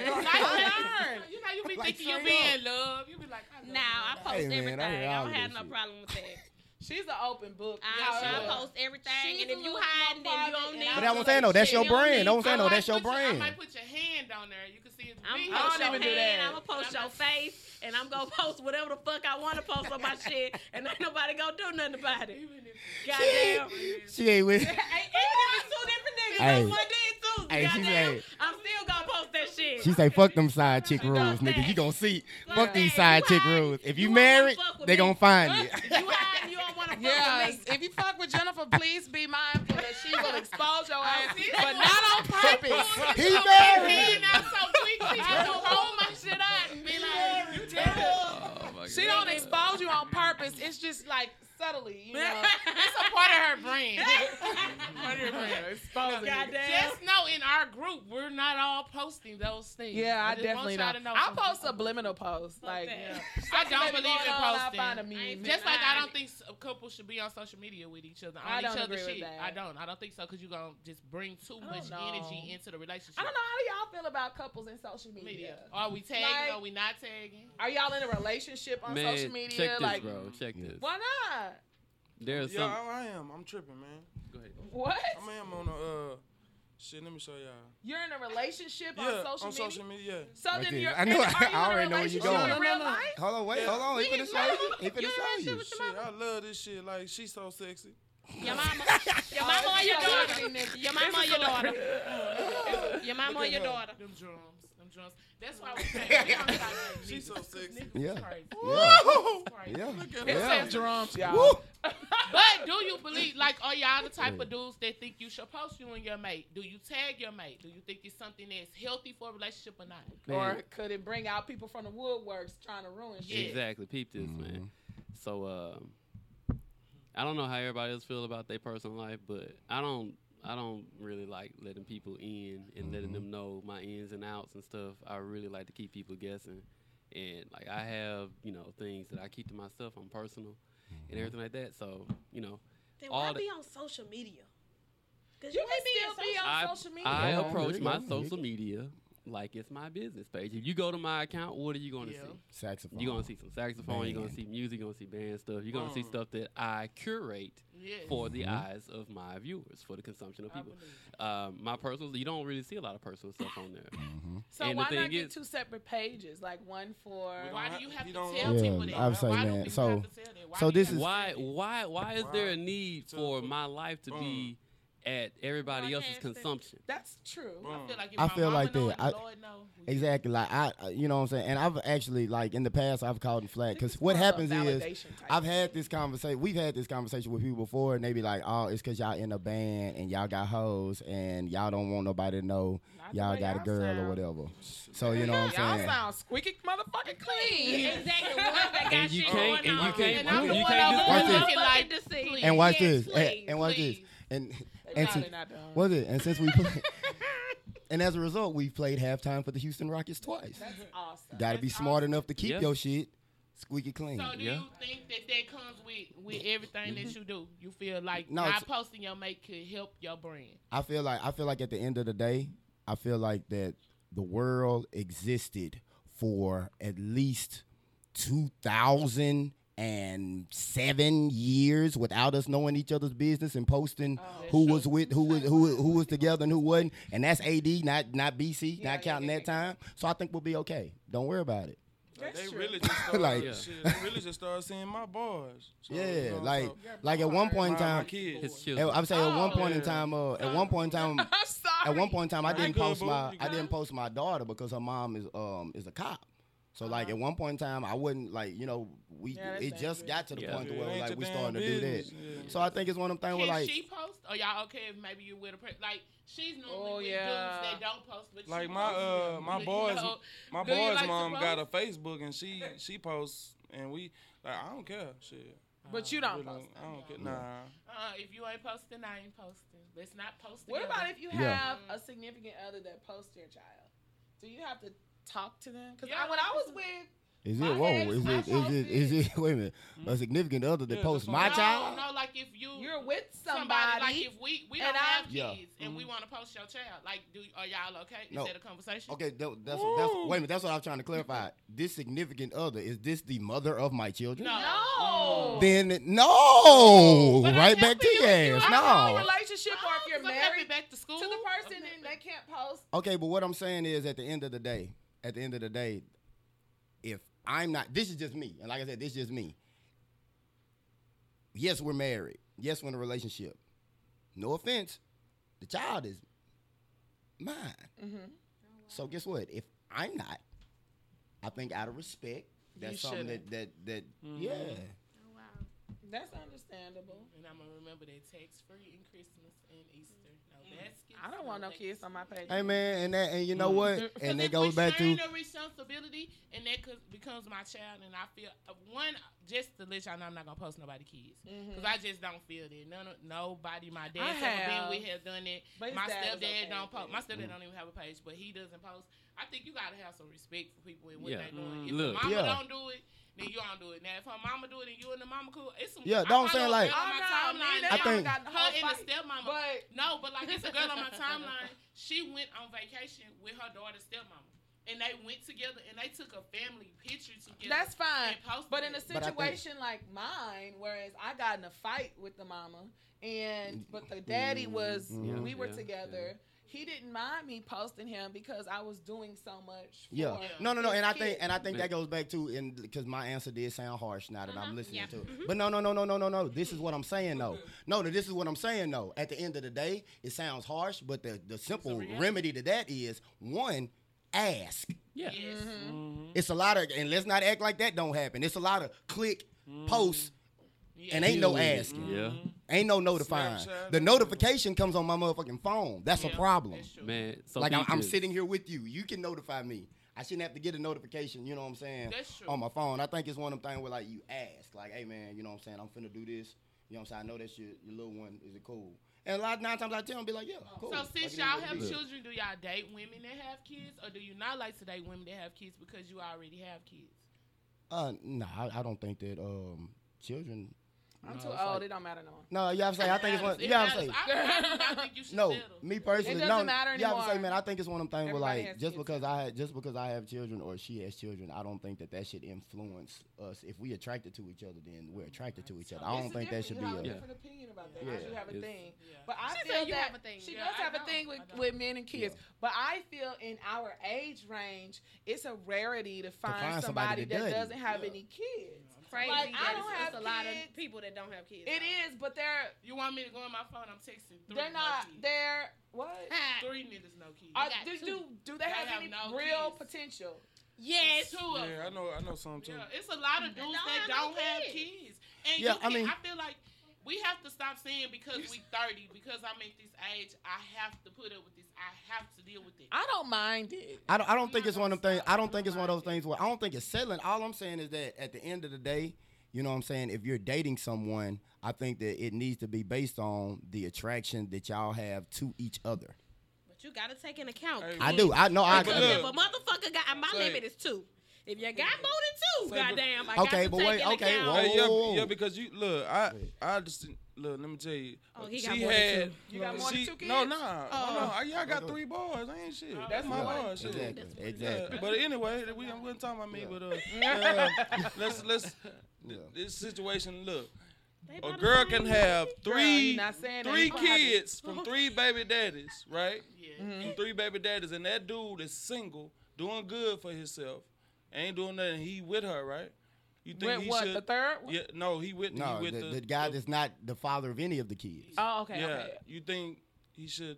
[SPEAKER 1] learned. I learned.
[SPEAKER 6] You know, you be
[SPEAKER 3] Like,
[SPEAKER 6] thinking you
[SPEAKER 3] straight
[SPEAKER 6] be
[SPEAKER 3] up.
[SPEAKER 6] in love. You be like, I love
[SPEAKER 2] Now I
[SPEAKER 6] you.
[SPEAKER 2] post
[SPEAKER 3] Hey, man, I
[SPEAKER 2] everything.
[SPEAKER 3] hear
[SPEAKER 2] I
[SPEAKER 3] all
[SPEAKER 2] don't
[SPEAKER 3] of
[SPEAKER 2] have
[SPEAKER 3] that
[SPEAKER 2] no
[SPEAKER 3] shit.
[SPEAKER 2] problem with that.
[SPEAKER 1] She's an open book.
[SPEAKER 2] I,
[SPEAKER 1] Yeah,
[SPEAKER 2] I
[SPEAKER 1] she
[SPEAKER 2] post everything,
[SPEAKER 1] She's
[SPEAKER 2] and if you
[SPEAKER 1] a
[SPEAKER 2] hiding,
[SPEAKER 1] little
[SPEAKER 2] then you don't
[SPEAKER 1] private,
[SPEAKER 2] need.
[SPEAKER 1] and
[SPEAKER 3] But that's what I'm
[SPEAKER 2] to.
[SPEAKER 3] saying though. That's
[SPEAKER 2] You
[SPEAKER 3] your
[SPEAKER 2] don't need
[SPEAKER 3] brand. That's what I'm
[SPEAKER 2] to.
[SPEAKER 3] saying though.
[SPEAKER 6] I might
[SPEAKER 3] That's your
[SPEAKER 6] put your- I
[SPEAKER 3] brand.
[SPEAKER 6] might put your hand on there. You can see it's
[SPEAKER 2] I'm
[SPEAKER 6] big.
[SPEAKER 2] gonna post
[SPEAKER 1] I don't even
[SPEAKER 2] your
[SPEAKER 1] do
[SPEAKER 2] hand,
[SPEAKER 1] that.
[SPEAKER 2] I'm gonna post your face, and I'm gonna post whatever the fuck I want to post on my shit, and ain't nobody gonna do nothing about it.
[SPEAKER 6] Even if
[SPEAKER 2] Goddamn.
[SPEAKER 3] She ain't with.
[SPEAKER 2] Hey, it's two different niggas.
[SPEAKER 3] Hey.
[SPEAKER 2] That's one day and Tuesday.
[SPEAKER 3] Hey, she
[SPEAKER 2] goddamn.
[SPEAKER 3] said-
[SPEAKER 2] I'm still gonna post that shit.
[SPEAKER 3] She say, "Fuck them side chick rules,
[SPEAKER 2] that.
[SPEAKER 3] nigga. You gonna see.
[SPEAKER 2] Fuck
[SPEAKER 3] Fuck these
[SPEAKER 2] that.
[SPEAKER 3] side
[SPEAKER 2] You
[SPEAKER 3] chick
[SPEAKER 2] hiding.
[SPEAKER 3] rules. If
[SPEAKER 2] You
[SPEAKER 3] you
[SPEAKER 2] wanna
[SPEAKER 3] married,
[SPEAKER 2] fuck with
[SPEAKER 3] they
[SPEAKER 2] me.
[SPEAKER 3] gonna find
[SPEAKER 2] If
[SPEAKER 3] you."
[SPEAKER 2] you hiding, you don't want to fuck
[SPEAKER 1] Yes.
[SPEAKER 2] with me.
[SPEAKER 1] If you fuck with Jennifer, please be mindful that she will expose your ass, but not on purpose.
[SPEAKER 3] he
[SPEAKER 6] you
[SPEAKER 3] married.
[SPEAKER 6] hand out so quick, she just gonna hold my shit up and be like, you tell
[SPEAKER 5] Oh my
[SPEAKER 1] She
[SPEAKER 5] God.
[SPEAKER 1] don't expose you on purpose. It's just like subtly, you know.
[SPEAKER 6] That's a part of her her brand. Under her brand.
[SPEAKER 1] Exposing it.
[SPEAKER 6] Just know in our group, we're not all posting those things.
[SPEAKER 1] Yeah, I
[SPEAKER 6] just want
[SPEAKER 1] definitely
[SPEAKER 6] y'all
[SPEAKER 1] not.
[SPEAKER 6] to know
[SPEAKER 1] I'll
[SPEAKER 6] something.
[SPEAKER 1] post subliminal posts.
[SPEAKER 2] Fuck
[SPEAKER 1] Like,
[SPEAKER 2] that.
[SPEAKER 1] yeah.
[SPEAKER 6] I don't believe
[SPEAKER 1] Going on, I'll
[SPEAKER 6] in
[SPEAKER 1] find a
[SPEAKER 6] posting.
[SPEAKER 1] meme.
[SPEAKER 2] I ain't
[SPEAKER 6] Just like I
[SPEAKER 2] Nah.
[SPEAKER 6] don't think s- couples should be on social media with each other. On
[SPEAKER 1] I
[SPEAKER 6] each
[SPEAKER 1] don't
[SPEAKER 6] other
[SPEAKER 1] agree with
[SPEAKER 6] shit.
[SPEAKER 1] that.
[SPEAKER 6] I don't. I don't think so because you're gonna just bring too
[SPEAKER 1] I
[SPEAKER 6] much
[SPEAKER 1] don't
[SPEAKER 6] energy
[SPEAKER 1] know.
[SPEAKER 6] into the relationship.
[SPEAKER 1] I don't know. How do y'all feel about couples in social media?
[SPEAKER 6] Media. Are we tagging?
[SPEAKER 1] Like-
[SPEAKER 6] are we not tagging?
[SPEAKER 1] Are y'all in a relationship on
[SPEAKER 5] Man,
[SPEAKER 1] social media?
[SPEAKER 5] check this,
[SPEAKER 1] like,
[SPEAKER 5] bro. Check
[SPEAKER 3] Yeah.
[SPEAKER 5] this.
[SPEAKER 1] why not?
[SPEAKER 5] There are
[SPEAKER 4] Yeah,
[SPEAKER 5] some.
[SPEAKER 4] I, I am. I'm tripping, man.
[SPEAKER 5] Go ahead.
[SPEAKER 1] What?
[SPEAKER 4] I am on a uh, shit. Let me show y'all.
[SPEAKER 1] You're in a relationship
[SPEAKER 4] Yeah,
[SPEAKER 1] on social
[SPEAKER 4] on
[SPEAKER 1] media.
[SPEAKER 4] social media.
[SPEAKER 1] so
[SPEAKER 3] Right
[SPEAKER 1] then
[SPEAKER 3] there.
[SPEAKER 1] you're.
[SPEAKER 3] I know-
[SPEAKER 1] and Are you
[SPEAKER 3] I
[SPEAKER 1] in a
[SPEAKER 3] already know where you're
[SPEAKER 1] relationship
[SPEAKER 5] going.
[SPEAKER 1] in
[SPEAKER 5] No, no,
[SPEAKER 1] real
[SPEAKER 5] no.
[SPEAKER 1] life?
[SPEAKER 3] Hold on, wait, hold on.
[SPEAKER 1] We
[SPEAKER 3] He finna
[SPEAKER 1] ain't
[SPEAKER 3] show you. He
[SPEAKER 1] You
[SPEAKER 3] finna
[SPEAKER 1] ain't
[SPEAKER 3] show you.
[SPEAKER 4] Shit, I love this shit. Like she's so sexy.
[SPEAKER 2] Your mama, your mama or your daughter? Your mama or your daughter? Your mama or
[SPEAKER 4] Look at
[SPEAKER 2] your
[SPEAKER 4] her.
[SPEAKER 2] daughter?
[SPEAKER 6] Them drums. Them drums. That's why we tag. We don't tag niggas.
[SPEAKER 4] She's so sexy.
[SPEAKER 6] Niggas is
[SPEAKER 3] Yeah.
[SPEAKER 6] crazy.
[SPEAKER 3] Yeah.
[SPEAKER 4] Woo!
[SPEAKER 6] Crazy.
[SPEAKER 3] Yeah.
[SPEAKER 4] Look
[SPEAKER 1] It
[SPEAKER 4] at
[SPEAKER 3] Yeah.
[SPEAKER 1] says drums, y'all.
[SPEAKER 3] Woo!
[SPEAKER 6] But do you believe, like, are y'all the type of dudes that think you should post you and your mate? Do you tag your mate? Do you think it's something that's healthy for a relationship or not?
[SPEAKER 5] Man,
[SPEAKER 1] Or could it bring out people from the woodworks trying to ruin shit?
[SPEAKER 6] Yeah.
[SPEAKER 5] Exactly. Peep this, man. So, um, I don't know how everybody else feel about their personal life, but I don't, I don't really like letting people in and letting them know my ins and outs and stuff. I really like to keep people guessing, and like I have, you know, things that I keep to myself. I'm personal, and everything like that. So, you know,
[SPEAKER 2] Then
[SPEAKER 5] All
[SPEAKER 2] why
[SPEAKER 5] the-
[SPEAKER 2] be on social media? Cause
[SPEAKER 1] You can still be
[SPEAKER 2] social-
[SPEAKER 1] on
[SPEAKER 5] I,
[SPEAKER 1] social media.
[SPEAKER 5] I
[SPEAKER 3] Go on,
[SPEAKER 5] approach
[SPEAKER 3] there you
[SPEAKER 5] my
[SPEAKER 3] go.
[SPEAKER 5] social media like it's my business page. If you go to my account, what are you going to
[SPEAKER 6] Yeah.
[SPEAKER 5] see?
[SPEAKER 3] Saxophone.
[SPEAKER 5] You're gonna see some saxophone. You're gonna
[SPEAKER 3] Band.
[SPEAKER 5] see music. You're gonna see band stuff. You're gonna see
[SPEAKER 4] Mm.
[SPEAKER 5] stuff that I curate
[SPEAKER 6] Yes.
[SPEAKER 5] for the
[SPEAKER 3] Mhm.
[SPEAKER 5] eyes of my viewers, for the consumption of
[SPEAKER 6] I
[SPEAKER 5] people.
[SPEAKER 6] believe.
[SPEAKER 5] Um, my personal, you don't really see a lot of personal stuff on there.
[SPEAKER 4] Mm-hmm.
[SPEAKER 3] Mhm.
[SPEAKER 1] so
[SPEAKER 5] and the
[SPEAKER 1] why not
[SPEAKER 5] thing
[SPEAKER 1] get
[SPEAKER 5] is-
[SPEAKER 1] two separate pages, like one for?
[SPEAKER 4] We
[SPEAKER 6] Why
[SPEAKER 4] don't
[SPEAKER 6] do you
[SPEAKER 4] ha-
[SPEAKER 6] have
[SPEAKER 4] you
[SPEAKER 6] to
[SPEAKER 4] don't-
[SPEAKER 6] tell
[SPEAKER 3] Yeah,
[SPEAKER 6] people that?
[SPEAKER 3] I would say,
[SPEAKER 6] Why do
[SPEAKER 3] man,
[SPEAKER 6] people
[SPEAKER 3] so-
[SPEAKER 6] have to tell that? Why
[SPEAKER 3] so
[SPEAKER 6] do you
[SPEAKER 3] this
[SPEAKER 6] have
[SPEAKER 3] is-
[SPEAKER 6] to
[SPEAKER 5] Why,
[SPEAKER 6] tell that?
[SPEAKER 5] why, why is there a need
[SPEAKER 4] So-
[SPEAKER 5] for my life to be at everybody else's
[SPEAKER 2] Broadcasting.
[SPEAKER 5] consumption?
[SPEAKER 1] That's true.
[SPEAKER 4] Boom.
[SPEAKER 6] I feel like, if
[SPEAKER 3] I
[SPEAKER 6] my
[SPEAKER 3] feel
[SPEAKER 6] mama
[SPEAKER 3] like
[SPEAKER 6] know
[SPEAKER 3] that.
[SPEAKER 6] and the
[SPEAKER 3] I-
[SPEAKER 6] Lord know, we-
[SPEAKER 3] Exactly. Like I, I- you know what I'm saying. And I've actually like in the past I've called and flagged because what happens is I've had this conversation. We've had this conversation with people before, and they be like, "Oh, it's because y'all in a band and y'all got hoes and y'all don't want nobody to know
[SPEAKER 1] Not the
[SPEAKER 3] y'all
[SPEAKER 1] way
[SPEAKER 3] got a
[SPEAKER 1] y'all
[SPEAKER 3] girl or
[SPEAKER 1] sound.
[SPEAKER 3] whatever." So you know what
[SPEAKER 1] Y'all
[SPEAKER 3] I'm saying.
[SPEAKER 1] sound squeaky, motherfucking clean.
[SPEAKER 2] Exactly. One that got
[SPEAKER 5] And you
[SPEAKER 2] shit
[SPEAKER 5] can't,
[SPEAKER 2] going
[SPEAKER 5] and you
[SPEAKER 2] on.
[SPEAKER 5] can't,
[SPEAKER 6] And I'm
[SPEAKER 5] prove-
[SPEAKER 6] the
[SPEAKER 5] you
[SPEAKER 6] one
[SPEAKER 5] can't
[SPEAKER 6] over
[SPEAKER 5] disprove
[SPEAKER 3] Watch
[SPEAKER 5] it.
[SPEAKER 6] here
[SPEAKER 3] this.
[SPEAKER 2] Fucking
[SPEAKER 6] looking like
[SPEAKER 2] to see.
[SPEAKER 3] And watch
[SPEAKER 2] Yes,
[SPEAKER 3] this.
[SPEAKER 2] please.
[SPEAKER 3] And, and watch
[SPEAKER 6] please.
[SPEAKER 3] this. And
[SPEAKER 1] They
[SPEAKER 3] and
[SPEAKER 1] probably
[SPEAKER 3] to-
[SPEAKER 1] not done.
[SPEAKER 3] was it? And since we played, and as a result, we played halftime for the Houston Rockets twice.
[SPEAKER 1] That's awesome.
[SPEAKER 3] Got to be smart enough to keep
[SPEAKER 5] Yeah.
[SPEAKER 3] your shit squeaky clean.
[SPEAKER 6] So do
[SPEAKER 5] Yeah.
[SPEAKER 6] you think that that comes with with everything that you do? You feel like
[SPEAKER 3] Mm-hmm. No,
[SPEAKER 6] not
[SPEAKER 3] it's-
[SPEAKER 6] posting your mate could help your brand?
[SPEAKER 3] I feel like I feel like at the end of the day, I feel like that the world existed for at least two thousand and seven years without us knowing each other's business and posting
[SPEAKER 1] Uh,
[SPEAKER 3] who was with who was who who was together and who wasn't, and that's AD, not not BC,
[SPEAKER 1] Yeah,
[SPEAKER 3] not counting
[SPEAKER 1] yeah,
[SPEAKER 3] that time. So I think we'll be okay. Don't worry about it.
[SPEAKER 4] Like,
[SPEAKER 1] That's
[SPEAKER 4] they
[SPEAKER 1] true.
[SPEAKER 4] really just started,
[SPEAKER 3] Like-
[SPEAKER 5] Yeah.
[SPEAKER 4] shit, they really just started seeing my bars. So, you
[SPEAKER 3] Yeah,
[SPEAKER 4] know,
[SPEAKER 3] like
[SPEAKER 4] so-
[SPEAKER 3] like at one point in
[SPEAKER 4] My- my
[SPEAKER 3] time,
[SPEAKER 4] kids.
[SPEAKER 5] His
[SPEAKER 3] at- I
[SPEAKER 5] children.
[SPEAKER 3] would say at one
[SPEAKER 1] Oh.
[SPEAKER 3] point in
[SPEAKER 4] Yeah.
[SPEAKER 3] time, uh, at one point in time,
[SPEAKER 1] I'm sorry.
[SPEAKER 3] at one point in time, I
[SPEAKER 4] You
[SPEAKER 3] didn't
[SPEAKER 4] good,
[SPEAKER 3] post
[SPEAKER 4] boo?
[SPEAKER 3] my
[SPEAKER 4] You
[SPEAKER 3] I
[SPEAKER 4] good?
[SPEAKER 3] didn't post my daughter because her mom is um is a cop. So like at
[SPEAKER 4] Uh-huh.
[SPEAKER 3] one point in time, I wouldn't like you know we
[SPEAKER 1] Yeah, that's
[SPEAKER 3] it just
[SPEAKER 1] dangerous.
[SPEAKER 3] got to the
[SPEAKER 5] Yeah.
[SPEAKER 3] point to
[SPEAKER 4] Yeah,
[SPEAKER 3] where
[SPEAKER 4] it ain't
[SPEAKER 3] like
[SPEAKER 4] your
[SPEAKER 3] we
[SPEAKER 4] damn
[SPEAKER 3] starting to do that.
[SPEAKER 4] business. Yeah.
[SPEAKER 3] So I think it's one of them things
[SPEAKER 6] Can
[SPEAKER 3] where like
[SPEAKER 6] she post? Are y'all okay if maybe you with a person? Like she's normally
[SPEAKER 1] Oh,
[SPEAKER 6] with
[SPEAKER 1] yeah.
[SPEAKER 6] dudes that don't post, but she
[SPEAKER 4] Like my
[SPEAKER 6] posts
[SPEAKER 4] uh
[SPEAKER 6] them.
[SPEAKER 4] my
[SPEAKER 6] You
[SPEAKER 4] boys
[SPEAKER 6] know,
[SPEAKER 4] my
[SPEAKER 6] do you
[SPEAKER 4] boys
[SPEAKER 6] like to
[SPEAKER 4] mom got a Facebook and she she posts and we like I don't care shit.
[SPEAKER 1] But you don't
[SPEAKER 4] Really,
[SPEAKER 1] post
[SPEAKER 4] I don't care.
[SPEAKER 3] Yeah.
[SPEAKER 4] Nah.
[SPEAKER 6] uh, if you ain't posting, I ain't posting. Let's not post.
[SPEAKER 1] What
[SPEAKER 6] together.
[SPEAKER 1] about if you
[SPEAKER 3] Yeah.
[SPEAKER 1] have a significant other that posts your child? Do you have to talk to them? Because
[SPEAKER 6] Yeah.
[SPEAKER 1] when I was with,
[SPEAKER 3] is
[SPEAKER 1] my
[SPEAKER 3] it whoa
[SPEAKER 1] ex,
[SPEAKER 3] is
[SPEAKER 1] I
[SPEAKER 3] it is it is it wait a minute a significant other that
[SPEAKER 4] Yeah,
[SPEAKER 3] posts
[SPEAKER 4] that's what
[SPEAKER 6] Mm-hmm.
[SPEAKER 3] my
[SPEAKER 6] no,
[SPEAKER 3] child?
[SPEAKER 6] No, like if you
[SPEAKER 1] you're with somebody,
[SPEAKER 6] somebody, like if we we
[SPEAKER 1] and
[SPEAKER 6] don't have kids
[SPEAKER 3] Yeah. Mm-hmm.
[SPEAKER 6] and we want to post your child, like do are y'all okay? Is
[SPEAKER 3] No.
[SPEAKER 6] that a conversation?
[SPEAKER 3] Okay, tha- that's, that's
[SPEAKER 4] Ooh.
[SPEAKER 3] wait a minute. That's what I'm trying to clarify. This significant other is this the mother of my children?
[SPEAKER 6] No.
[SPEAKER 1] no.
[SPEAKER 3] Then no,
[SPEAKER 6] But I'm
[SPEAKER 3] right back to
[SPEAKER 6] happy
[SPEAKER 3] your
[SPEAKER 6] with
[SPEAKER 3] ass.
[SPEAKER 6] you.
[SPEAKER 1] I don't know,
[SPEAKER 3] No.
[SPEAKER 1] relationship or if you're
[SPEAKER 6] Because I'm happy
[SPEAKER 1] married
[SPEAKER 6] back to school
[SPEAKER 1] to the person
[SPEAKER 6] I'm
[SPEAKER 1] and
[SPEAKER 6] happy.
[SPEAKER 1] they can't post.
[SPEAKER 3] Okay, but what I'm saying is, at the end of the day, at the end of the day, if I'm not, this is just me, and like I said, this is just me. Yes, we're married. Yes, we're in a relationship. No offense, the child is mine. So guess what? If I'm not, I think out of respect, that's something that
[SPEAKER 1] shouldn't.
[SPEAKER 3] that that yeah.
[SPEAKER 2] Oh, wow.
[SPEAKER 1] That's understandable.
[SPEAKER 6] And I'm gonna remember that tax free in Christmas and Easter. No baskets.
[SPEAKER 1] Mm. I don't want no
[SPEAKER 6] vacation.
[SPEAKER 1] kids on my page.
[SPEAKER 3] Hey man, and that and you know what?
[SPEAKER 6] 'Cause
[SPEAKER 3] And
[SPEAKER 6] if
[SPEAKER 3] that
[SPEAKER 6] we
[SPEAKER 3] goes back to
[SPEAKER 6] sharing the responsibility, and that cous- becomes my child, and I feel uh, one just to let y'all know I'm not gonna post nobody kids
[SPEAKER 1] Mhm.
[SPEAKER 6] because I just don't feel that none of, nobody my
[SPEAKER 1] I
[SPEAKER 6] dad's ever
[SPEAKER 1] have.
[SPEAKER 6] been with has done it.
[SPEAKER 1] But his
[SPEAKER 6] My
[SPEAKER 1] dad
[SPEAKER 6] stepdad
[SPEAKER 1] was okay
[SPEAKER 6] don't
[SPEAKER 1] with
[SPEAKER 6] post.
[SPEAKER 1] it.
[SPEAKER 6] My stepdad don't even have a page, but he doesn't post. I think you gotta have some respect for people and what
[SPEAKER 5] Yeah.
[SPEAKER 6] they doing.
[SPEAKER 5] Mm,
[SPEAKER 6] If
[SPEAKER 5] look.
[SPEAKER 6] her mama
[SPEAKER 3] Yeah.
[SPEAKER 6] don't do it, then you don't do it. Now if her mama do it and you and the mama cool, it's some.
[SPEAKER 3] Yeah,
[SPEAKER 6] I
[SPEAKER 3] don't say
[SPEAKER 6] follow a
[SPEAKER 3] like-
[SPEAKER 6] girl on
[SPEAKER 1] Oh,
[SPEAKER 6] my
[SPEAKER 1] no, me
[SPEAKER 6] timeline
[SPEAKER 1] and
[SPEAKER 6] now.
[SPEAKER 1] that
[SPEAKER 3] I think-
[SPEAKER 1] mama got in a
[SPEAKER 6] her and
[SPEAKER 1] whole
[SPEAKER 6] the
[SPEAKER 1] fight.
[SPEAKER 6] stepmama.
[SPEAKER 1] But
[SPEAKER 6] No, but like it's a girl on my timeline. She went on vacation with her daughter's stepmama, and they went together and they took a family picture together.
[SPEAKER 1] that's fine.
[SPEAKER 6] and posted
[SPEAKER 1] But in a
[SPEAKER 6] it.
[SPEAKER 3] But I think-
[SPEAKER 1] situation like mine, whereas I got in a fight with the mama, and but the daddy was,
[SPEAKER 3] Mm-hmm. Yeah,
[SPEAKER 1] we were
[SPEAKER 5] yeah,
[SPEAKER 1] together. He didn't mind me posting him because I was doing so much. For
[SPEAKER 3] Yeah.
[SPEAKER 6] Yeah.
[SPEAKER 3] No, no, no.
[SPEAKER 1] his
[SPEAKER 3] And I
[SPEAKER 1] kid.
[SPEAKER 3] think and I think
[SPEAKER 5] Yeah.
[SPEAKER 3] that goes back to and because my answer did sound harsh now that
[SPEAKER 2] Uh-huh.
[SPEAKER 3] I'm listening
[SPEAKER 2] Yeah.
[SPEAKER 3] to it. But no, no, no, no, no, no, no. This is what I'm saying though. No, no, this is what I'm saying though. At the end of the day, it sounds harsh, but the the simple
[SPEAKER 6] reality.
[SPEAKER 3] remedy to that is one, ask.
[SPEAKER 5] Yeah.
[SPEAKER 6] Yes.
[SPEAKER 1] Mm-hmm.
[SPEAKER 3] Mm-hmm. It's a lot of and let's not act like that don't happen. It's a lot of click, posts,
[SPEAKER 6] Yes.
[SPEAKER 3] and ain't no
[SPEAKER 5] Deal with it.
[SPEAKER 3] asking.
[SPEAKER 5] Yeah.
[SPEAKER 3] Ain't no notifying.
[SPEAKER 4] Snapchat.
[SPEAKER 3] The notification comes on my motherfucking phone. That's
[SPEAKER 6] Yeah,
[SPEAKER 3] a problem.
[SPEAKER 6] that's true.
[SPEAKER 5] Man, so
[SPEAKER 3] like I'm, I'm
[SPEAKER 5] Deacon,
[SPEAKER 3] sitting here with you. You can notify me. I shouldn't have to get a notification. You know what I'm saying?
[SPEAKER 6] That's true.
[SPEAKER 3] On my phone. I think it's one of them things where like you ask, like, hey man, you know what I'm saying? I'm finna do this. You know what I'm saying? I know that's your, your little one. Is it cool? And a lot of nine times I tell them, be like, yeah, cool.
[SPEAKER 6] So
[SPEAKER 3] Like, it
[SPEAKER 6] since
[SPEAKER 3] is
[SPEAKER 6] y'all
[SPEAKER 3] what it
[SPEAKER 6] have
[SPEAKER 3] is.
[SPEAKER 6] children, do y'all date women that have kids, or do you not like to date women that have kids because you already have kids?
[SPEAKER 3] uh, nah, I, I don't think that um children.
[SPEAKER 1] I'm
[SPEAKER 3] No,
[SPEAKER 1] too
[SPEAKER 3] it's
[SPEAKER 1] old.
[SPEAKER 3] like-
[SPEAKER 1] it don't matter no more.
[SPEAKER 3] No, yeah, I'm saying I think it's one. Yeah, I'm
[SPEAKER 6] matters.
[SPEAKER 3] saying.
[SPEAKER 6] I, I do not think you should
[SPEAKER 3] No,
[SPEAKER 6] settle.
[SPEAKER 3] me personally,
[SPEAKER 1] doesn't
[SPEAKER 3] no.
[SPEAKER 1] matter
[SPEAKER 3] yeah, I'm saying,
[SPEAKER 1] anymore.
[SPEAKER 3] man, I think it's one of them things where,
[SPEAKER 1] Everybody
[SPEAKER 3] like,
[SPEAKER 1] has
[SPEAKER 3] just
[SPEAKER 1] kids.
[SPEAKER 3] because I just because I have children or she has children, I don't think that that should influence us. If we attracted to each other, then we're attracted to each other. I
[SPEAKER 1] It's
[SPEAKER 3] don't
[SPEAKER 1] a
[SPEAKER 3] think that
[SPEAKER 1] different-
[SPEAKER 3] should
[SPEAKER 1] you
[SPEAKER 3] be
[SPEAKER 1] have a
[SPEAKER 5] Yeah.
[SPEAKER 3] a.
[SPEAKER 1] different opinion about that.
[SPEAKER 3] Yeah.
[SPEAKER 1] I do have a
[SPEAKER 5] It's-
[SPEAKER 1] thing.
[SPEAKER 6] Yeah.
[SPEAKER 1] But I
[SPEAKER 2] She said
[SPEAKER 1] feel
[SPEAKER 2] you
[SPEAKER 1] that
[SPEAKER 2] have a thing.
[SPEAKER 1] she
[SPEAKER 6] Yeah,
[SPEAKER 1] does
[SPEAKER 6] I
[SPEAKER 1] have
[SPEAKER 6] know,
[SPEAKER 1] a thing with,
[SPEAKER 6] I know.
[SPEAKER 1] with men and kids.
[SPEAKER 3] Yeah.
[SPEAKER 1] But I feel in our age range, it's a rarity to find,
[SPEAKER 3] find
[SPEAKER 1] somebody,
[SPEAKER 3] somebody to
[SPEAKER 1] that
[SPEAKER 3] date.
[SPEAKER 1] doesn't have
[SPEAKER 4] Yeah.
[SPEAKER 1] any kids.
[SPEAKER 2] It's crazy.
[SPEAKER 1] Like, I
[SPEAKER 2] that
[SPEAKER 1] don't
[SPEAKER 2] it's-
[SPEAKER 1] have
[SPEAKER 2] it's a lot
[SPEAKER 1] kids.
[SPEAKER 2] of people that don't have kids.
[SPEAKER 1] It is, but they're
[SPEAKER 6] You want me to go on my phone? I'm texting. Three
[SPEAKER 1] they're
[SPEAKER 6] no
[SPEAKER 1] not
[SPEAKER 6] kids.
[SPEAKER 1] they're what?
[SPEAKER 6] Three niggas, no kids.
[SPEAKER 1] Are,
[SPEAKER 2] got
[SPEAKER 1] do,
[SPEAKER 2] two.
[SPEAKER 1] do do they
[SPEAKER 6] Y'all
[SPEAKER 1] have
[SPEAKER 6] have
[SPEAKER 1] any
[SPEAKER 6] no
[SPEAKER 1] real
[SPEAKER 6] kids.
[SPEAKER 1] potential?
[SPEAKER 6] yes, two of them.
[SPEAKER 4] Yeah, I know. I know some too.
[SPEAKER 6] Yeah, it's a lot of dudes
[SPEAKER 2] Don't
[SPEAKER 6] that
[SPEAKER 2] have no
[SPEAKER 6] don't have
[SPEAKER 2] kids.
[SPEAKER 6] kids. And
[SPEAKER 3] Yeah,
[SPEAKER 6] you
[SPEAKER 3] I
[SPEAKER 6] can, I,
[SPEAKER 3] mean-
[SPEAKER 6] feel like we have to stop saying because we 30, because I'm at this age, I have to put up with this. I have to deal with it.
[SPEAKER 1] I don't mind it.
[SPEAKER 3] I don't, I don't think
[SPEAKER 6] not
[SPEAKER 3] it's one of them things.
[SPEAKER 6] gonna
[SPEAKER 3] I
[SPEAKER 6] stop
[SPEAKER 3] don't think it's one of those
[SPEAKER 6] nobody.
[SPEAKER 3] things where I don't think it's selling. All I'm saying is that at the end of the day, you know what I'm saying? If you're dating someone, I think that it needs to be based on the attraction that y'all have to each other.
[SPEAKER 2] But you gotta take into account.
[SPEAKER 4] Hey,
[SPEAKER 3] I do. I know. I,
[SPEAKER 2] Because
[SPEAKER 4] Hey,
[SPEAKER 3] I
[SPEAKER 2] if a motherfucker got my
[SPEAKER 4] Say-
[SPEAKER 2] limit is two. If you got more than two,
[SPEAKER 4] Say-
[SPEAKER 2] goddamn, I
[SPEAKER 3] Okay,
[SPEAKER 2] got to
[SPEAKER 3] but
[SPEAKER 2] take
[SPEAKER 3] wait,
[SPEAKER 2] into
[SPEAKER 3] okay,
[SPEAKER 2] account.
[SPEAKER 3] whoa.
[SPEAKER 4] Hey, yeah,
[SPEAKER 3] Oh.
[SPEAKER 4] yeah, because you look, I, I just look. Let me tell you,
[SPEAKER 2] Oh, he got more than two.
[SPEAKER 1] You got more than
[SPEAKER 4] she-
[SPEAKER 1] two kids? Oh,
[SPEAKER 4] No, nah,
[SPEAKER 2] Oh.
[SPEAKER 4] no, I, yeah, I got
[SPEAKER 3] Okay.
[SPEAKER 4] three boys. I ain't shit.
[SPEAKER 1] that's
[SPEAKER 4] That's my
[SPEAKER 1] more.
[SPEAKER 4] boy. Shit.
[SPEAKER 3] exactly.
[SPEAKER 2] That's what it is.
[SPEAKER 3] Exactly.
[SPEAKER 4] Yeah, but anyway, we I'm gonna talk about me,
[SPEAKER 3] Yeah.
[SPEAKER 4] but uh, let's let's
[SPEAKER 3] Yeah.
[SPEAKER 4] this situation. Look,
[SPEAKER 2] They
[SPEAKER 4] a
[SPEAKER 2] about the
[SPEAKER 4] girl
[SPEAKER 2] same
[SPEAKER 4] can
[SPEAKER 2] age.
[SPEAKER 4] have
[SPEAKER 1] Girl,
[SPEAKER 4] three
[SPEAKER 1] you not saying that.
[SPEAKER 4] three
[SPEAKER 1] You probably-
[SPEAKER 4] kids from three baby daddies, right?
[SPEAKER 6] Yeah.
[SPEAKER 3] Mm-hmm.
[SPEAKER 1] Mm-hmm.
[SPEAKER 4] From three baby daddies, and that dude is single, doing good for himself, ain't doing nothing. He with her, right? You think
[SPEAKER 1] With
[SPEAKER 4] he
[SPEAKER 1] what
[SPEAKER 4] should?
[SPEAKER 1] the third one?
[SPEAKER 4] Yeah, no, he with
[SPEAKER 3] no,
[SPEAKER 4] he with
[SPEAKER 3] the, the guy that's not the father of any of the kids.
[SPEAKER 1] Oh, okay.
[SPEAKER 4] yeah.
[SPEAKER 1] okay.
[SPEAKER 4] You think he should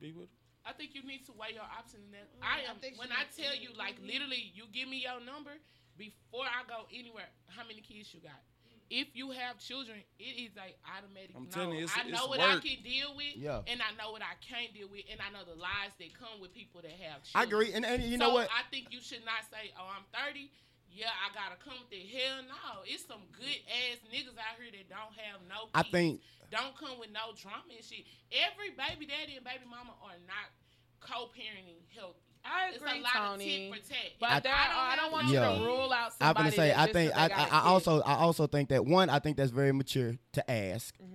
[SPEAKER 4] be with? her?
[SPEAKER 6] I think you need to weigh your options. And that I am.
[SPEAKER 2] Mm, think she
[SPEAKER 6] when I
[SPEAKER 2] needs to
[SPEAKER 6] tell
[SPEAKER 2] do
[SPEAKER 6] you,
[SPEAKER 2] it.
[SPEAKER 6] like literally, you give me your number before I go anywhere. How many kids you got?
[SPEAKER 2] Mm.
[SPEAKER 6] If you have children, it is like automatic.
[SPEAKER 4] I'm
[SPEAKER 6] no.
[SPEAKER 4] telling you, it's-
[SPEAKER 6] I know
[SPEAKER 4] it's
[SPEAKER 6] what
[SPEAKER 4] work.
[SPEAKER 6] I can deal with,
[SPEAKER 3] Yeah.
[SPEAKER 6] and I know what I can't deal with, and I know the lies that come with people that have. Children.
[SPEAKER 3] I agree, and, and you know
[SPEAKER 6] so
[SPEAKER 3] what?
[SPEAKER 6] I think you should not say, "Oh, I'm 30. Yeah, I gotta come with it." Hell no! It's some good ass niggas out here that don't have no.
[SPEAKER 3] I
[SPEAKER 6] kids,
[SPEAKER 3] think-
[SPEAKER 6] don't come with no drama and shit. Every baby daddy and baby mama are not co-parenting healthy.
[SPEAKER 1] I
[SPEAKER 6] It's
[SPEAKER 1] agree,
[SPEAKER 6] a lot
[SPEAKER 1] Tony.
[SPEAKER 6] of tit for tat.
[SPEAKER 1] But
[SPEAKER 6] If
[SPEAKER 1] there are, I
[SPEAKER 6] have
[SPEAKER 1] don't want
[SPEAKER 6] no
[SPEAKER 1] you
[SPEAKER 3] Yeah.
[SPEAKER 1] to rule out
[SPEAKER 3] I'm
[SPEAKER 1] somebody.
[SPEAKER 3] gonna say
[SPEAKER 1] that
[SPEAKER 3] I
[SPEAKER 1] just
[SPEAKER 3] think
[SPEAKER 1] 'cause
[SPEAKER 3] I,
[SPEAKER 1] they
[SPEAKER 3] I,
[SPEAKER 1] got
[SPEAKER 3] I
[SPEAKER 1] kids.
[SPEAKER 3] also I also think that one I think that's very mature to ask.
[SPEAKER 1] Mm-hmm.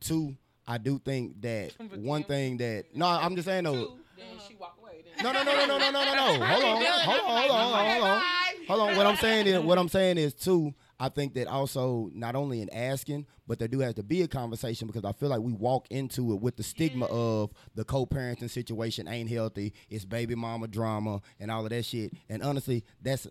[SPEAKER 3] Two, I do think that
[SPEAKER 1] But
[SPEAKER 3] one
[SPEAKER 1] then-
[SPEAKER 3] thing that no, I'm just saying though.
[SPEAKER 1] Two, then she walked away. Then.
[SPEAKER 3] No, no, no, no, no, no, no, no, no. Hold on, hold on, hold on, hold on, hold on. What I'm saying is, what I'm saying is, two. I think that also not only in asking, but there do have to be a conversation because I feel like we walk into it with the stigma of the co-parenting situation ain't healthy. It's baby mama drama and all of that shit. And honestly, that's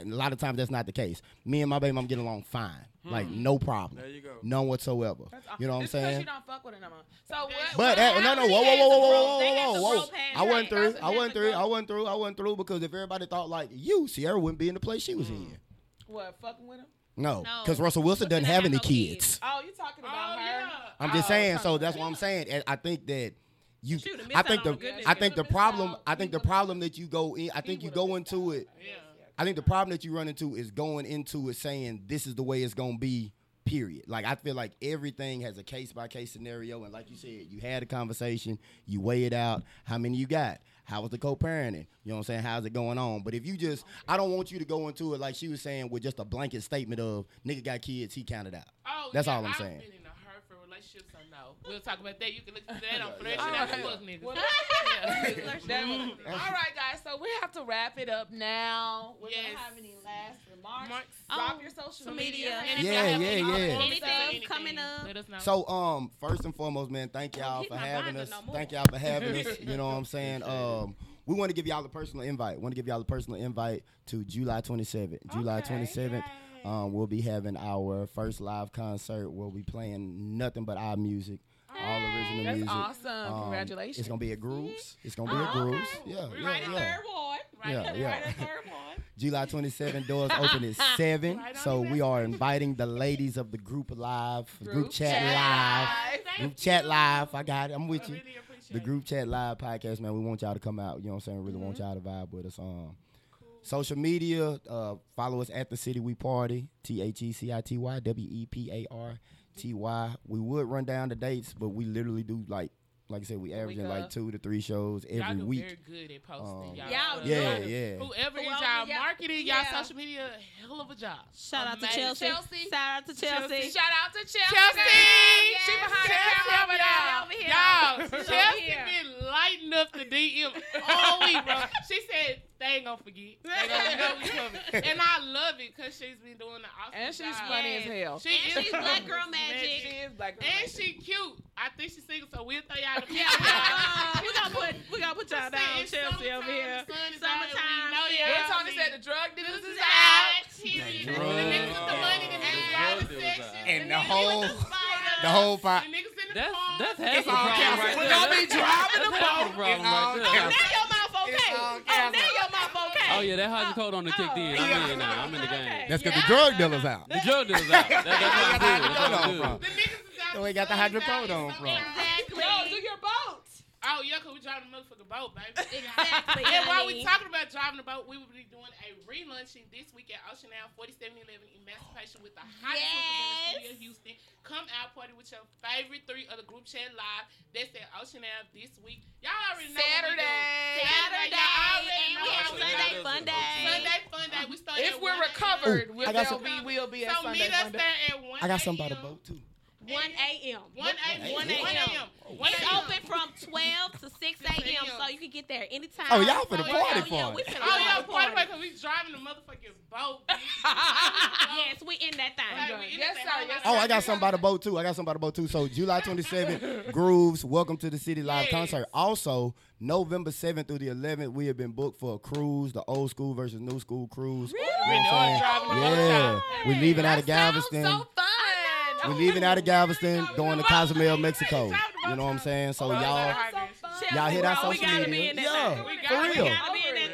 [SPEAKER 3] a lot of times that's not the case. Me and my baby mama get along fine, like no problem,
[SPEAKER 4] There you go.
[SPEAKER 3] none whatsoever. You know what I'm
[SPEAKER 1] Hmm. It's 'cause
[SPEAKER 3] saying?
[SPEAKER 1] You don't fuck with her no more. So what?
[SPEAKER 3] But that, no, no, whoa, whoa, whoa, whoa, whoa, whoa, whoa, whoa, whoa! I wasn't through. I wasn't through. I wasn't through. I wasn't through because if everybody thought like you, Sierra wouldn't be in the place she was in.
[SPEAKER 1] What fucking with him?
[SPEAKER 3] No,
[SPEAKER 2] No.
[SPEAKER 3] because Russell Wilson doesn't have any kids.
[SPEAKER 1] Oh, you talking about
[SPEAKER 6] Oh,
[SPEAKER 1] her?
[SPEAKER 6] yeah.
[SPEAKER 3] I'm just
[SPEAKER 1] Oh,
[SPEAKER 3] saying. So
[SPEAKER 1] okay.
[SPEAKER 3] that's what I'm saying. And I think that you.
[SPEAKER 2] She would've
[SPEAKER 3] I
[SPEAKER 2] missed
[SPEAKER 3] think
[SPEAKER 2] out on
[SPEAKER 3] the.
[SPEAKER 2] a good
[SPEAKER 3] I
[SPEAKER 2] nigga.
[SPEAKER 3] think the
[SPEAKER 1] She would've
[SPEAKER 3] problem.
[SPEAKER 1] missed out.
[SPEAKER 3] I think
[SPEAKER 1] He
[SPEAKER 3] the
[SPEAKER 1] would've
[SPEAKER 3] problem that you go in. I think you
[SPEAKER 1] would've
[SPEAKER 3] go
[SPEAKER 1] missed
[SPEAKER 3] into it.
[SPEAKER 6] Yeah.
[SPEAKER 3] I think the problem that you run into is going into it saying this is the way it's gonna be. Period. Like I feel like everything has a case by case scenario, and like you said, you had a conversation, you weigh it out. How many you got? How was the co-parenting? You know what I'm saying? How's it going on? But if you just, I don't want you to go into it like she was saying with just a blanket statement of nigga got kids, he counted out.
[SPEAKER 6] Oh,
[SPEAKER 3] That's
[SPEAKER 6] yeah,
[SPEAKER 3] all I'm
[SPEAKER 6] I've
[SPEAKER 3] saying.
[SPEAKER 6] been in a hurt for relationships, I know. We'll talk about that. You can look at that on
[SPEAKER 3] Yeah,
[SPEAKER 6] Flesh
[SPEAKER 1] yeah,
[SPEAKER 6] and
[SPEAKER 1] yeah.
[SPEAKER 6] Fuck Niggas.
[SPEAKER 1] Well,
[SPEAKER 2] That
[SPEAKER 1] That was-
[SPEAKER 6] Mm.
[SPEAKER 1] All right, guys. So we have to wrap it up now. We don't
[SPEAKER 6] Yes.
[SPEAKER 1] have any last remarks.
[SPEAKER 6] Marks.
[SPEAKER 1] Drop
[SPEAKER 2] Um,
[SPEAKER 1] your social
[SPEAKER 2] social
[SPEAKER 1] media.
[SPEAKER 2] media.
[SPEAKER 6] And if
[SPEAKER 3] Yeah,
[SPEAKER 6] y'all have
[SPEAKER 3] yeah,
[SPEAKER 6] any
[SPEAKER 3] yeah.
[SPEAKER 6] comments or
[SPEAKER 2] Anything
[SPEAKER 6] anything,
[SPEAKER 2] coming up?
[SPEAKER 6] Let us know.
[SPEAKER 3] So um first and foremost, man, thank y'all
[SPEAKER 2] keep
[SPEAKER 3] for
[SPEAKER 2] my
[SPEAKER 3] having
[SPEAKER 2] binder
[SPEAKER 3] us.
[SPEAKER 2] no more.
[SPEAKER 3] thank y'all for having us. You know what I'm saying? Um we want to give y'all a personal invite. Want to give y'all a personal invite to July 27th. July 27th, um, we'll be having our first live concert. We'll be playing nothing but our music, all original
[SPEAKER 1] That's
[SPEAKER 3] music.
[SPEAKER 1] awesome.
[SPEAKER 3] Um,
[SPEAKER 1] Congratulations.
[SPEAKER 3] It's gonna be a grooves. It's gonna be
[SPEAKER 2] Oh,
[SPEAKER 3] a
[SPEAKER 2] okay.
[SPEAKER 3] grooves. Yeah,
[SPEAKER 6] Right
[SPEAKER 3] yeah,
[SPEAKER 2] in
[SPEAKER 3] yeah.
[SPEAKER 2] third ward.
[SPEAKER 6] Right
[SPEAKER 3] yeah,
[SPEAKER 6] now.
[SPEAKER 3] yeah.
[SPEAKER 2] Right in third ward.
[SPEAKER 3] July 27th, doors open at 7.
[SPEAKER 6] Right on
[SPEAKER 3] so
[SPEAKER 6] the
[SPEAKER 3] we are inviting the ladies of the group live, group, chat,
[SPEAKER 1] chat
[SPEAKER 3] live,
[SPEAKER 1] live.
[SPEAKER 6] Thank
[SPEAKER 3] group
[SPEAKER 6] you.
[SPEAKER 3] chat live. I got it. I'm
[SPEAKER 6] I
[SPEAKER 3] with you.
[SPEAKER 6] really appreciate
[SPEAKER 3] the group chat live podcast, man. We want y'all to come out. You know what I'm saying? We really want y'all to vibe with us. Um, social media, uh, follow us at the city we party. T H E C I T Y W E P A R T Y. We would run down the dates, but we literally do like, like I said, we averaging like
[SPEAKER 1] of.
[SPEAKER 3] two to three shows
[SPEAKER 6] it.
[SPEAKER 3] every
[SPEAKER 6] Y'all do
[SPEAKER 3] week.
[SPEAKER 6] very good at posting.
[SPEAKER 3] Um,
[SPEAKER 6] y'all,
[SPEAKER 2] Y'all do.
[SPEAKER 3] yeah,
[SPEAKER 6] do.
[SPEAKER 3] yeah.
[SPEAKER 6] Whoever is
[SPEAKER 2] Whoever
[SPEAKER 6] y'all
[SPEAKER 2] y'all-
[SPEAKER 6] marketing,
[SPEAKER 2] yeah.
[SPEAKER 6] y'all social media, hell of a job.
[SPEAKER 2] Shout out to
[SPEAKER 6] Amazing.
[SPEAKER 2] Chelsea. Shout out to Chelsea.
[SPEAKER 1] Shout out to Chelsea.
[SPEAKER 6] Chelsea, she behind the
[SPEAKER 1] Chelsea
[SPEAKER 6] camera
[SPEAKER 1] over
[SPEAKER 6] over there.
[SPEAKER 2] there.
[SPEAKER 6] Y'all,
[SPEAKER 2] Over here. She's over
[SPEAKER 6] Chelsea
[SPEAKER 2] here.
[SPEAKER 6] been lighting up the DM all week, bro. She said they ain't gonna forget. They gonna know we coming, and I love it because she's been doing the awesome
[SPEAKER 1] And she's
[SPEAKER 6] job.
[SPEAKER 1] funny
[SPEAKER 2] Yes.
[SPEAKER 1] as hell.
[SPEAKER 6] She
[SPEAKER 2] And
[SPEAKER 6] is
[SPEAKER 2] she's Black Girl
[SPEAKER 6] funny.
[SPEAKER 2] Magic.
[SPEAKER 1] She is black. girl
[SPEAKER 6] And
[SPEAKER 1] magic.
[SPEAKER 6] she cute. I think she's single, so we'll throw y'all the
[SPEAKER 2] Yeah,
[SPEAKER 6] picture.
[SPEAKER 2] uh, we gonna put we gonna put y'all
[SPEAKER 6] Just
[SPEAKER 2] down,
[SPEAKER 6] say it's
[SPEAKER 2] Chelsea over
[SPEAKER 6] summertime,
[SPEAKER 2] here.
[SPEAKER 6] the sun is out,
[SPEAKER 2] Summertime.
[SPEAKER 6] we know
[SPEAKER 2] shit.
[SPEAKER 6] y'all
[SPEAKER 1] Well, Tony said the drug
[SPEAKER 6] This
[SPEAKER 1] dealers
[SPEAKER 6] is
[SPEAKER 1] is
[SPEAKER 6] out.
[SPEAKER 1] out.
[SPEAKER 6] Period. The
[SPEAKER 5] Drugs.
[SPEAKER 6] niggas with the money, the niggas
[SPEAKER 5] Drugs.
[SPEAKER 6] driving sections,
[SPEAKER 3] And the
[SPEAKER 6] niggas with
[SPEAKER 3] whole-
[SPEAKER 6] spiders,
[SPEAKER 3] the whole fi-
[SPEAKER 6] The niggas in the
[SPEAKER 5] That's
[SPEAKER 6] car.
[SPEAKER 5] that's half
[SPEAKER 3] It's
[SPEAKER 5] the
[SPEAKER 3] all canceled.
[SPEAKER 5] problem right
[SPEAKER 3] We're
[SPEAKER 5] there.
[SPEAKER 3] gonna be
[SPEAKER 5] That's-
[SPEAKER 3] driving the boat.
[SPEAKER 5] that's half problem
[SPEAKER 3] It's all
[SPEAKER 5] right
[SPEAKER 2] Now
[SPEAKER 5] there.
[SPEAKER 3] canceled.
[SPEAKER 2] your mouth okay.
[SPEAKER 3] all
[SPEAKER 2] Oh, now
[SPEAKER 3] canceled.
[SPEAKER 2] your mouth okay.
[SPEAKER 5] Oh yeah, that hot coat on the kicked in. I'm
[SPEAKER 3] Yeah.
[SPEAKER 5] in now. I'm in the game.
[SPEAKER 2] Okay.
[SPEAKER 3] That's because the
[SPEAKER 2] Yeah.
[SPEAKER 3] drug dealers out.
[SPEAKER 5] The drug dealers out. That, that's what I'm doing. That's what I'm
[SPEAKER 3] Hold on,
[SPEAKER 5] doing.
[SPEAKER 3] bro.
[SPEAKER 6] The niggas is out.
[SPEAKER 3] Yo, they got the
[SPEAKER 6] sun is out,
[SPEAKER 3] hydrocodone
[SPEAKER 6] it's
[SPEAKER 3] from.
[SPEAKER 6] summertime.
[SPEAKER 2] Exactly.
[SPEAKER 1] No, do your boat.
[SPEAKER 6] Oh, yeah, because we driving the motherfucking boat, baby.
[SPEAKER 2] Exactly,
[SPEAKER 6] And while we
[SPEAKER 2] honey.
[SPEAKER 6] talking about driving the boat, we will be doing a relaunching this week at Ocean Ave, 4711 Emancipation with the hottest yes. in the city
[SPEAKER 2] Yes.
[SPEAKER 6] of Houston. Come out, party with your favorite three of the group chat live. That's at Ocean Ave this week. Y'all already know what we do.
[SPEAKER 1] Saturday.
[SPEAKER 2] Saturday, and we
[SPEAKER 6] Y'all already
[SPEAKER 2] have
[SPEAKER 6] know
[SPEAKER 2] Sunday
[SPEAKER 6] what we do.
[SPEAKER 2] fun day.
[SPEAKER 6] Sunday fun day. We start
[SPEAKER 1] If
[SPEAKER 6] at
[SPEAKER 1] we're
[SPEAKER 6] 1 a.m.
[SPEAKER 1] recovered,
[SPEAKER 3] Ooh,
[SPEAKER 1] we'll,
[SPEAKER 3] I got
[SPEAKER 1] there'll
[SPEAKER 6] some-
[SPEAKER 1] be, we'll be at
[SPEAKER 6] So
[SPEAKER 1] Sunday.
[SPEAKER 6] meet us
[SPEAKER 1] Sunday.
[SPEAKER 6] there at 1
[SPEAKER 3] I got something about
[SPEAKER 6] a.m.
[SPEAKER 3] a boat too.
[SPEAKER 2] 1 a.m.
[SPEAKER 6] 1 a.m. 1
[SPEAKER 2] 1
[SPEAKER 6] a.m. 1
[SPEAKER 2] It's
[SPEAKER 6] a.m.
[SPEAKER 2] open from 12 to 6 a.m. so you can get there anytime.
[SPEAKER 3] Oh, y'all finna
[SPEAKER 2] Oh, yeah,
[SPEAKER 3] party
[SPEAKER 2] oh,
[SPEAKER 3] for
[SPEAKER 2] yeah,
[SPEAKER 3] it.
[SPEAKER 2] we finna
[SPEAKER 6] Oh, yeah,
[SPEAKER 2] party for
[SPEAKER 6] party
[SPEAKER 2] it.
[SPEAKER 6] because we driving the motherfucking boat. bitch.
[SPEAKER 2] Yes, we in that
[SPEAKER 6] Like,
[SPEAKER 2] thing.
[SPEAKER 6] we in
[SPEAKER 1] Yes,
[SPEAKER 6] this
[SPEAKER 1] sir,
[SPEAKER 6] thing.
[SPEAKER 1] yes,
[SPEAKER 3] Oh, I got something about a boat too. I got something about a boat too. So July 27th, Grooves, Welcome to the City Live
[SPEAKER 6] Yes.
[SPEAKER 3] concert. Also, November 7th through the 11th, we have been booked for a cruise, the old school versus new school cruise. You know what
[SPEAKER 6] We know
[SPEAKER 3] I'm
[SPEAKER 6] it's
[SPEAKER 3] saying?
[SPEAKER 6] driving the
[SPEAKER 3] yeah,
[SPEAKER 6] boat
[SPEAKER 3] we leaving out of
[SPEAKER 1] Sounds
[SPEAKER 3] Galveston.
[SPEAKER 1] so fun.
[SPEAKER 3] we leaving out of Galveston, going to Cozumel, Mexico. You know what I'm saying? So y'all, y'all hit our social
[SPEAKER 2] Bro, We
[SPEAKER 3] media.
[SPEAKER 2] gotta be in that
[SPEAKER 3] Yeah,
[SPEAKER 2] thing.
[SPEAKER 6] We
[SPEAKER 2] We
[SPEAKER 6] gotta-
[SPEAKER 2] gotta,
[SPEAKER 3] for real.
[SPEAKER 2] be in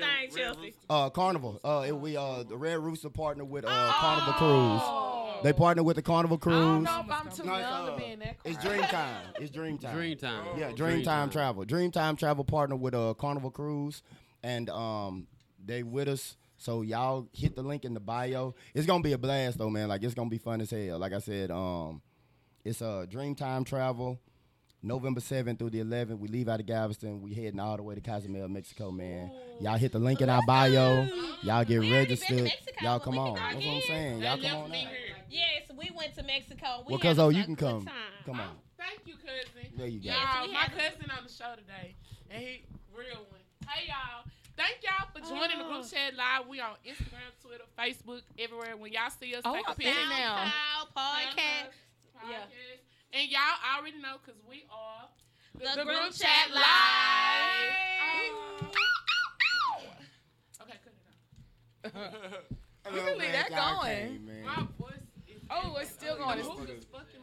[SPEAKER 2] that thing, Chelsea.
[SPEAKER 3] uh, Carnival. Uh, it- we uh, the Red Rooster partner with uh, Carnival Cruise.
[SPEAKER 1] Oh.
[SPEAKER 3] They partner with the Carnival
[SPEAKER 1] I don't
[SPEAKER 3] Cruise.
[SPEAKER 1] know if I'm too
[SPEAKER 3] No, it's,
[SPEAKER 1] young
[SPEAKER 3] uh,
[SPEAKER 1] to be in that car.
[SPEAKER 3] It's dream time. It's dream time.
[SPEAKER 5] Dream time.
[SPEAKER 3] Yeah, Dreamtime Travel. Dreamtime Travel partner with uh, Carnival Cruise, and um, they with us. So y'all hit the link in the bio. It's gonna be a blast though, man. Like it's gonna be fun as hell. Like I said, um, it's uh, Dreamtime Travel. November 7th through the 11th, we leave out of Galveston. We heading all the way to Cozumel, Mexico, man. Y'all hit the link in our bio.
[SPEAKER 2] Uh-huh.
[SPEAKER 3] Y'all get
[SPEAKER 2] We already been to
[SPEAKER 3] registered.
[SPEAKER 2] Mexico,
[SPEAKER 3] Y'all
[SPEAKER 2] but
[SPEAKER 3] come
[SPEAKER 2] we
[SPEAKER 3] on.
[SPEAKER 2] can go
[SPEAKER 3] That's what I'm
[SPEAKER 2] again.
[SPEAKER 3] saying. Y'all come on out.
[SPEAKER 2] Yes, we went to Mexico. We
[SPEAKER 3] Well,
[SPEAKER 2] had
[SPEAKER 3] Cuzzo,
[SPEAKER 2] a
[SPEAKER 3] you can
[SPEAKER 2] good
[SPEAKER 3] come.
[SPEAKER 2] time.
[SPEAKER 3] Come on.
[SPEAKER 6] Oh, Thank you, cousin.
[SPEAKER 3] There you go.
[SPEAKER 2] Yes,
[SPEAKER 6] Y'all,
[SPEAKER 2] we
[SPEAKER 6] my
[SPEAKER 2] have-
[SPEAKER 6] cousin on the show today, and he real one. Hey y'all, thank y'all for joining the group chat live. We on Instagram, Twitter, Facebook, everywhere. When y'all see us,
[SPEAKER 1] Oh,
[SPEAKER 6] take a
[SPEAKER 1] I'm
[SPEAKER 6] picture.
[SPEAKER 1] in now.
[SPEAKER 2] SoundCloud, podcast,
[SPEAKER 6] Podcast.
[SPEAKER 2] Oh, Yeah.
[SPEAKER 6] And y'all already know because we are
[SPEAKER 2] The Group Chat Live.
[SPEAKER 6] Oh. Okay, cut it
[SPEAKER 1] You can leave that
[SPEAKER 3] Y'all
[SPEAKER 1] going.
[SPEAKER 3] came, man.
[SPEAKER 6] off. My voice is.
[SPEAKER 1] Oh, it's still
[SPEAKER 6] The
[SPEAKER 1] going.
[SPEAKER 6] hook is fucking